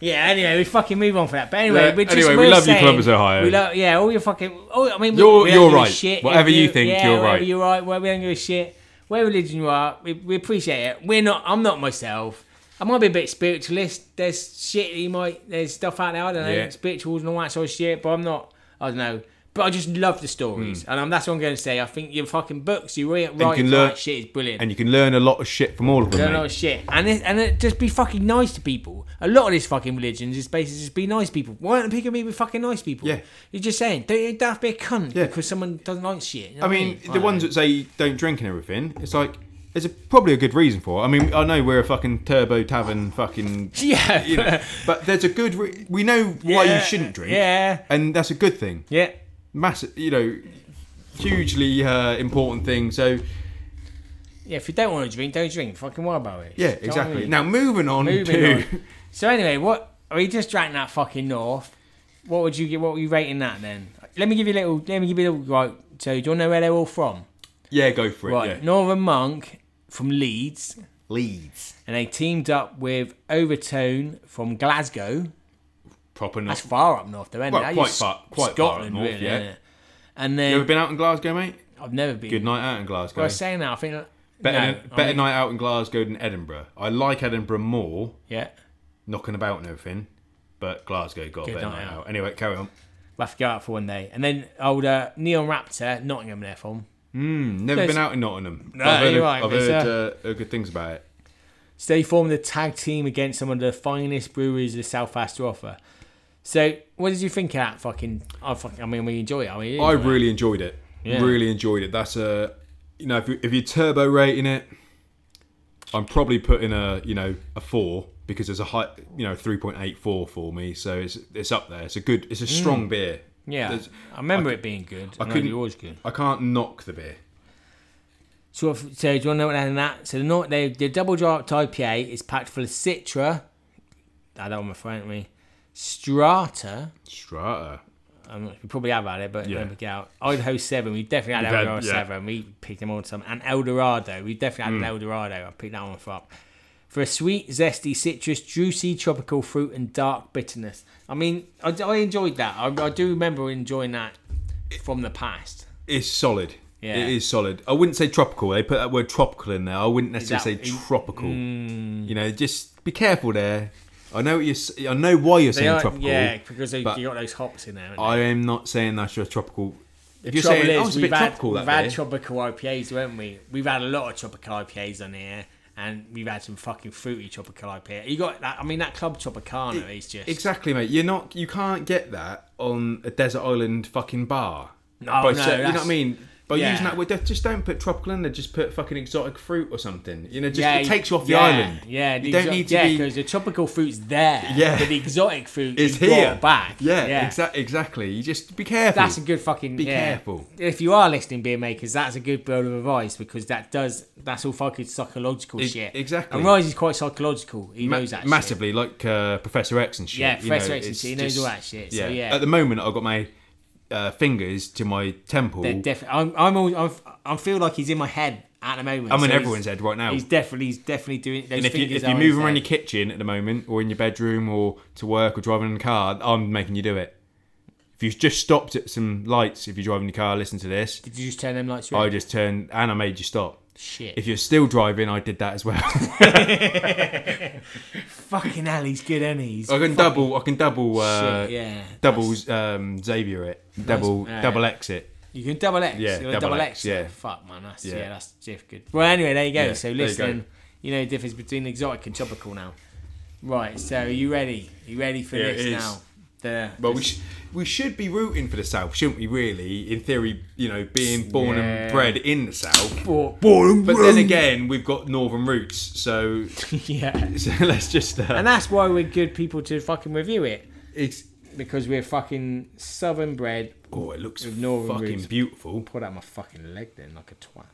Yeah, anyway, we fucking move on for that. But anyway,
Yeah,
we're just,
anyway,
we're
we love you,
saying-
Columbus, Ohio.
We love, yeah, all your fucking. Oh, I mean, we,
You're-
we don't
you're
give a
right.
shit if
Whatever you think,
yeah,
you're
whatever
right.
You're right. Well, we don't give a shit. Whatever religion you are, we, we appreciate it. We're not. I'm not myself. I might be a bit spiritualist. There's shit that you might. There's stuff out there. I don't know.
Yeah.
Spirituals and all that sort of shit. But I'm not. I don't know. But I just love the stories,
Hmm.
and I'm, that's what I'm going to say. I think your fucking books, you read, write,
can
and
learn-
shit is brilliant.
and you can learn a lot of shit from all of them.
Don't know
mate.
shit. And it, and it, just be fucking nice to people. A lot of this fucking religion is basically just be nice people. Why don't people be with fucking nice people?
Yeah.
You're just saying, don't you don't have to be a cunt
Yeah.
because someone doesn't like shit. You know
I
what
mean,
I
the ones that say don't drink and everything, it's like there's a, probably a good reason for. it. I mean, I know we're a fucking turbo tavern fucking.
Yeah.
You know, but there's a good. Re- we know why
Yeah,
you shouldn't drink.
yeah.
And that's a good thing.
Yeah.
Massive, you know, hugely uh, important thing. So
Yeah, if you don't want to drink, don't drink. Fucking worry about it.
yeah,
Do you know what I
exactly.
mean?
Now moving on
Moving
to
on. So anyway, what we just drank that fucking north. What would you get? What were you rating that then? Let me give you a little. Let me give you a little. Right. So do you want to know where they're all from?
yeah, go for it.
Right.
Yeah.
Northern Monk from Leeds.
Leeds,
and they teamed up with Overtone from Glasgow.
proper
That's
north.
far up north, though, isn't
Well,
it? That
quite
is
far- quite far up
Scotland,
north,
really,
yeah.
isn't it? And
You ever
then
been out in Glasgow, mate?
I've never been.
Good night out in Glasgow.
I was saying that I think
better
no,
than-
I
better
mean-
night out in Glasgow than Edinburgh. I like Edinburgh more.
Yeah,
knocking about and everything. But Glasgow got a better
night
night out. Anyway, carry on.
we'll have to go out for one day. And then old uh, Neon Raptor, Nottingham, they're from.
Never
There's-
been out in Nottingham.
No,
I've heard,
you're right,
I've
it's,
heard uh, uh, good things about it.
So they formed a tag team against some of the finest breweries the South has to offer. So what did you think of that? Fucking, I fucking, I mean, we enjoy it. I mean,
I
enjoy it.
really enjoyed it.
Yeah.
Really enjoyed it. That's a you know if, you, if you're turbo rating it, I'm probably putting a you know a four because there's a high you know 3.84 for me. So it's it's up there. It's a good. It's a
Mm.
strong beer.
yeah.
There's-
I remember it being good. I,
couldn't-
couldn't. Always good.
I can't knock the beer.
So, if, so do you want to know what they had in that? So the, nor- they, the double dry IPA is packed full of Citra. I don't want to front me. Strata.
Strata.
I'm not, we probably have had it, but
Yeah.
yeah. get out. Idaho 7. We definitely had
We've had-
Eldorado
yeah. Mm.
7. We picked them all some. And Eldorado. We definitely had an Eldorado. I picked that one for up. For a sweet, zesty, citrus, juicy, tropical fruit and dark bitterness. I mean, I, I enjoyed that. I, I do remember enjoying that from the past.
It's solid.
Yeah.
It is solid. I wouldn't say tropical. They put that word tropical in there. I wouldn't necessarily
that- Mm.
say tropical. You know, just be careful there. I know what you're, s- I know why you're
They
saying
are,
tropical.
yeah, because they, you
but-
got those hops in there. ain't they?
I am not saying that's your tropical. If you're
trouble
saying
is,
oh, it's a
we've
bit
had,
tropical
we've
that
had
beer,"
tropical IPAs, haven't we? We've had a lot of tropical IPAs on here, and we've had some fucking fruity tropical IPA. You got that? I mean, that club Tropicana is just
exactly, mate. You're not. You can't get that on a desert island fucking bar.
No,
By
no,
sa- you know what
that's-
I mean. By
yeah.
using that word, just don't put tropical in there. Just put fucking exotic fruit or something. You know, just
Yeah,
it takes you off the
yeah,
island.
Yeah, the
you don't
exo-
need to
yeah,
be.
because the tropical fruit's there.
Yeah.
but the exotic fruit
It's
is
here.
brought back.
Yeah, exa- exactly. You just be careful.
That's a good fucking.
Be
yeah.
careful.
If you are listening, beer makers, that's a good bit of advice because that does that's all fucking psychological
E-
shit.
exactly.
And Rise is quite psychological. He
Ma-
knows that. shit.
massively, like uh, Professor X and shit.
Yeah,
you
Professor
know,
X and
it's
shit, he knows
just-
all that shit, so yeah.
At the moment, I've got my uh, fingers to my temple.
They're defi- I'm, I'm, all, I'm, I feel like he's in my head at the moment.
I'm in
so he's-
everyone's head right now.
He's
And
definitely, he's definitely doing. Those
if you if
fingers are
you
in
move
his
around
head.
your kitchen at the moment, or in your bedroom, or to work, or driving in the car, I'm making you do it. If you just stopped at some lights, if you're driving your car, listen to this.
did you just turn them lights
I
red?
just turned and I made you stop.
Shit!
If you're still driving, I did that as well.
fucking hell, he's good, and he's
I can double. I can double. Uh,
shit, yeah.
Double um, Xavier it. Double
Nice.
double X it.
You can double X.
Yeah,
you're a
double
double
X,
X.
yeah.
Fuck, man. That's,
Yeah.
yeah. that's diff good. Well, anyway, there you go.
Yeah,
so
there you go.
listen, you, know the difference between exotic and tropical now. Right, so are you ready? you ready for
Yeah, it
this
is.
now? The,
Well, we, sh- we should be rooting for the South, shouldn't we? Really, in theory, you know, being born and
Yeah.
bred in the South.
Bo-
But then again, we've got northern roots, so,
yeah.
so let's just. Uh,
And that's why we're good people to fucking review it.
it's,
Because we're fucking southern bred.
oh, it looks
With northern
fucking
roots.
beautiful.
Put out my fucking leg then, like a twat.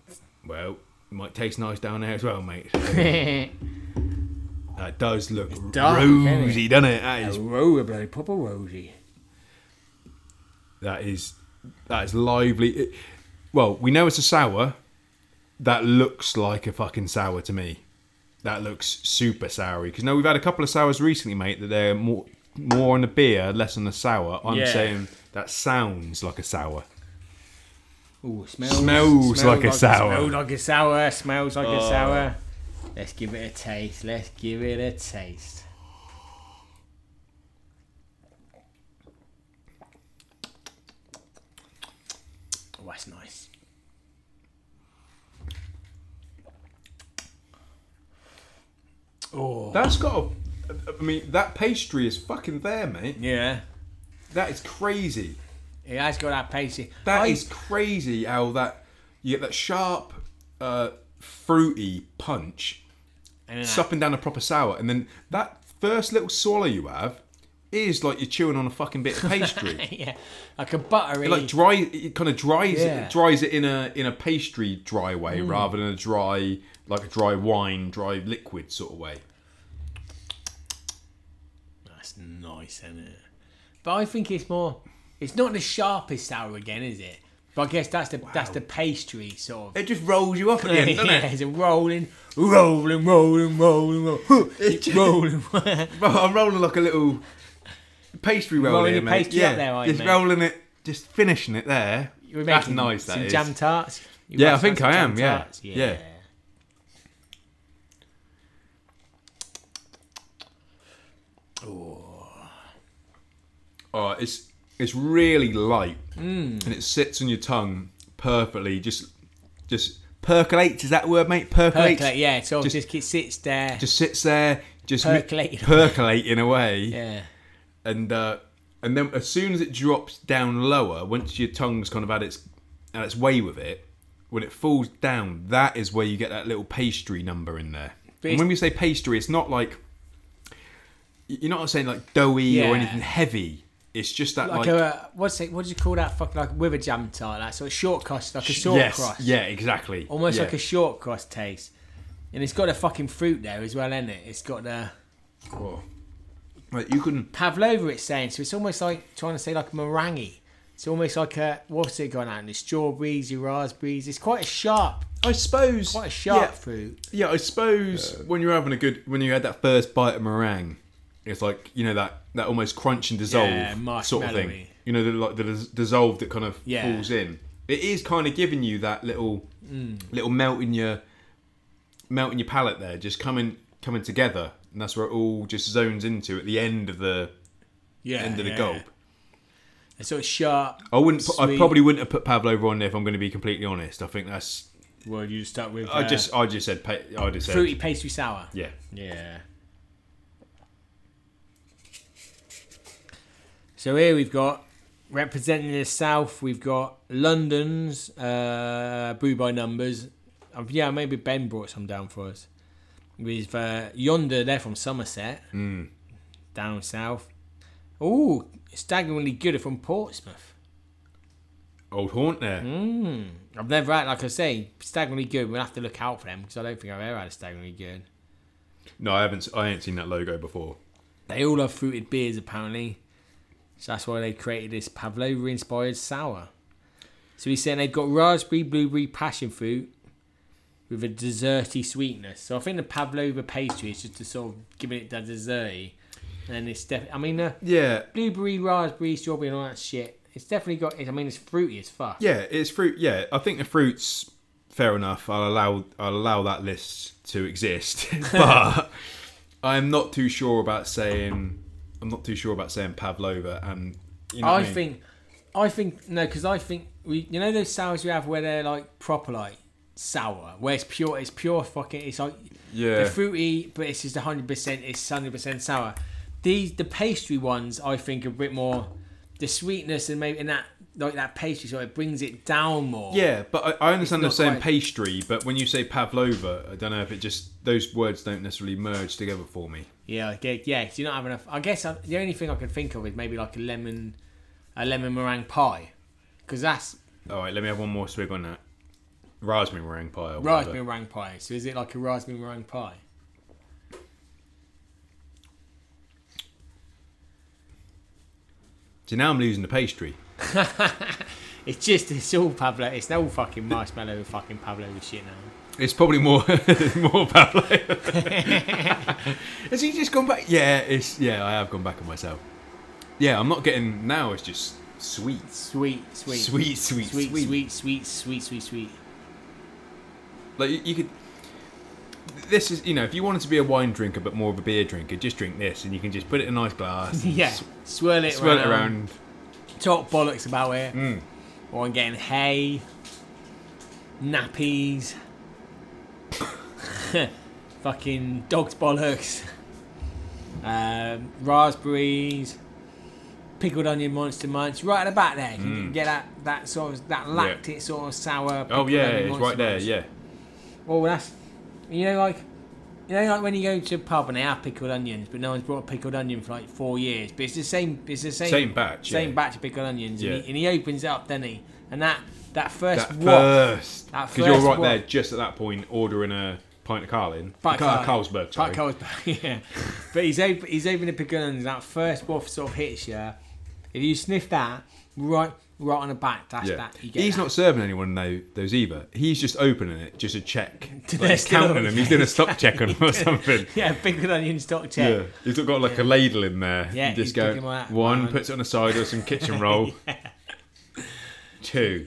Well, it might taste nice down there as well, mate.
a
That does look
dark, isn't
rosy, doesn't it? That is,
row of bloody proper rosy.
that is that is lively. It- well, we know it's a sour. That looks like a fucking sour to me. That looks super soury. Because now we've had a couple of sours recently, mate. That they're more more on the beer, less on the sour. I'm
Yeah.
saying that sounds like a sour.
Ooh, it smells,
Smells like a sour.
Smells like a sour. Smells like a sour. Let's give it a taste. Let's give it a taste. Oh, that's nice. Oh,
That's got. A, I mean, that pastry is fucking there, mate.
yeah.
That is crazy.
It has got that pacey.
That
I-
is crazy how that you get that sharp, uh, fruity punch,
and then
supping down a proper sour, and then that first little swallow you have is like you're chewing on a fucking bit of pastry.
that- yeah, like a buttery.
It like dry, it kind of dries
Yeah.
it, dries it in a in a pastry dry way rather than a dry like a dry wine, dry liquid sort of way.
That's nice, isn't it? But I think it's more. It's not the sharpest sour again, is it? But I guess that's the that's the pastry sort of.
It just rolls you up at the end, doesn't
yeah,
it?
it's a rolling, rolling, rolling, rolling, rolling,
It's-
rolling.
I'm rolling like a little pastry roll
Rolling
here,
your
mate.
pastry
yeah,
up there, aren't you,
just
mate?
rolling it, just finishing it there.
You're
That's
making
nice. That
some
is.
jam tarts. You
Yeah,
must
I think
have
I
some
am,
jam
yeah.
tarts. yeah.
Yeah. Oh, it's it's really light,
Mm.
and it sits on your tongue perfectly. Just just percolates. Is that a word, mate? Percolates.
Percolate, yeah. So
Just-
just, just it sits there.
Just sits there, just
Percolating.
percolating away,
yeah.
and uh, and then as soon as it drops down lower, once your tongue's kind of had its had its way with it, when it falls down, that is where you get that little pastry number in there.
But
and
it's-
when we say pastry, it's not like you're not saying like doughy
Yeah.
or anything heavy. It's just that
Like,
like,
a what's it? What do you call that? Fucking like with a jam tart, like sort of short crust, like a short
yes,
crust.
yeah, exactly,
almost
Yeah.
like a short cross taste. And it's got a fucking fruit there as well, isn't it? It's got the
Cool. Like you can
pavlova. It's saying so. It's almost like trying to say like meringue. It's almost like a what's it gone out? It's strawberries, your raspberries. It's quite a sharp,
I suppose
quite a sharp
yeah,
fruit.
Yeah, I suppose when you're having a good when you had that first bite of meringue, it's like you know that that almost crunch and dissolve
Yeah,
sort of
marshmallowy.
thing. You know, the, like the dis- dissolve that kind of
Yeah.
falls in. It is kind of giving you that little
Mm.
little melt in your melt in your palate there, just coming coming together, and that's where it all just zones into at the end of the
Yeah,
end of the
yeah.
gulp.
It's sort of sharp.
I wouldn't. pu- I
Sweet.
probably wouldn't have put Pavlova on there if I'm going to be completely honest. I think that's.
Well, you start with
I
uh,
just. I just said. pa- I just said.
fruity pastry sour.
Yeah.
Yeah. So here we've got representing the South. We've got London's uh, brew by numbers. Uh, yeah, maybe Ben brought some down for us. With uh, Yonder, they're from Somerset, down south. Oh, staggeringly good from Portsmouth.
Old haunt there.
I've never had, like I say, staggeringly good. We'll have to look out for them because I don't think I've ever had a staggeringly good.
No, I haven't. I ain't seen that logo before.
They all have fruited beers apparently. So that's why they created this Pavlova inspired sour. So he's saying they've got raspberry, blueberry, passion fruit with a desserty sweetness. So I think the Pavlova pastry is just to sort of giving it that desserty. And then it's def- I mean, the
Yeah,
blueberry, raspberry, strawberry, and all that shit. It's definitely got. I mean, it's fruity as fuck.
yeah, it's fruit. Yeah, I think the fruits. Fair enough. I'll allow. I'll allow that list to exist, but I'm not too sure about saying. I'm not too sure about saying pavlova and. You know what
I
mean?
think, I think no, because I think we, you know, those sours we have where they're like proper like sour, where it's pure, it's pure fucking, it's like
Yeah.
they're fruity, but it's just hundred percent, it's hundred percent sour. These the pastry ones, I think, are a bit more the sweetness and maybe and that like that pastry, so it brings it down more.
Yeah, but I, I understand they're
It's not
saying
quite-
pastry, but when you say pavlova, I don't know if it just those words don't necessarily merge together for me.
Yeah, I get- yeah. 'cause you're not having enough. I guess I, the only thing I can think of is maybe like a lemon, a lemon meringue pie, because that's
All right, let me have one more swig on that raspberry meringue pie. Or whatever.
raspberry meringue pie. So is it like a raspberry meringue pie?
See now I'm losing the pastry.
It's just it's all Pablo. It's all fucking marshmallow, and fucking Pablo with shit now.
It's probably more more pavlova. Has he just gone back? Yeah, it's yeah. I have gone back on myself. Yeah, I'm not getting now. It's just sweet,
Sweet, sweet,
sweet, sweet,
sweet,
sweet.
sweet, sweet, sweet, sweet, sweet.
Like you, you could. This is you know if you wanted to be a wine drinker but more of a beer drinker, just drink this and you can just put it in a nice glass. and
Yeah,
s-
swirl it,
swirl
around,
it around.
Talk bollocks about it.
Mm.
Or I'm getting hay, nappies, fucking dog's bollocks, um, raspberries, pickled onion monster munch. Right at the back there, you can get that that sort of that lactic sort of sour.
Mm. Oh
pickled
yeah,
onion
it's
monster
right there.
munch.
Yeah,
Well, that's you know like you know like when you go to a pub and they have pickled onions, but no one's brought a pickled onion for like four years. But it's the same. It's the same.
Same batch,
Same
yeah.
batch of pickled onions,
Yeah.
and, he, and he opens it up, doesn't he? And that that first
that
waft,
first
That
because you're
first
right
waft.
there just at that point ordering a pint of Carlin,
Pint of
Car-
Carlin.
Carlsberg, sorry.
Pat Carlsberg, yeah. but he's op- he's opened the pickled onions. That first waft sort of hits you. If you sniff that, right right on the back, that's
Yeah.
that. You get
He's
that.
not serving anyone though, those either. He's just opening it, just a check. Like, he's
still
counting
on-
them. He's doing a stock check on them or something.
yeah, pickled onion stock check.
Yeah. He's got like a ladle in there.
Yeah,
You
he's
just go
picking one out.
one,
One.
puts it on the side or some kitchen roll. Two.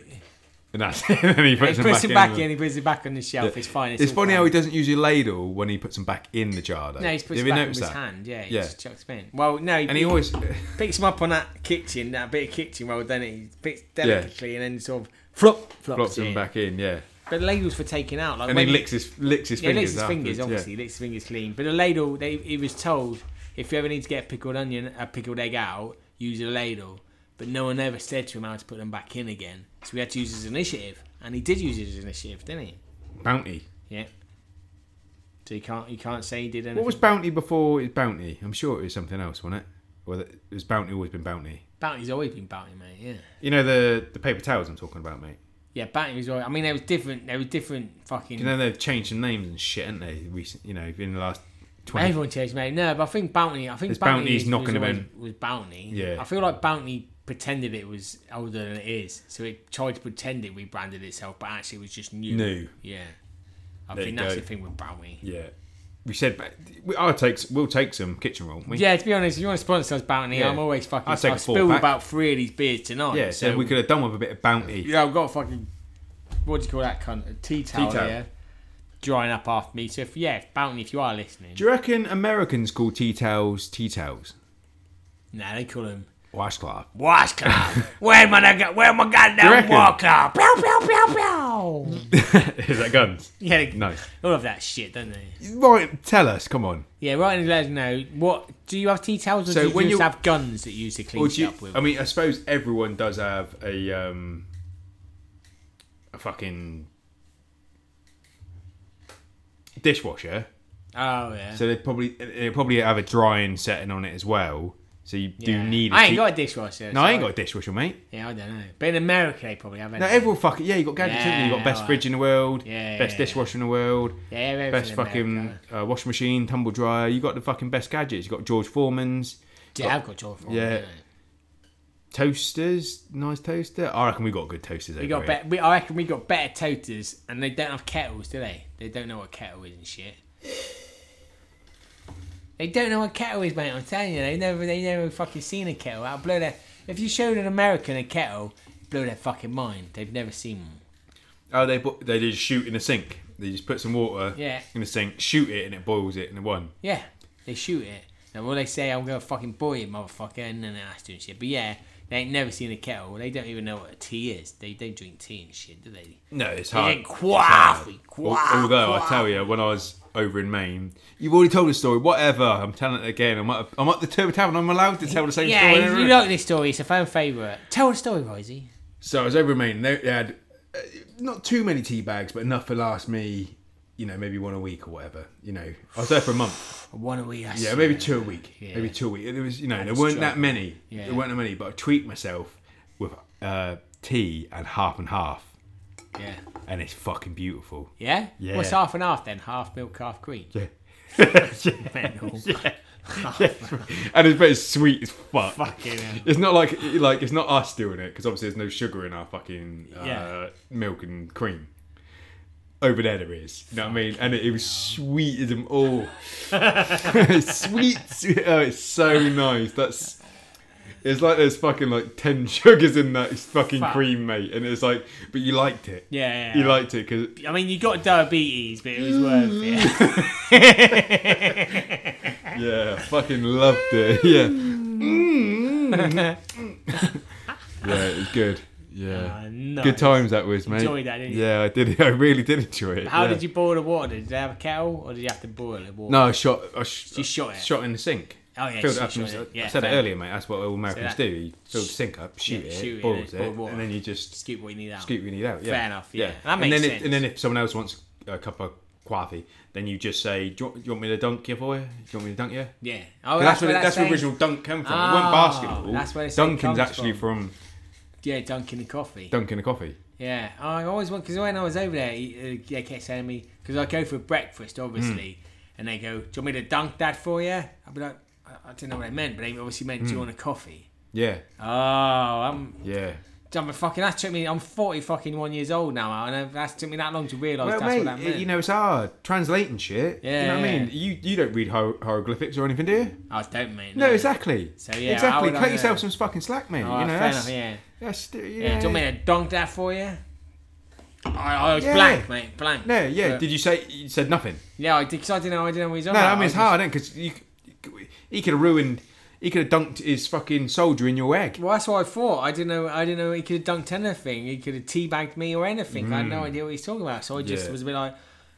And that's it. and then he puts
He
them
puts
back,
it back
in.
in, he puts it back on the shelf. It's fine. It's,
It's
all
funny
fine.
how he doesn't use a ladle when he puts them back in the jar though.
No, he's
Have
puts
you
it back in
noticed
his
that?
hand. Yeah, he
Yeah.
just chucks them in. Well, no, he,
And he always
picks them up on that kitchen, that bit of kitchen roll, then he picks delicately and then sort of
flop
flops
flops
it
them
in.
back in, yeah.
But the ladles for taking out, like
And
when
he licks his licks his
yeah, he
fingers.
licks his
afterwards,
fingers.
yeah.
Obviously, he licks his fingers clean. But the ladle, they, he was told if you ever need to get a pickled onion, a pickled egg out, use a ladle. But no one ever said to him how to put them back in again, so we had to use his initiative, and he did use his initiative, didn't he?
Bounty.
Yeah. So you can't you can't say he did anything.
What was Bounty before it was Bounty? I'm sure it was something else, wasn't it? Well, it was Bounty always been Bounty.
Bounty's always been bounty, mate. Yeah.
You know the the paper towels I'm talking about, mate.
Yeah, Batty was alright. I mean, there was different. There was different fucking.
You know they've changed some names and shit, haven't they? Recent, you know, in the last twenty.
everyone changed name. No, but I think Bounty. I think
There's
Bounty
Bounty's
was,
knocking
was,
them
always- was Bounty.
Yeah.
I feel like Bounty pretended it was older than it is, so it tried to pretend it rebranded itself, but actually it was just new.
New.
Yeah. I
There
think
you
that's
go.
the thing with Bounty.
Yeah, we said ba- we, I'll take we'll take some kitchen roll. We,
Yeah, to be honest, if you want to sponsor us, Bounty,
Yeah.
I'm always fucking.
I'll take
I
a four
spilled
pack.
about three of these beers tonight.
yeah. So we could have done with a bit of Bounty.
Yeah, I've got a fucking what do you call that cunt? A tea towel
towel.
here, drying up after me. So if, yeah, if Bounty, if you are listening,
Do you reckon Americans call tea towels tea towels?
nah, they call him
Washcloth.
washcloth. Where my go- where my
You
goddamn
reckon?
washcloth? Pew pew pew pew.
Is that guns?
Yeah, they,
No.
all of that shit, don't they?
Right. Tell us. Come on.
Yeah, right. And let us know what do you have tea towels or
So
do you
when
just
you-
have guns that you use to clean
Would
shit
you- um,
up with?
I mean, I suppose everyone does have a um, a fucking dishwasher,
oh yeah.
so they probably they probably have a drying setting on it as well. So you
yeah.
do need. a
I ain't
tea-
got a dishwasher.
No,
so
I ain't got a dishwasher, mate.
Yeah, I don't know. But in America, they probably have.
No,
anything.
everyone fucking yeah. You got gadgets, haven't you? You
Yeah,
got best
alright.
fridge in the world,
Yeah,
best
yeah,
dishwasher in the world,
yeah, everything
best
in
fucking
America.
uh, washing machine, tumble dryer. You got the fucking best gadgets. You got George Foreman's.
Yeah, I've got George Foreman.
Yeah.
don't I?
Toasters, nice toaster. I reckon we got good toasters.
We got better. We, I reckon we got better toters, and they don't have kettles, do they? They don't know what kettle is and shit. They don't know what kettle is, mate. I'm telling you, they never, they never fucking seen a kettle. I'll blow their. If you showed an American a kettle, blow their fucking mind. They've never seen one.
Oh, they bu- they just shoot in a sink. They just put some water
Yeah.
in the sink, shoot it, and it boils it, and it won.
Yeah, they shoot it. And all they say, I'm gonna fucking boil you, motherfucker, and then that's doing shit. But yeah, they ain't never seen a kettle. They don't even know what a tea is. They don't drink tea and shit, do they?
No, it's hard.
get
It's
quaff,
hard.
we quaff,
Al- Although I
quaff.
tell you, when I was over in Maine, you've already told the story. Whatever, I'm telling it again. I'm at, I'm at the Turbo Tavern. I'm allowed to tell the same
yeah,
story.
you
every-
like this story. It's a fan favorite. Tell the story, Rosie.
So I was over in Maine. and They, they had uh, not too many tea bags, but enough to last me, you know, maybe one a week or whatever. You know, I was there for a month.
One of we us.
Yeah, maybe two a week.
Yeah.
Maybe two a week. There was, you know, there weren't that
struggle.
many.
Yeah.
There weren't that many, but I tweaked myself with uh, tea and half and half,
Yeah.
and it's fucking beautiful.
Yeah.
Yeah.
What's half and half then? Half milk, half cream.
Yeah.
Mental.
and it's, but it's sweet as fuck.
Fucking hell.
It's not like like it's not us doing it because obviously there's no sugar in our fucking uh,
Yeah.
milk and cream. Over there, there is. You know what I mean? And it, it was sweet as them all. sweet, sweet. Oh, it's so nice. That's. It's like there's fucking like ten sugars in that fucking
Fuck.
cream, mate. And it's like, but you liked it.
Yeah, yeah,
You
yeah.
liked it because
I mean, you got diabetes, but it was worth
Mm.
it.
Yeah, fucking loved it. Yeah.
Mm-hmm.
yeah, it was good. Yeah.
Ah, nice.
Good times that was, mate.
enjoyed that, didn't you?
Yeah, I did. I really did enjoy it.
How
yeah.
did you boil the water? Did they have a kettle, or did you have to boil the water?
No, I shot. I sh-
You shot it.
Shot in the sink.
Oh, yeah,
Filled it
she
up. and-
shot it.
I
Yeah,
said it
fair.
earlier, mate. That's what all Americans
that-
do. You fill the sink up, shoot
yeah,
it,
shoot it,
boils it,
boil water.
and then you just
Scoop what you need out.
scoop what you need out. Yeah.
Fair enough, yeah. That
and then
makes sense.
If, and then if someone else wants a cup of coffee, then you just say, do you, want, "Do you want me to dunk you for you? Do you want me to dunk you?"
Yeah. Oh,
Well, that's, where,
that
that's where
saying-
original dunk came from. it
Ah,
weren't basketball.
that's where it
Dunkin's
comes
actually from,
Yeah, dunking the coffee.
Dunkin' a coffee.
Yeah, I always want because when I was over there, he- uh, they kept saying to me because I go for breakfast obviously,
Hmm.
and they go, "Do you want me to dunk that for you?" I'd be like, "I, I don't know what they meant," but they obviously meant,
Hmm.
"Do you want a coffee?"
Yeah,
Oh, I'm,
yeah.
I'm a fucking. That took me. I'm forty fucking one years old now, and that took me that long to realise
Well,
Oh, that's what that
mate,
meant.
you know it's hard translating shit. you know what I
Yeah.
mean. You you don't read hier- hieroglyphics or anything, do you?
I don't mean.
No, exactly.
So, yeah, how
exactly.
would I
Cut yourself
know?
some fucking slack, mate.
Oh,
you know,
fair
that's,
enough. Yeah.
that's yeah.
Yeah. Do you want me to dunk that for you? I, I was
Yeah.
blank, mate. Blank.
No, yeah.
But-
Did you say you said nothing?
yeah, I did because I didn't know. I didn't know what he was on.
No,
about.
I mean it's
was
hard, Because you, he could have ruined. He could have dunked his fucking soldier in your egg.
Well, that's what I thought. I didn't know. I didn't know he could have dunked anything. He could have teabagged me or anything. I had no idea what he's talking about. So I just
Mm. Yeah.
was a bit like,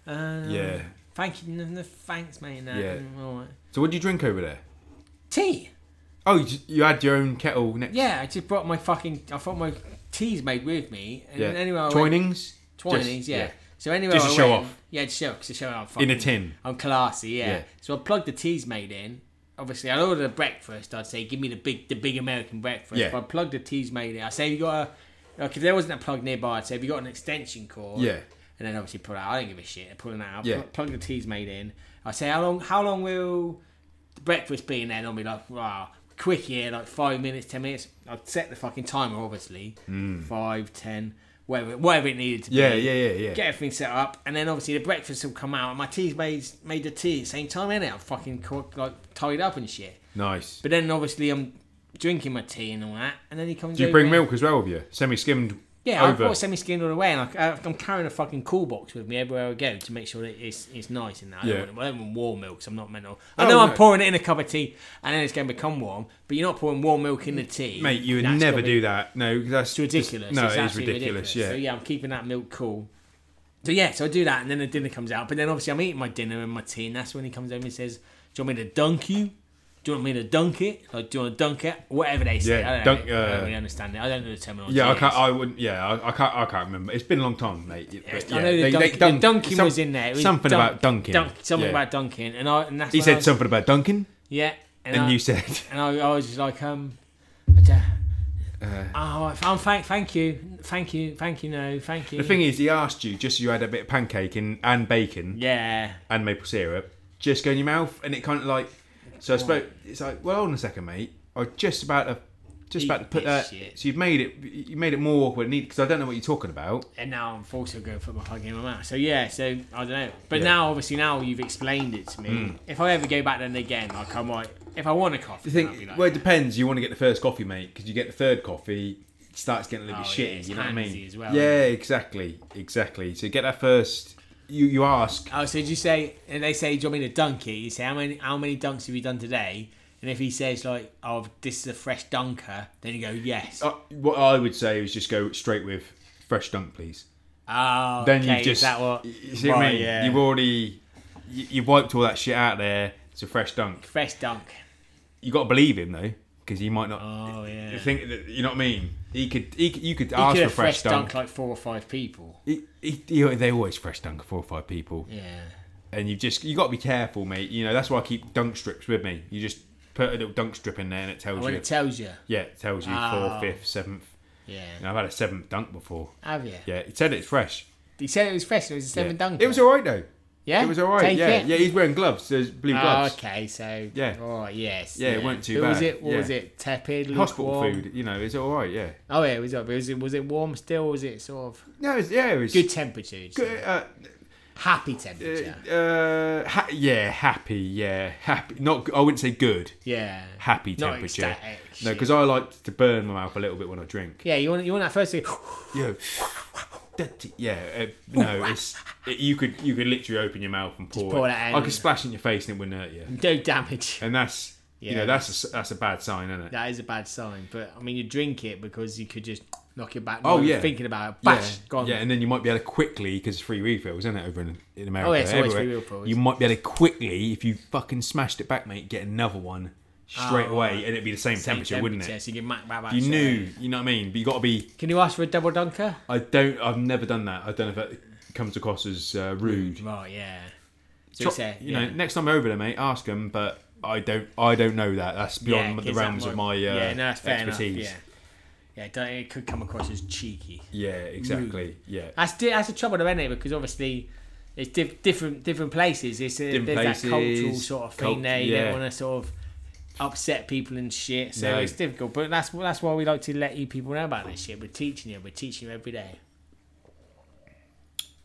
uh,
Yeah.
thank you, no, no, thanks, mate. No,
Yeah.
all right.
So what do you drink over there?
Tea.
Oh, you, you had your own kettle next.
Yeah, I just brought my fucking. I thought my tea's made with me. And
Yeah.
anyway, I went-
Twinings.
Twinings,
Just-
yeah. So anyway,
Just
I
to show
went-
off.
Yeah, to show, to show off.
In a tin.
I'm classy, yeah.
Yeah.
So I plugged the teas made in. Obviously, I ordered a breakfast. I'd say, give me the big, the big American breakfast.
Yeah.
But I plugged the teas made in. I say, have you got a? Like, if there wasn't a plug nearby, I'd say, have you got an extension cord?
Yeah.
And then obviously pull it out. I don't give a shit. They're pulling it out.
Yeah.
Pl- Plug the teas made in. I say, how long? How long will the breakfast be in there? And I'll be like, wow, quick here, like five minutes, ten minutes. I'd set the fucking timer, obviously, five, ten, whatever, whatever it needed to
Mm. Yeah,
be
yeah, yeah, yeah.
get everything set up, and then obviously the breakfast will come out. And my tea's made made the tea at the same time, innit? I'm fucking caught, like tied up and shit.
Nice.
But then obviously I'm drinking my tea and all that, and then he comes.
Do you
over
bring
and-
milk as well with you? Semi skimmed.
Yeah, I
over.
brought semi skimmed all the way, and I, I, I'm carrying a fucking cool box with me everywhere I go to make sure that it's it's nice and that.
Yeah.
I, don't want, I don't want warm milk, so I'm not mental. I
Oh,
know
no.
I'm pouring it in a cup of tea, and then it's going to become warm, but you're not pouring warm milk in the tea,
Mate, you would
That's
never
gonna be-
do that. No, 'cause that's
it's ridiculous.
Just, no,
it's
it is
absolutely
ridiculous.
So
Yeah.
yeah, I'm keeping that milk cool. So yeah, so I do that, and then the dinner comes out. But then obviously I'm eating my dinner and my tea, and that's when he comes over and says, "Do you want me to dunk you? Do you want me to dunk it? Like, do you want to dunk it? Whatever they say.
Yeah,
I, don't
dunk,
know. I
uh,
don't really understand it. I don't know the terminology.
Yeah, I
It
can't.
is.
I wouldn't. Yeah, I, I can't. I can't remember. It's been a long time, mate.
I
But,
know the,
they-
dunk,
they dunk-
the dunking
some-
was in there. It was
something
dunk-
about dunking.
Dunk, something
Yeah.
about dunking, and I and that's
He
when I
said
was-
something about dunking,
Yeah,
and,
I-
you said,
and I, I was just like, um, I don't,
uh,
oh, I'm thank, thank you, thank you, thank you, no, thank you.
"The thing is, he asked you just so you had a bit of pancake and, and bacon
yeah,
and maple syrup, just go in your mouth, and it kind of like." So I spoke. It's like, well, hold on a second, mate. I was just about to Just
Eat
about to put
this
that.
shit.
So you've made it. You made it more awkward because I don't know what you're talking about.
and now I'm forced to go put my plug in my mouth. So yeah, so I don't know. But now, obviously, now you've explained it to me. If I ever go back then again, like I might, if I want a coffee,
Hmm. You
then I'll be
think?
like,
well, it depends. You want to get the first coffee, mate, because you get the third coffee, it starts getting a little
Oh,
bit
yeah,
shitty.
it's
you know what I
handsy
mean?
as well.
yeah, exactly, exactly. So get that first. You you ask.
oh, so do you say? And they say, do you want me to dunk it? You say, how many how many dunks have you done today? And if he says like, oh, this is a fresh dunker, then you go, yes.
Uh, what I would say is just go straight with fresh dunk, please.
Oh,
Then
okay,
you just
is that what?
you see what I
Right,
mean?
yeah.
You've already you, you've wiped all that shit out there. It's a fresh dunk.
fresh dunk.
You got to believe him though, because he might not.
Oh yeah.
You think that you know what I mean? He could. He, could- you could
You
ask for
could
a
have fresh
fresh dunk.
dunk like four or five people.
He- he- he- they always fresh dunk four or five people,
Yeah.
and you just you got to be careful, mate. You know that's why I keep dunk strips with me. You just put a little dunk strip in there, and it tells
When
you.
it tells you.
yeah, it tells you
Oh.
fourth, fifth, seventh.
Yeah.
And I've had a seventh dunk before.
Have you?
Yeah, it said it's fresh.
He said it was fresh. and It was a seven
yeah.
dunk.
It was all right though.
Yeah.
It was all right.
Take
yeah,
it.
yeah. He's wearing gloves. There's blue
Oh,
gloves.
okay, so
Yeah.
oh yes,
Yeah, it weren't too
Who Was
bad,
it? What was
yeah.
it? Tepid,
Hospital
lukewarm?
food. You know, it's all right. Yeah.
Oh yeah, it was up. Was it was it warm still? Was it sort of
No, it's yeah, it was
good temperatures?
Good, uh,
Happy temperature.
uh, uh, ha- yeah, happy. Yeah, happy. Not. g- I wouldn't say good.
yeah.
Happy
Not
temperature.
ecstatic
no,
shit.
because I like to burn my mouth a little bit when I drink.
Yeah, you want you want that first thing.
Yeah. Dirty- Yeah, uh, no, it's it, you could you could literally open your mouth and pour,
pour
it.
it out.
I could splash in your face and it wouldn't hurt you,
No damage.
and that's you
Yeah,
know that's a, s- that's a bad sign, isn't it?
That is a bad sign. But I mean, you drink it because you could just knock your back.
Oh,
while you're
yeah.
Thinking about it, bash,
yeah.
gone.
Yeah, and then you might be able to quickly because free refills, isn't it, over in, in America?
Oh, yeah, it's always
everywhere.
free refills.
You might be able to quickly, if you fucking smashed it back, mate, get another one straight
Oh,
away,
right.
and it'd be the same,
Same
temperature, wouldn't
temperature,
it?
So you get mac back back
You
straight
knew,
away.
you know what I mean. But you got to be.
Can you ask for a double dunker?
I don't. I've never done that. I don't know if that comes across as uh, rude.
Right. Yeah. So
Chop-
it's a-
you
yeah.
know, next time over there, mate, ask them. But I don't. I don't know that. That's beyond
Yeah,
the
'cause that
realms of my
might-
uh,
yeah, no, that's fair
expertise.
Enough, yeah, yeah, don't, it could come across as cheeky.
yeah. exactly. Yeah.
That's di- that's the trouble, though, isn't it? Because obviously, it's diff- different different places. It's a,
Different
there's that cultural
places,
sort of thing.
cult-
there, you
yeah.
don't want to sort of upset people and shit. So
No.
it's difficult. But that's that's why we like to let you people know about this shit. We're teaching you. We're teaching you every day.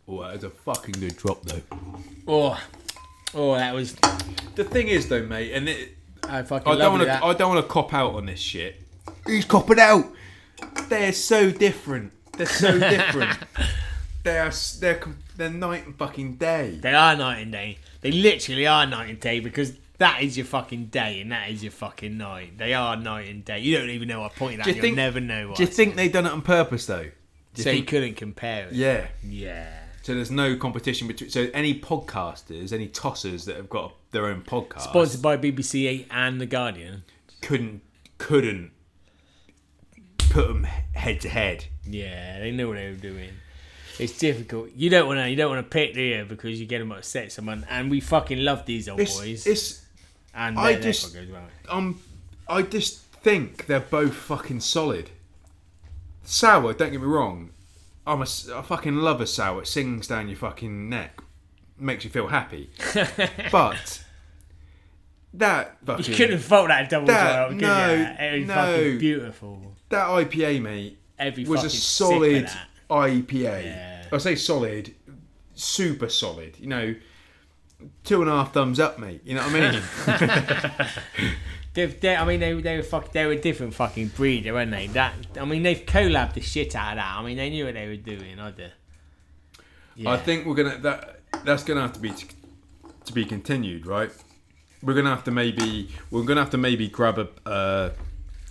Oh, that was a fucking good drop though.
Oh, oh, that was
The thing is though, mate, and it,
I fucking
I
love
don't want
that.
to. I don't want to cop out on this shit. Who's copping out? They're so different. They're so different. they are. s- They're. com- They're night and fucking day.
They are night and day. They literally are night and day because that is your fucking day and that is your fucking night. They are night and day. You don't even know what I pointed at.
you
You'll
think-
never know what.
Do you
I
think they done it on purpose though? Do
said.
you
so you
think-
couldn't compare it.
yeah.
Yeah.
So there's no competition between. So any podcasters, any tossers that have got their own podcast,
Sponsored by BBC Eight and The Guardian.
couldn't couldn't put them head to head.
Yeah, they knew what they were doing. It's difficult. You don't want to. You don't want to pick, do you? Because you get them upset someone. And we fucking love these old
It's,
boys.
it's
and
I
they're
just-
fuckers, well.
um, I just think they're both fucking solid. Sour, don't get me wrong. I'm a, s- I fucking love a sour. It sings down your fucking neck, makes you feel happy. but that fucking
You couldn't fault that double
That-
that, could
no,
you? It was
no.
fucking beautiful.
that IPA, mate,
Every
was
fucking
a
sip of
solid
that.
IPA.
Yeah.
I say solid, super solid. You know, two and a half thumbs up, mate. You know what I mean?
They've, they, I mean, they, they were fuck, they were a different fucking breeder, weren't they? That, I mean, they've collabed the shit out of that. I mean, they knew what they were doing. I do. Yeah.
I think we're gonna that that's gonna have to be t- to be continued, right? We're gonna have to maybe we're gonna have to maybe grab a uh,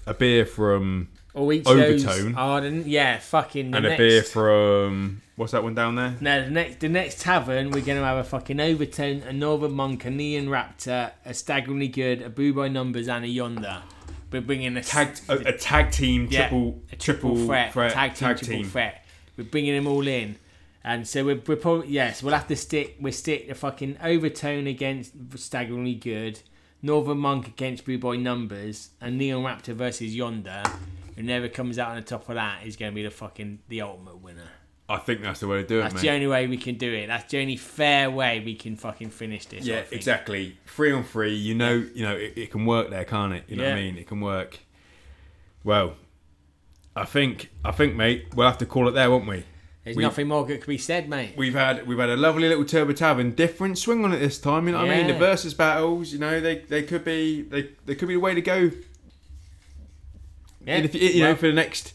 a beer from
Or each
Overtone.
Those, oh, the, yeah, fucking. The
and
next,
a beer from what's that one down there?
No, the next, the next tavern, we're gonna have a fucking Overton, a Northern Monk, a Neon Raptor, a Staggeringly Good, a Boo by Numbers, and a Yonder. We're bringing a s-
Tag a, a tag team
yeah,
triple
a triple, threat, tag team, triple threat. We're bringing them all in, and so we're, we're probably yes, we'll have to stick we stick the fucking overtone against staggeringly good, Northern Monk against Blue Boy Numbers, and Neon Raptor versus Yonder. Whoever comes out on the top of that is going to be the fucking the ultimate winner.
I think that's the way to do it,
That's
mate.
the only way we can do it. That's the only fair way we can fucking finish this. I
Yeah,
think.
exactly. Three on three, you know, you know, it, it can work there, can't it? You know what I
Yeah.
mean? It can work. Well, I think I think, mate, we'll have to call it there, won't we?
There's
We-
nothing more that can be said, mate.
We've had we've had a lovely little Turbo Tavern, different swing on it this time. You know what I mean? The
Yeah.
versus battles, you know, they, they could be they, they could be the way to go.
Yeah.
And if you, you know
Well-
for the next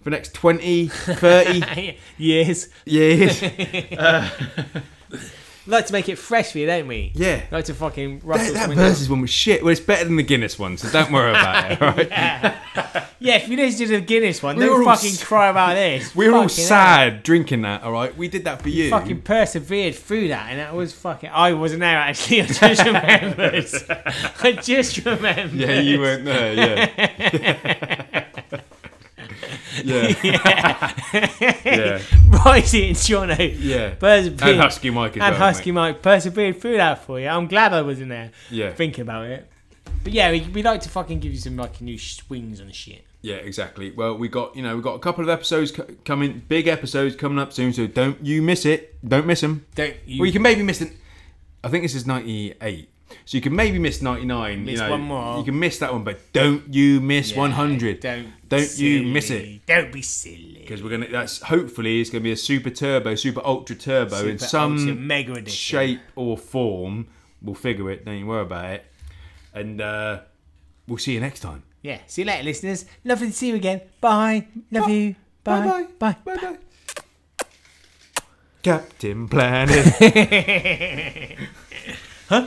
for the next 20, 30
yes.
years,
We like to make it fresh for you, don't we?
yeah.
We like to fucking
That,
Russell
that
Swindle.
versus one was shit. Well, it's better than the Guinness one, so don't worry about it. all Right?
Yeah, if you listen to the Guinness one,
We were
don't
all
fucking
s-
cry about this.
We were all
Fucking hell.
sad drinking that. All right, we did that for you.
Fucking persevered through that, and that was fucking. I wasn't there actually. I just remembered. I just remembered.
Yeah, you weren't there. Yeah. yeah. Yeah. yeah.
Royce and Jono.
Yeah.
Persevered.
And Husky Mike as
and
well,
Husky Mike persevered through that for you. I'm glad I wasn't there.
Yeah.
Thinking about it. But yeah, we, we like to fucking give you some like new swings on shit.
Yeah, exactly. Well, we got you know we got a couple of episodes co- coming, big episodes coming up soon. So don't you miss it. Don't miss them.
Don't you?
Well, you can maybe miss them. I think this is ninety eight. So you can maybe miss ninety nine.
Miss
you know,
one more.
You can miss that one, but don't you miss
Yeah,
one hundred.
Don't.
Don't you miss it.
silly. Don't be silly.
Because we're gonna. That's hopefully it's gonna be a super turbo, super ultra turbo Oh, in
Super
some
ultra mega edition.
shape or form. We'll figure it. Don't you worry about it. And uh, we'll see you next time.
Yeah. See you later, listeners. Lovely to see you again. Bye. Love you. Bye. Bye.
Bye bye. Captain Planet.
Huh?